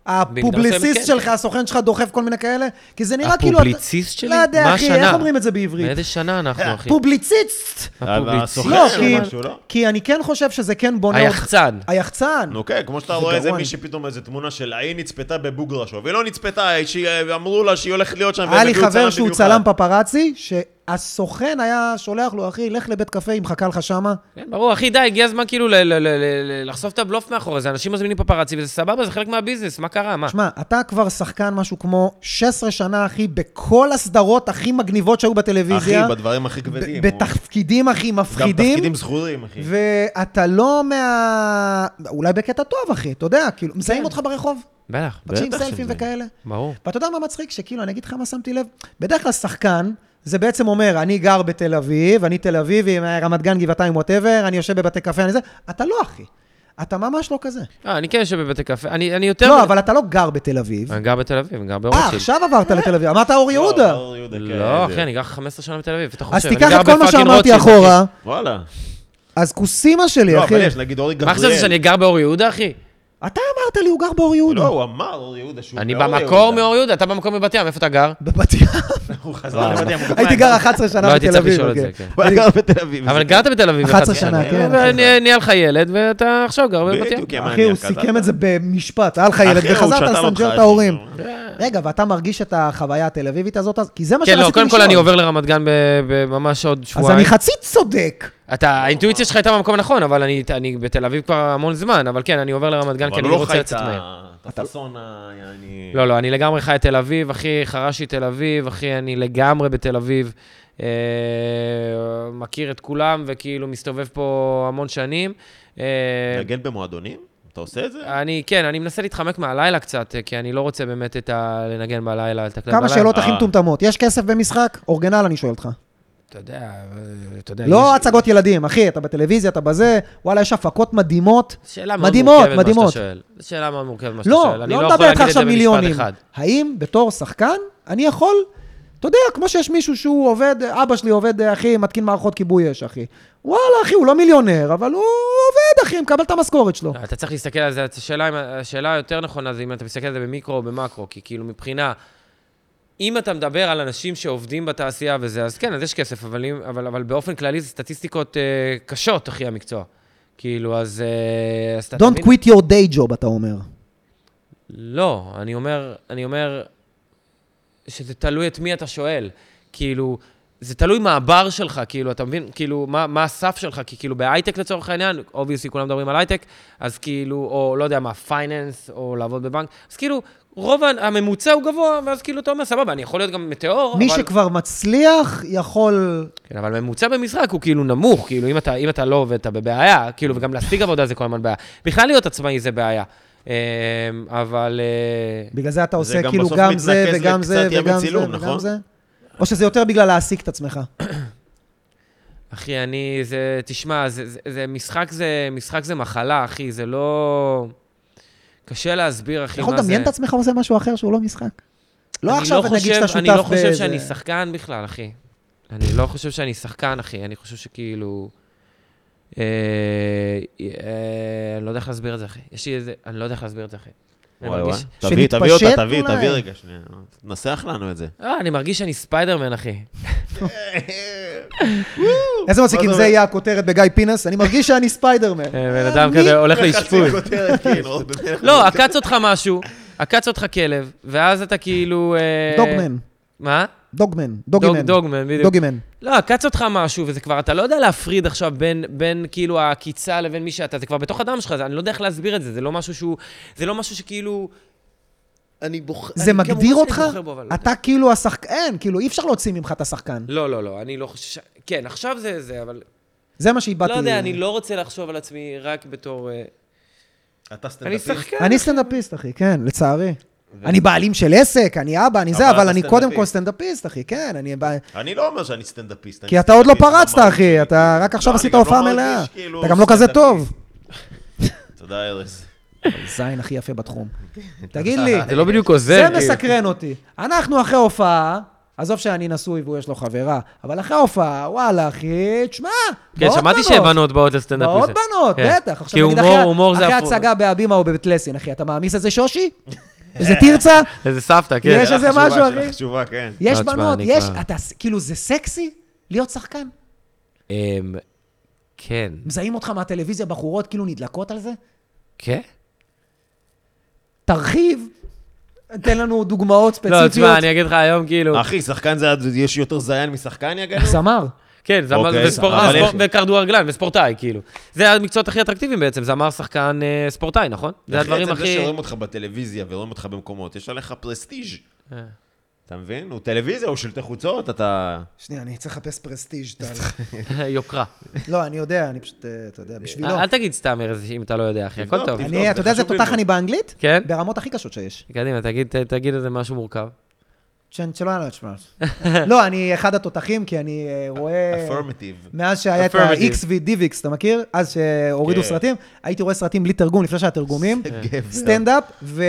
S3: כן.
S2: הפובליסיסט שלך, הסוכן שלך דוחף כל מיני כאלה? כי זה נראה כאילו...
S3: הפובליציסט שלי?
S2: לא יודע,
S3: מה
S2: אחי,
S3: השנה?
S2: איך אומרים את זה בעברית?
S3: מאיזה שנה אנחנו, אחי? אה,
S2: פובליציסט!
S3: הפובליציסט.
S1: הסוכן
S2: לא,
S1: של
S2: כי-
S1: משהו, לא?
S2: כי אני כן חושב שזה כן בונה... עוד-
S3: היחצן.
S2: היחצן.
S1: נו כן, כמו שאתה
S2: זה
S1: רואה איזה
S2: גרוע.
S1: מישהי פתאום, איזה תמונה של ההיא נצפתה בבוגרשו, והיא לא נצפתה, שהיא- אה, אמרו לה שהיא הולכת להיות שם,
S2: היה
S1: כן, והם
S2: לי
S1: הביאו
S2: חבר
S1: צלם
S2: שהוא
S1: במיוחד.
S2: צלם פפראצי, שהסוכן היה שולח לו, אחי, לך לבית קפה, ימחקה לך שמה.
S3: כן, ברור, אחי, די, הגיע הזמן כאילו ל- ל- ל- ל- לחשוף את הבלוף מאחורי זה. אנשים מזמינים פפראצי, וזה סבבה, זה חלק מהביזנס, מה קרה? מה?
S2: שמע, אתה כבר שחקן משהו כמו 16 שנה, אחי, בכל הסדרות הכי מגניבות שהיו
S1: אחי,
S2: בטלוויזיה.
S1: בדברים הכי
S2: ב-
S1: כבדים. הוא-
S2: בתפקידים הכי
S1: גם
S2: מפחידים.
S1: תפקידים זכורים, אחי.
S2: ואתה לא מה... אולי בקטע טוב, אחי, אתה יודע, כאילו, מזהים אותך ברחוב,
S3: בטח,
S2: מבקשים
S1: כן. בטח
S2: סלפים
S1: שמזהים.
S2: וכאלה.
S3: ברור.
S2: ואתה יודע מה מצחיק? שכאילו, אני אגיד לך מה שמתי לב, בדרך כלל שחקן, זה בעצם אומר, אני גר בתל אביב, אני תל אביבי, רמת גן, גבעתיים, ווטאבר, אני יושב בבתי קפה, אני זה, אתה לא, אחי. אתה ממש לא כזה.
S3: אה, אני כן יושב בבתי קפה, אני אני יותר...
S2: לא, אבל אתה לא גר בתל אביב.
S3: אני גר בתל אביב, אני גר
S2: אה,
S3: באורצ'ילד.
S2: עכשיו עברת לתל אביב, אמרת אור
S1: לא,
S2: יהודה.
S1: אור יהודה, כן,
S3: לא,
S1: זה-
S3: אחי, אני גר 15 שנה בתל אביב, אתה חושב.
S2: אז
S3: אני
S2: תיקח
S3: גר
S2: את כל מה
S3: בפאקינג
S2: שאמרתי
S3: רוטשילד, אחי.
S2: אחורה,
S1: וואלה.
S2: אז כוסימה שלי,
S1: לא,
S2: אחי.
S1: אבל יש, נגיד אורי גבריאל.
S3: מה חשבת שאני גר באור יהודה, אחי?
S2: אתה אמרת לי, הוא גר באור יהודה.
S1: לא, הוא אמר אור יהודה שהוא
S3: אני
S1: באור
S3: במקור
S1: יהודה.
S3: מאור יהודה, אתה במקור מבת ים, איפה אתה גר?
S2: בבת
S3: כן,
S2: ים.
S1: הוא חזר
S3: וואו.
S1: לבת ים. הוא
S2: הייתי גר 11 שנה בתל אביב.
S3: לא, הייתי צריך לשאול את
S2: אוקיי.
S3: זה, כן.
S1: הוא היה גר בתל אביב.
S3: אבל גרת בתל אביב.
S2: 11
S3: אחד-
S2: שנה, כן.
S3: ונהיה לך ילד, ואתה עכשיו גר בבת ים.
S1: בדיוק, יא
S2: אחי, הוא
S1: מניאק, אז
S2: סיכם
S1: אתה-
S2: את זה במשפט, היה לך ילד,
S1: אחי, הוא
S2: וחזרת
S1: שתל אותך,
S2: לסנג'ר את
S1: אחי.
S2: ההורים.
S3: כן.
S2: רגע, ואתה מרגיש את החוויה התל אביבית הזאת? אז- כי זה מה
S3: כן,
S2: שרציתי
S3: לא,
S2: לשאול.
S3: קודם כל אני עובר לרמת גן ממש עוד
S2: אז
S3: שבועיים.
S2: אני חצי צודק.
S3: אתה, האינטואיציה שלך הייתה במקום הנכון, אבל אני, אני בתל אביב כבר המון זמן, אבל כן, אני עובר לרמת גן, כי
S1: אבל
S3: אני
S1: הוא
S3: לא
S1: לא חי
S3: רוצה
S1: את
S3: לצאת מהר.
S1: ה- את הפאסון ה... יעני-
S3: לא, לא, אני לגמרי חי את תל אביב, אחי, חרשי תל אביב, אחי, אני לגמרי בתל אביב. אה, מכיר את כולם, וכאילו מסתובב פה המון שנים. אה,
S1: נגן במועדונים? אתה עושה את זה?
S3: אני, כן, אני מנסה להתחמק מהלילה קצת, אה, כי אני לא רוצה באמת את ה... לנגן בלילה, לתקלם בלילה.
S2: כמה שאלות הכי
S1: אה.
S2: מטומטמות. יש כסף במשחק? אורגנל, אני שואל אותך.
S3: אתה יודע, אה, אתה יודע.
S2: לא
S3: יש-
S2: הצגות ילדים, אחי, אתה בטלוויזיה, אתה בזה, וואלה, יש הפקות מדהימות.
S3: שאלה מאוד
S2: מדהימות,
S3: מורכבת מה שאתה
S2: מדהימות.
S3: שואל. זו שאלה מאוד מורכבת מה שאתה
S2: לא,
S3: שואל. אני
S2: לא
S3: יכול
S2: מדבר
S3: להגיד
S2: איתך
S3: את זה
S2: עכשיו
S3: במשפט
S2: מיליונים.
S3: אחד.
S2: האם בתור שחקן אני יכול, אתה יודע, כמו שיש מישהו שהוא עובד, אבא שלי עובד, אה, אחי, מתקין מערכות כיבוי אש, אחי. וואלה, אחי, הוא לא מיליונר, אבל הוא עובד, אחי, מקבל את המשכורת שלו.
S3: לא, אתה צריך להסתכל על זה, השאלה, אם- השאלה היותר נכונה זה אם אתה מסתכל על זה במיקרו או במקרו, כי כאילו מבחינה, אם אתה מדבר על אנשים שעובדים בתעשייה וזה, אז כן, אז יש כסף, אבל, אם, אבל, אבל באופן כללי זה סטטיסטיקות אה, קשות, אחי, המקצוע. כאילו, אז... אה, אז אתה
S2: Don't
S3: תבין-
S2: quit your day job, אתה אומר.
S3: לא, אני אומר, אני אומר שזה תלוי את מי אתה שואל. כאילו, זה תלוי מה הבר שלך, כאילו, אתה מבין? כאילו, מה, מה הסף שלך? כי כאילו בהייטק לצורך העניין, אובייסי כולם מדברים על הייטק, אז כאילו, או לא יודע מה, פייננס, או לעבוד בבנק, אז כאילו, רוב ה- הממוצע הוא גבוה, ואז כאילו אתה אומר, סבבה, אני יכול להיות גם מטאור,
S2: מי
S3: לא, אבל...
S2: שכבר מצליח יכול...
S3: כן, אבל ממוצע במשחק הוא כאילו נמוך, כאילו, אם אתה, אם אתה לא עובד, אתה בבעיה, כאילו, וגם להשיג עבודה זה כל הזמן בעיה. בכלל להיות עצמאי זה בעיה. אמ, אבל... אה,
S2: בגלל זה אתה
S1: זה
S2: עושה
S1: גם
S2: כאילו
S1: בסוף
S2: גם זה
S1: מתנקז
S2: וגם זה
S1: לקצת ימי
S2: וגם זה
S1: צילום,
S2: וגם
S1: נכון?
S2: זה? או שזה יותר בגלל להעסיק את עצמך?
S3: אחי, אני, זה, תשמע, זה, זה, זה משחק, זה, משחק זה מחלה, אחי, זה לא... קשה להסביר,
S2: אתה
S3: אחי, מה זה.
S2: יכול לדמיין את עצמך עושה משהו אחר שהוא לא משחק? לא
S3: אני
S2: עכשיו נגיד שאתה שותף
S3: אני לא חושב
S2: באיזה-
S3: שאני שחקן בכלל, אחי. אני לא חושב שאני שחקן, אחי. אני חושב שכאילו... אה, אה, אני לא יודע איך להסביר את זה, אחי. יש לי איזה... אני לא יודע איך להסביר את זה, אחי. אני
S1: וואי, וואי.
S3: מרגיש-
S1: תביא, תביא אותה,
S2: שנתפשט
S1: תביא,
S2: אולי.
S1: תביא רגע, שנייה. תנסח לנו את זה.
S3: אה, אני מרגיש שאני ספיידרמן, אחי.
S2: איזה מצחיק
S1: מה
S2: אם
S1: זה
S2: זה
S1: אומר?
S2: יהיה הכותרת בגיא פינס, אני מרגיש שאני ספיידרמן.
S3: אה, בן אדם כזה הולך לאשפוז. לא, עקץ אותך משהו, עקץ אותך כלב, ואז אתה כאילו... אה,
S2: דוגמן,
S3: מה?
S2: דוגמן,
S3: דוג-
S2: דוגימן,
S3: דוגמן, בדיוק.
S2: דוגימן.
S3: לא, עקץ אותך משהו, וזה כבר, אתה לא יודע להפריד עכשיו בין, בין כאילו העקיצה לבין מי שאתה, זה כבר בתוך הדם שלך, זה- אני לא יודע איך להסביר את זה, זה לא משהו שהוא, זה לא משהו שכאילו... אני בוחר...
S2: זה
S3: אני- כמובן
S2: מגדיר
S3: שאני
S2: אותך?
S3: בוחר בו, אבל-
S2: אתה כאילו השחקן, כאילו אי אפשר להוציא ממך את השחקן.
S3: לא, לא, לא, אני לא חושב... ש- כן, עכשיו זה זה, אבל...
S2: זה מה שאיבדתי.
S3: לא יודע, אני לא רוצה לחשוב על עצמי רק בתור... אה,
S1: אתה
S3: אני
S1: סטנדאפיסט?
S3: שחקן.
S2: אני סטנדאפיסט, אחי, כן, לצערי. אני בעלים של עסק, אני אבא, אני זה,
S1: אבל
S2: אבל
S1: אתה
S2: אני קודם כל
S1: סטנדאפיסט.
S2: סטנדאפיסט, אחי, כן, אני... בא-
S1: אני לא אומר שאני סטנדאפיסט.
S2: כי
S1: אני
S2: אתה עוד לא
S1: סטנדאפיסט,
S2: פרצת,
S1: לא
S2: אחי,
S1: מרגיש.
S2: אתה
S1: לא,
S2: רק עכשיו
S1: אני
S2: עשית
S1: גם לא
S2: הופעה
S1: מרגיש
S2: מלאה.
S1: כאילו
S2: אתה גם לא כזה טוב.
S1: תודה, ארז.
S2: זין הכי יפה בתחום. תגיד לי,
S3: זה לא בדיוק עוזר.
S2: זה
S3: כאילו.
S2: מסקרן אותי. אנחנו אחרי הופעה, עזוב שאני נשוי והוא יש לו חברה, אבל אחרי הופעה, וואלה, אחי, תשמע,
S3: כן,
S2: באות
S3: שמעתי
S2: בנות.
S3: שבנות באות לסטנדאפ.
S2: באות
S3: הזה.
S2: בנות,
S3: כן.
S2: בטח. עכשיו
S3: כי
S2: נגיד
S3: הומור-
S2: אחרי-
S3: הומור זה
S2: אחרי
S3: הפוך.
S2: הצגה בהבימה או בבית לסין, אחי, אתה מעמיס איזה שושי? איזה תרצה?
S3: איזה סבתא, כן.
S2: יש איזה
S1: חשובה,
S2: משהו,
S1: שאלה
S2: אחי.
S1: חשובה, כן.
S2: יש
S3: לא, תשמע,
S2: בנות,
S3: אני
S2: יש,
S3: כבר-
S2: אתה, כאילו, זה סקסי להיות שחקן?
S3: אמ, כן.
S2: מזהים אותך מהטלוויזיה, בחורות כאילו נדלקות על זה?
S3: כן?
S2: תרחיב, תן לנו דוגמאות ספציפיות.
S3: לא, תשמע, אני אגיד לך היום, כאילו...
S1: אחי, שחקן זה... יש יותר זיין משחקן, יא גנוב?
S2: זמר.
S3: כן, זמר
S1: אוקיי, אבל
S3: וספורט- אה,
S1: איך-
S3: ספורט- וכדורגלן וספורטאי, כאילו. זה המקצועות הכי אטרקטיביים בעצם, זמר, שחקן, אה, ספורטאי, נכון? זה
S1: אחי,
S3: הדברים
S1: עצם זה
S3: הכי...
S1: שרואים אותך בטלוויזיה ורואים אותך במקומות, יש עליך פרסטיג'.
S3: אה.
S1: אתה מבין? הוא טלוויזיה, הוא שלטי חוצות, אתה...
S2: שנייה, אני צריך לחפש פרסטיג', טל.
S3: יוקרה.
S2: לא, אני יודע, אני פשוט, אה, אתה יודע, בשבילו.
S3: אל תגיד סתם, ארז, אם אתה לא יודע, אחי, הכל
S1: תבדוק,
S3: טוב.
S1: תבדוק.
S2: אני, אתה יודע איזה
S1: חשוב
S2: תותח
S1: ללמוד.
S2: אני באנגלית?
S3: כן?
S2: ברמות הכי קשות שיש.
S3: קדימה, תגיד- ת- תגיד איזה משהו מורכב.
S2: שאין- שלא היה לו את שמע. לא, אני אחד התותחים, כי אני אה, רואה...
S1: אפרמטיב.
S2: מאז שהיה את
S3: Affirmative.
S2: ה-X ו-DVX, אתה מכיר? אז שהורידו
S1: כן.
S2: סרטים, הייתי רואה סרטים בלי תרגום, לפני שהיה תרגומים. סטנדאפ,
S1: איזה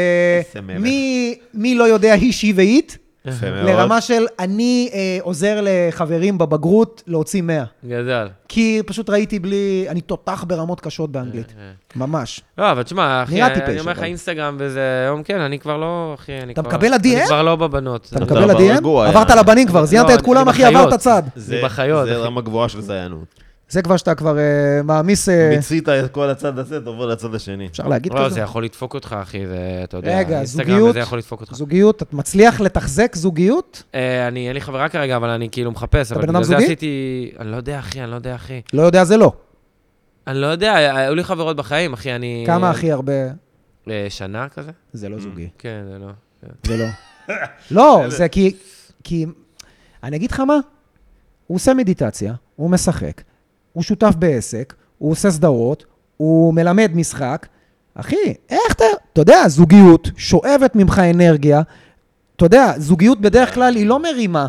S1: מלך.
S2: ומי מי לא יודע היא, שהיא והיט,
S1: יפה מאוד.
S2: לרמה של אני אה, עוזר לחברים בבגרות להוציא 100.
S3: גדל.
S2: כי פשוט ראיתי בלי, אני תותח ברמות קשות באנגלית,
S3: אה,
S2: ממש.
S3: לא, אבל תשמע, אחי,
S2: נראה טיפש,
S3: אני אומר לך
S2: אבל.
S3: אינסטגרם וזה, היום כן, אני כבר לא, אחי, אני
S2: אתה
S3: כבר...
S2: מקבל ל-DM?
S3: אני כבר לא בבנות.
S2: אתה
S3: לא.
S1: אתה
S2: מקבל ל-DM?
S1: רגוע,
S2: עברת
S1: יעני.
S2: לבנים כבר, זיינת
S3: לא,
S2: את כולם,
S3: אני
S2: אחי, עברת
S3: בחיות.
S2: צד.
S1: זה-
S3: בחיות,
S1: זה
S3: אחי.
S1: רמה גבוהה של זיינות.
S2: זה כבר שאתה כבר אה, מעמיס, אה,
S1: מיצית את כל הצד הזה, אתה עובר לצד השני.
S2: אפשר להגיד
S3: לא,
S2: כזה?
S3: זה יכול לדפוק אותך, אחי, זה, אתה יודע,
S2: רגע,
S3: אינסטגרם
S2: זוגיות,
S3: וזה יכול לדפוק אותך.
S2: זוגיות, אתה מצליח לתחזק זוגיות?
S3: אה, אני, אין לי חברה כרגע, אבל אני כאילו מחפש. אבל
S2: בן אדם
S3: בגלל זה
S2: זוגי?
S3: עשיתי... אני לא יודע, אחי, אני לא יודע, אחי.
S2: לא יודע, זה לא.
S3: אני לא יודע, היו לי חברות בחיים, אחי, אני...
S2: כמה הכי הרבה?
S3: אה, שנה כזה?
S2: זה לא זוגי.
S3: כן, זה לא.
S2: זה לא. לא, זה כי... כי... אני אגיד לך מה, הוא עושה מדיטציה, הוא משחק, הוא שותף בעסק, הוא עושה סדרות, הוא מלמד משחק. אחי, איך אתה... אתה יודע, זוגיות שואבת ממך אנרגיה. אתה יודע, זוגיות בדרך כלל היא לא מרימה.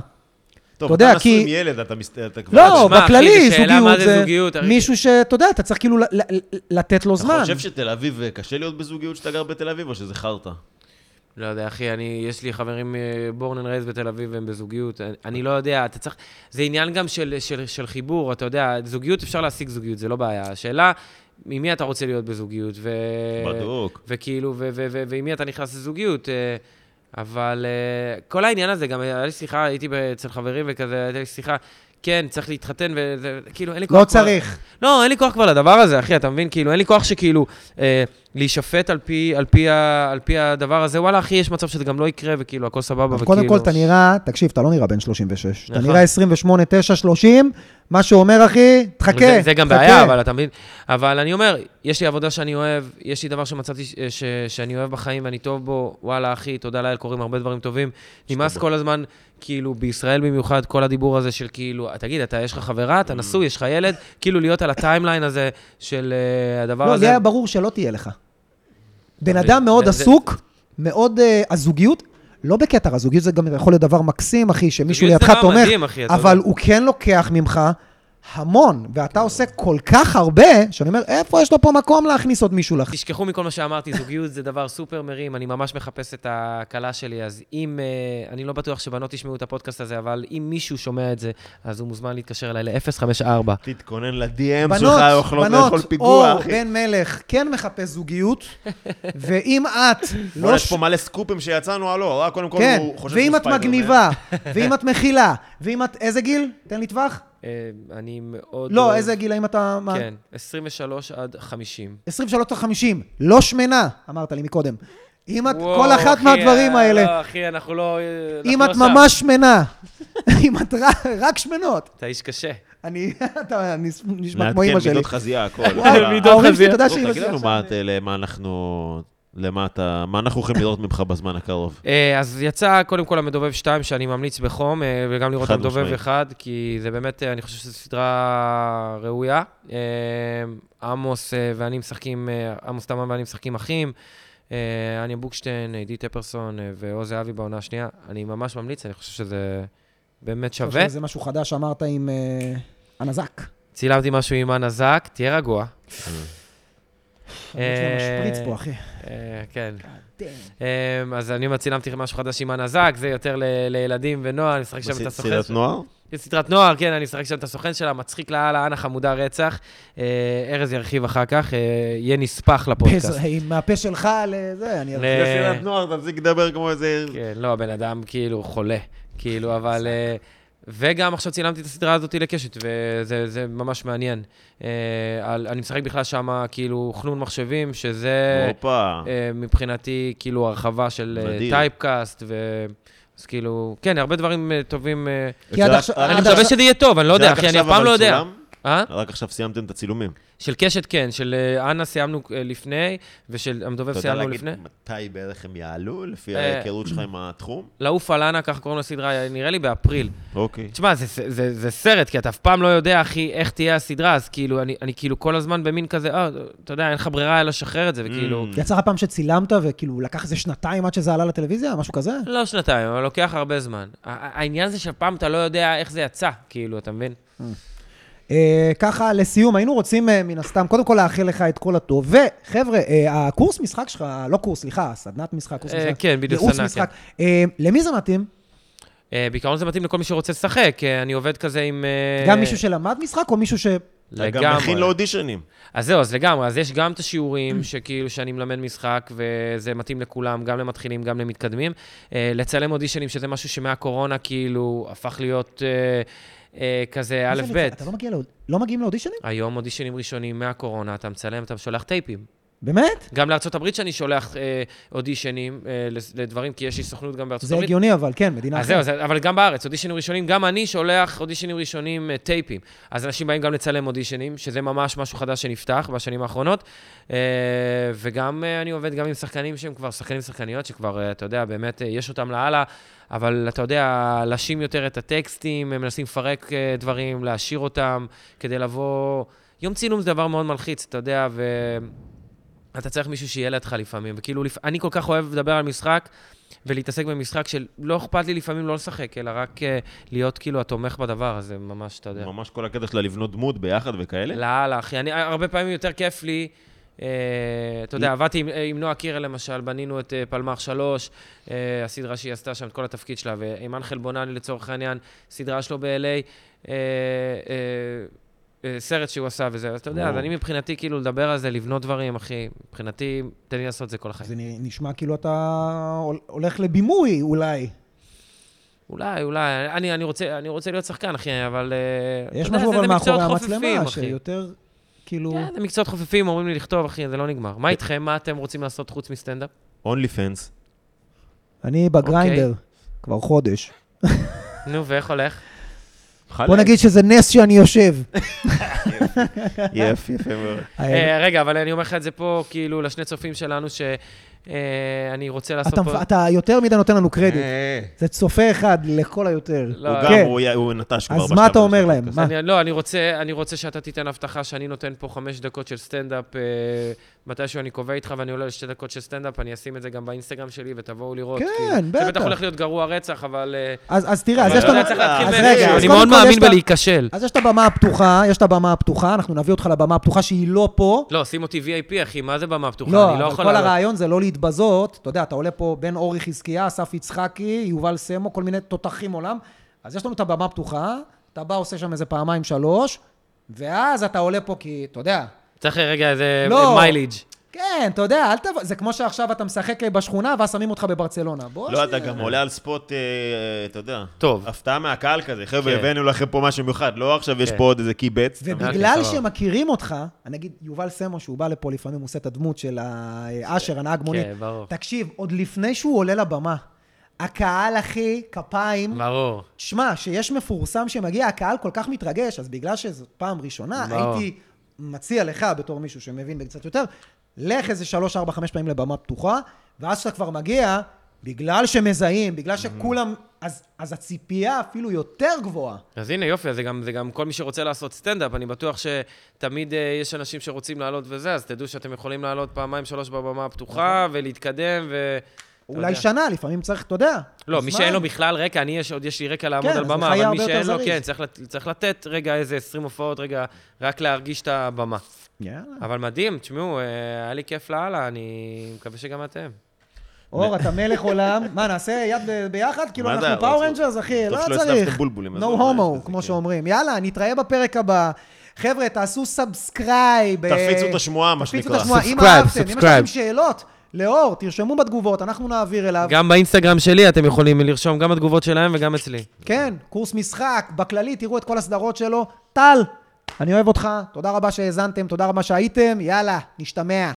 S1: טוב,
S2: אתה יודע,
S1: אתה נשוי
S2: כי-
S1: עם ילד, אתה מס- אתה כבר...
S2: לא,
S3: תשמע, אחי,
S2: בכללי,
S3: זו שאלה מה
S2: זוגיות
S3: זה
S2: זה
S3: זוגיות, הרי-
S2: מישהו שאתה יודע, אתה צריך כאילו ל- ל- ל- לתת לו
S1: אתה
S2: זמן.
S1: חושב שתל אביב, אה, קשה להיות בזוגיות שאתה גר בתל אביב, או שזה חרטא?
S3: לא יודע, אחי, אני, יש לי חברים אה, בורן אנד רייז בתל אביב, והם בזוגיות. אני, אני לא יודע, אתה צריך... זה עניין גם של, של, של חיבור, אתה יודע, זוגיות, אפשר להשיג זוגיות, זה לא בעיה. השאלה, עם מי אתה רוצה להיות בזוגיות, ו... אה,
S1: בדוק.
S3: וכאילו, ו- ו- ו- ועם מי אתה נכנס לזוגיות. אה, אבל אה, כל העניין הזה, גם היה לי שיחה, הייתי ב- אצל חברים וכזה, הייתה לי שיחה, כן, צריך להתחתן, וזה, כאילו, אין לי כוח...
S2: לא
S3: כבר-
S2: צריך.
S3: לא, אין לי כוח כבר לדבר הזה, אחי, אתה מבין? כאילו, אין לי כוח שכאילו אה, להישפט על פי, על, פי ה, על פי הדבר הזה. וואלה, אחי, יש מצב שזה גם לא יקרה, וכאילו, הכל סבבה,
S2: אבל
S3: וכאילו...
S2: קודם כל, אתה נראה, תקשיב, אתה לא נראה בן 36. אתה
S3: כאילו- נכון.
S2: נראה 28, 9, 30, מה שאומר, אחי, תחכה,
S3: זה, זה גם
S2: תחכה.
S3: בעיה, אבל אתה מבין? אבל אני אומר, יש לי עבודה שאני אוהב, יש לי דבר שמצאתי ש, ש, שאני אוהב בחיים ואני טוב בו, וואלה, אחי, תודה לאל, קורים הרבה דברים טובים. נמאס כל הזמן, כאילו, בישראל במיוחד, כל הדיבור הזה של כאילו, תגיד, אתה, יש לך חברה,
S2: Mm.
S3: אתה נשוי, יש לך ילד, כאילו להיות על הטיימליין הזה של אה, הדבר
S2: לא,
S3: הזה.
S2: לי היה ברור שלא תהיה לך. בן
S3: זה-
S2: אדם מאוד
S3: זה- זה-
S2: עסוק, מאוד אה, הזוגיות, לא בקטע, הזוגיות זה גם יכול להיות דבר מקסים, אחי, שמישהו
S3: זוגיות זה
S2: לידך
S3: דבר
S2: תומך,
S3: מדהים, אחי, אתה
S2: אבל
S3: יודע.
S2: הוא כן לוקח ממך המון, ואתה עושה כל כך הרבה, שאני אומר, איפה יש לו פה מקום להכניס עוד מישהו לך?
S3: תשכחו מכל מה שאמרתי, זוגיות זה דבר סופר מרים, אני ממש מחפש את הכלה שלי, אז אם, אה, אני לא בטוח שבנות ישמעו את הפודקאסט הזה, אבל אם מישהו שומע את זה, אז הוא מוזמן להתקשר אליי ל-054.
S1: תתכונן ל-DM שלך,
S2: בנות,
S1: יכולות
S2: בנות,
S1: לאכול פיגוע,
S2: אור
S1: אחי.
S2: בן מלך כן מחפש זוגיות, ואם את
S1: בוא'נה,
S2: לא...
S1: יש פה מלא סקופים שיצאנו, הלו, אה, קודם כל
S2: כן,
S1: הוא חושב
S2: ואם
S1: שהוא
S2: את
S1: ספיידרמן.
S2: מגניבה, ואם את מכילה, ואם את... איזה גיל? תן לי טווח.
S3: אה, אני מאוד...
S2: לא,
S3: אוהב-
S2: איזה גיל? האם אתה... מה?
S3: כן, 23 עד 50.
S2: 23 עד 50, לא שמנה, אמרת לי מקודם. אם את,
S3: וואו,
S2: כל אחת
S3: אחי,
S2: מהדברים
S3: אה,
S2: האלה,
S3: לא, אחי, אנחנו לא... אה,
S2: אם
S3: אנחנו
S2: את
S3: לא שם.
S2: ממש שמנה, אם את רק- רק שמנות,
S3: אתה איש קשה.
S2: אני אתה נס- נשמע כמו
S1: נעדכן
S2: אימא שלי.
S1: מידות חזייה, הכל.
S2: וואי,
S1: אה,
S3: מידות
S2: ההורים שלי,
S3: חזייה.
S2: אתה יודע
S1: טוב,
S2: שאימא
S1: תגיד
S2: שלי
S1: לנו
S2: עכשיו...
S1: מה את- למה אנחנו... למה אתה... מה אנחנו הולכים לראות ממך בזמן הקרוב?
S3: אה, אז יצא קודם כל המדובב 2, שאני ממליץ בחום, אה, וגם לראות את
S1: חד
S3: המדובב
S1: משמעית.
S3: 1, כי זה באמת, אה, אני חושב שזו סדרה ראויה. אה, עמוס אה, ואני משחקים, אה, עמוס תמם ואני משחקים אחים. אה, אניה בוקשטיין, עידית אפרסון אה, ועוז זהבי בעונה השנייה. אני ממש ממליץ, אני חושב שזה באמת שווה.
S2: זה משהו חדש שאמרת עם אה, הנזק.
S3: צילמתי משהו עם אנה זק, תהיה רגוע.
S2: יש לי משפריץ פה, אחי.
S3: אה, כן.
S2: דם.
S3: אמ, אז אני אומר, צילמתי משהו חדש עם הנזק, זה יותר ל- לילדים ונוער, אני משחק שם את
S1: בסי-
S3: הסוכן
S1: סדרת
S3: שלה.
S1: נוער?
S3: סדרת נוער, כן, אני משחק שם את הסוכן שלה, מצחיק לאללה, אנה חמודה רצח. אה, ארז ירחיב אחר כך, אה, יהיה נספח לפודקאסט.
S2: פס- עם הפה שלך לזה, אני...
S3: ל-
S1: זה סדרת נוער, תפסיק לדבר כמו איזה...
S3: כן, לא, הבן אדם כאילו חולה, כאילו, אבל... אה, וגם עכשיו צילמתי את הסדרה הזאת לקשת, וזה זה ממש מעניין. אה, על- אני משחק בכלל שם, כאילו, חנון מחשבים, שזה...
S1: הופה.
S3: אה, מבחינתי, כאילו, הרחבה של אה,
S1: מדהים.
S3: טייפקאסט, ו... אז כאילו, כן, הרבה דברים אה, טובים. אה,
S2: כי עד
S1: זה
S2: עכשיו-
S1: רק-
S3: אני
S2: עד
S3: מקווה
S2: עכשיו-
S3: שזה יהיה טוב, אני לא
S1: זה
S3: יודע,
S1: רק
S3: אחי, אני אף
S1: עכשיו
S3: פעם לא
S1: אבל
S3: יודע.
S1: צולם?
S3: אה?
S1: רק עכשיו סיימתם את הצילומים.
S3: של קשת כן, של אה, אנה סיימנו אה, לפני, ושל המדובב
S1: אתה יודע
S3: סיימנו
S1: להגיד
S3: לפני.
S1: מתי בערך הם יעלו, לפי
S3: אה.
S1: ההיכרות שלך עם התחום?
S3: לעוף על אנה, ככה קוראים לסדרה, נראה לי באפריל.
S1: אוקיי.
S3: תשמע, זה, זה, זה, זה סרט, כי אתה אף פעם לא יודע, אחי, איך תהיה הסדרה, אז כאילו, אני, אני כאילו כל הזמן במין כזה, אה, אתה יודע, אין לך ברירה אלא לשחרר את זה, וכאילו...
S1: Mm.
S2: יצא לך פעם שצילמת וכאילו לקח איזה שנתיים עד שזה עלה לטלוויזיה, משהו כזה?
S1: Mm.
S3: לא שנתיים, אבל לוקח הרבה זמן. ה- ה- העניין זה שפעם אתה לא יודע איך זה יצא, כאילו, אתה מבין?
S2: אה, ככה, לסיום, היינו רוצים אה, מן הסתם, קודם כל לאחל לך את כל הטוב. וחבר'ה, אה, הקורס משחק שלך, לא קורס, סליחה, סדנת משחק, קורס
S3: אה,
S2: משחק.
S3: כן, בדיוק,
S2: ייעוץ
S3: סדנה,
S2: משחק. אה, למי זה מתאים?
S3: אה, בעיקרון זה מתאים לכל מי שרוצה לשחק, אה, אני עובד כזה עם... אה,
S2: גם מישהו שלמד משחק או מישהו ש...
S1: אתה גם מכין לאודישנים.
S3: אז זהו, אז לגמרי, אז יש גם את השיעורים שכאילו שאני מלמד משחק, וזה מתאים לכולם, גם למתחילים, גם למתקדמים. אה, לצלם אודישנים, שזה משהו שמהקורונה כאילו הפך להיות אה, אה, כזה
S2: מה זה
S3: א'-ב'.
S2: נקרא? אתה לא מגיע לאוד- לא מגיעים לאודישנים?
S3: היום אודישנים ראשונים מהקורונה, אתה מצלם, אתה שולח טייפים.
S2: באמת?
S3: גם לארה"ב שאני שולח אה, אודישנים אה, לס- לדברים, כי יש לי סוכנות גם בארצות
S2: זה
S3: הברית.
S2: הגיוני, אבל כן, מדינה
S3: אז אה, זהו, זה- אבל גם בארץ, אודישנים ראשונים, גם אני שולח אודישנים ראשונים אה, טייפים. אז אנשים באים גם לצלם אודישנים, שזה ממש משהו חדש שנפתח בשנים האחרונות. אה, וגם אה, אני עובד גם עם שחקנים שהם כבר שחקנים ושחקניות, שכבר, אה, אתה יודע, באמת אה, יש אותם לאללה, אבל אתה יודע, להשים יותר את הטקסטים, הם מנסים לפרק אה, דברים, להשאיר אותם, כדי לבוא... יום צילום זה דבר מאוד מלחיץ, אתה יודע, ו... אתה צריך מישהו שיהיה לידך לפעמים, וכאילו, לפ... אני כל כך אוהב לדבר על משחק ולהתעסק במשחק של לא אכפת לי לפעמים לא לשחק, אלא רק uh, להיות כאילו התומך בדבר, אז זה ממש, אתה יודע.
S1: ממש כל הקטע שלה לבנות דמות ביחד וכאלה.
S3: לאללה, אחי, אני הרבה פעמים יותר כיף לי. Uh, אתה יודע, עבדתי עם, אה, עם נועה קירל למשל, בנינו את uh, פלמ"ח 3, uh, הסדרה שהיא עשתה שם, את כל התפקיד שלה, ועם אנחל בונני לצורך העניין, סדרה שלו ב-LA, uh, uh, uh, סרט שהוא עשה וזה, אז אתה יודע, אז
S1: וואו.
S3: אני מבחינתי כאילו לדבר על זה, לבנות דברים, אחי, מבחינתי, תן לי לעשות את זה כל החיים.
S2: זה נשמע כאילו אתה הול- הולך לבימוי אולי.
S3: אולי, אולי, אני, אני, רוצה, אני רוצה להיות שחקן, אחי, אבל... אה, אתה
S2: יש
S3: יודע,
S2: משהו
S3: זה- זה
S2: אבל מאחורי
S3: מקצועות חופפים,
S2: המצלמה
S3: אחי.
S2: שיותר, כאילו...
S3: כן, זה מקצועות חופפים, אומרים לי לכתוב, אחי, זה לא נגמר. מה איתכם? מה אתם רוצים לעשות חוץ מסטנדאפ?
S1: אונלי פנס.
S2: אני בגריינדר
S3: אוקיי.
S2: כבר חודש.
S3: נו, ואיך הולך?
S2: בוא נגיד שזה נס שאני יושב.
S1: יפה, יפה מאוד.
S3: אה, רגע, אבל אני אומר לך את זה פה, כאילו, לשני צופים שלנו, שאני רוצה לעשות
S2: אתה
S3: פה...
S2: מפ- אתה יותר מדי נותן לנו קרדיט.
S1: אה,
S2: זה צופה אחד לכל היותר.
S3: לא,
S1: הוא
S3: אה,
S1: גם,
S2: כן.
S1: הוא י- הוא נטש כבר
S2: אז
S1: בשלב
S2: מה אתה
S1: הזה
S2: אומר
S1: של
S2: להם?
S1: הפודקאסט.
S2: מה?
S3: אני, לא, אני רוצה, אני רוצה שאתה תיתן הבטחה שאני נותן פה חמש דקות של סטנדאפ, אה, מתישהו אני קובע איתך ואני עולה לשתי דקות של סטנדאפ, אני אשים את זה גם באינסטגרם שלי ותבואו לראות.
S2: כן,
S3: כאילו. זה
S2: בטח.
S3: בטח הולך להיות גרוע רצח, אבל... אה,
S2: אז אז תראה, אז
S1: אבל
S2: יש
S3: אתה
S2: לנו... אה,
S3: יודע, צריך להתחיל
S2: אז
S1: מאיפשהו.
S2: רגע, אז
S3: אני
S2: קודם
S3: מאוד
S2: כל יש
S3: מאמין
S2: את ה-
S3: בלהיכשל.
S2: אז יש את הבמה הפתוחה, יש את הבמה הפתוחה, אנחנו נביא אותך לבמה הפתוחה שהיא לא פה.
S3: לא, שים אותי VIP, אחי, מה זה במה פתוחה?
S2: לא,
S3: אני לא
S2: אבל
S3: יכול...
S2: כל
S3: לעלות.
S2: הרעיון זה לא להתבזות. אתה יודע, אתה עולה פה בן אורי חזקיה, אסף יצחקי, יובל סמו, כל מיני תותחים עולם. אז יש לנו את הבמה הפתוחה, אתה בא, עושה שם איזה פעמיים, שלוש, ואז אתה עולה פה כי, אתה יודע,
S3: צריך רגע איזה
S2: לא.
S3: מיילג'.
S2: כן, אתה יודע, אל תבוא, זה כמו שעכשיו אתה משחק אה, בשכונה ואז שמים אותך בברצלונה. בוא
S1: לא,
S2: שנייה.
S1: אתה גם עולה על ספוט, אה, אתה יודע.
S3: טוב.
S1: הפתעה מהקהל כזה. חבר'ה,
S3: כן.
S1: הבאנו לכם פה משהו מיוחד. לא עכשיו יש
S3: כן.
S1: פה עוד איזה קיבץ.
S2: ובגלל
S3: סבבה.
S2: שמכירים אותך, נגיד יובל סמו, שהוא בא לפה, לפעמים הוא עושה את הדמות של האשר, הנהג מונית.
S3: כן, ברור.
S2: תקשיב, עוד לפני שהוא עולה לבמה, הקהל, אחי, כפיים.
S3: ברור.
S2: תשמע, שיש מפורסם שמגיע, הקהל כל כך מתרגש, אז בגלל שזאת פעם ראשונה,
S3: ברור.
S2: הייתי מציע לך, בתור מישהו שמבין בקצת יותר, לך איזה שלוש, ארבע, חמש פעמים לבמה פתוחה, ואז כשאתה כבר מגיע, בגלל שמזהים,
S3: Mhm.
S2: בגלל שכולם... אז, אז הציפייה אפילו יותר גבוהה.
S3: אז הנה, יופי, אז זה גם, זה גם כל מי שרוצה לעשות סטנדאפ, אני בטוח שתמיד uh, יש אנשים שרוצים לעלות וזה, אז תדעו שאתם יכולים לעלות פעמיים, שלוש בבמה הפתוחה, ולהתקדם, ו... אתה
S2: נכון. אולי
S3: יודע.
S2: שנה, לפעמים צריך, אתה יודע.
S3: לא, מי
S2: זמן.
S3: שאין לו בכלל רקע, אני יש, עוד יש לי רקע לעמוד
S2: כן,
S3: על
S2: אז זה
S3: במה,
S2: חיה
S3: אבל
S2: הרבה
S3: מי
S2: יותר
S3: שאין לו,
S2: זריז.
S3: כן, צריך, לת- צריך לתת רגע איזה 20 הופעות, רגע, רק להרגיש את הבמה.
S2: יאללה.
S3: אבל מדהים, תשמעו, אה, היה לי כיף לאללה, אני מקווה שגם אתם.
S2: אור, אתה מלך עולם. מה, נעשה יד ב- ביחד? כאילו,
S1: מה זה,
S2: אנחנו פאור
S1: רוצו-
S2: רנג'רס, אחי,
S1: טוב
S2: לא
S1: שלא
S2: צריך.
S1: הצלפתם בולבולים, אז
S2: No
S1: לא, יש
S2: homo,
S1: לזה,
S2: כמו
S1: כן.
S2: שאומרים. יאללה, נתראה בפרק הבא. חבר'ה, תעשו סאבסקרייב. אה,
S1: תפיצו את השמועה, מה
S2: תפיצו
S1: שנקרא.
S2: את השמועה. אם
S3: Subscribe,
S2: אהבתם, אם יש לכם
S3: subscribe.
S2: שאלות, לאור, תרשמו בתגובות, אנחנו נעביר אליו.
S3: גם באינסטגרם שלי אתם יכולים לרשום גם התגובות שלהם וגם אצלי.
S2: כן, קורס משחק, בכללי, תראו את כל הסדרות שלו. טל, אני אוהב אותך, תודה רבה שהאזנתם, תודה רבה שהייתם, יאללה, נשתמע.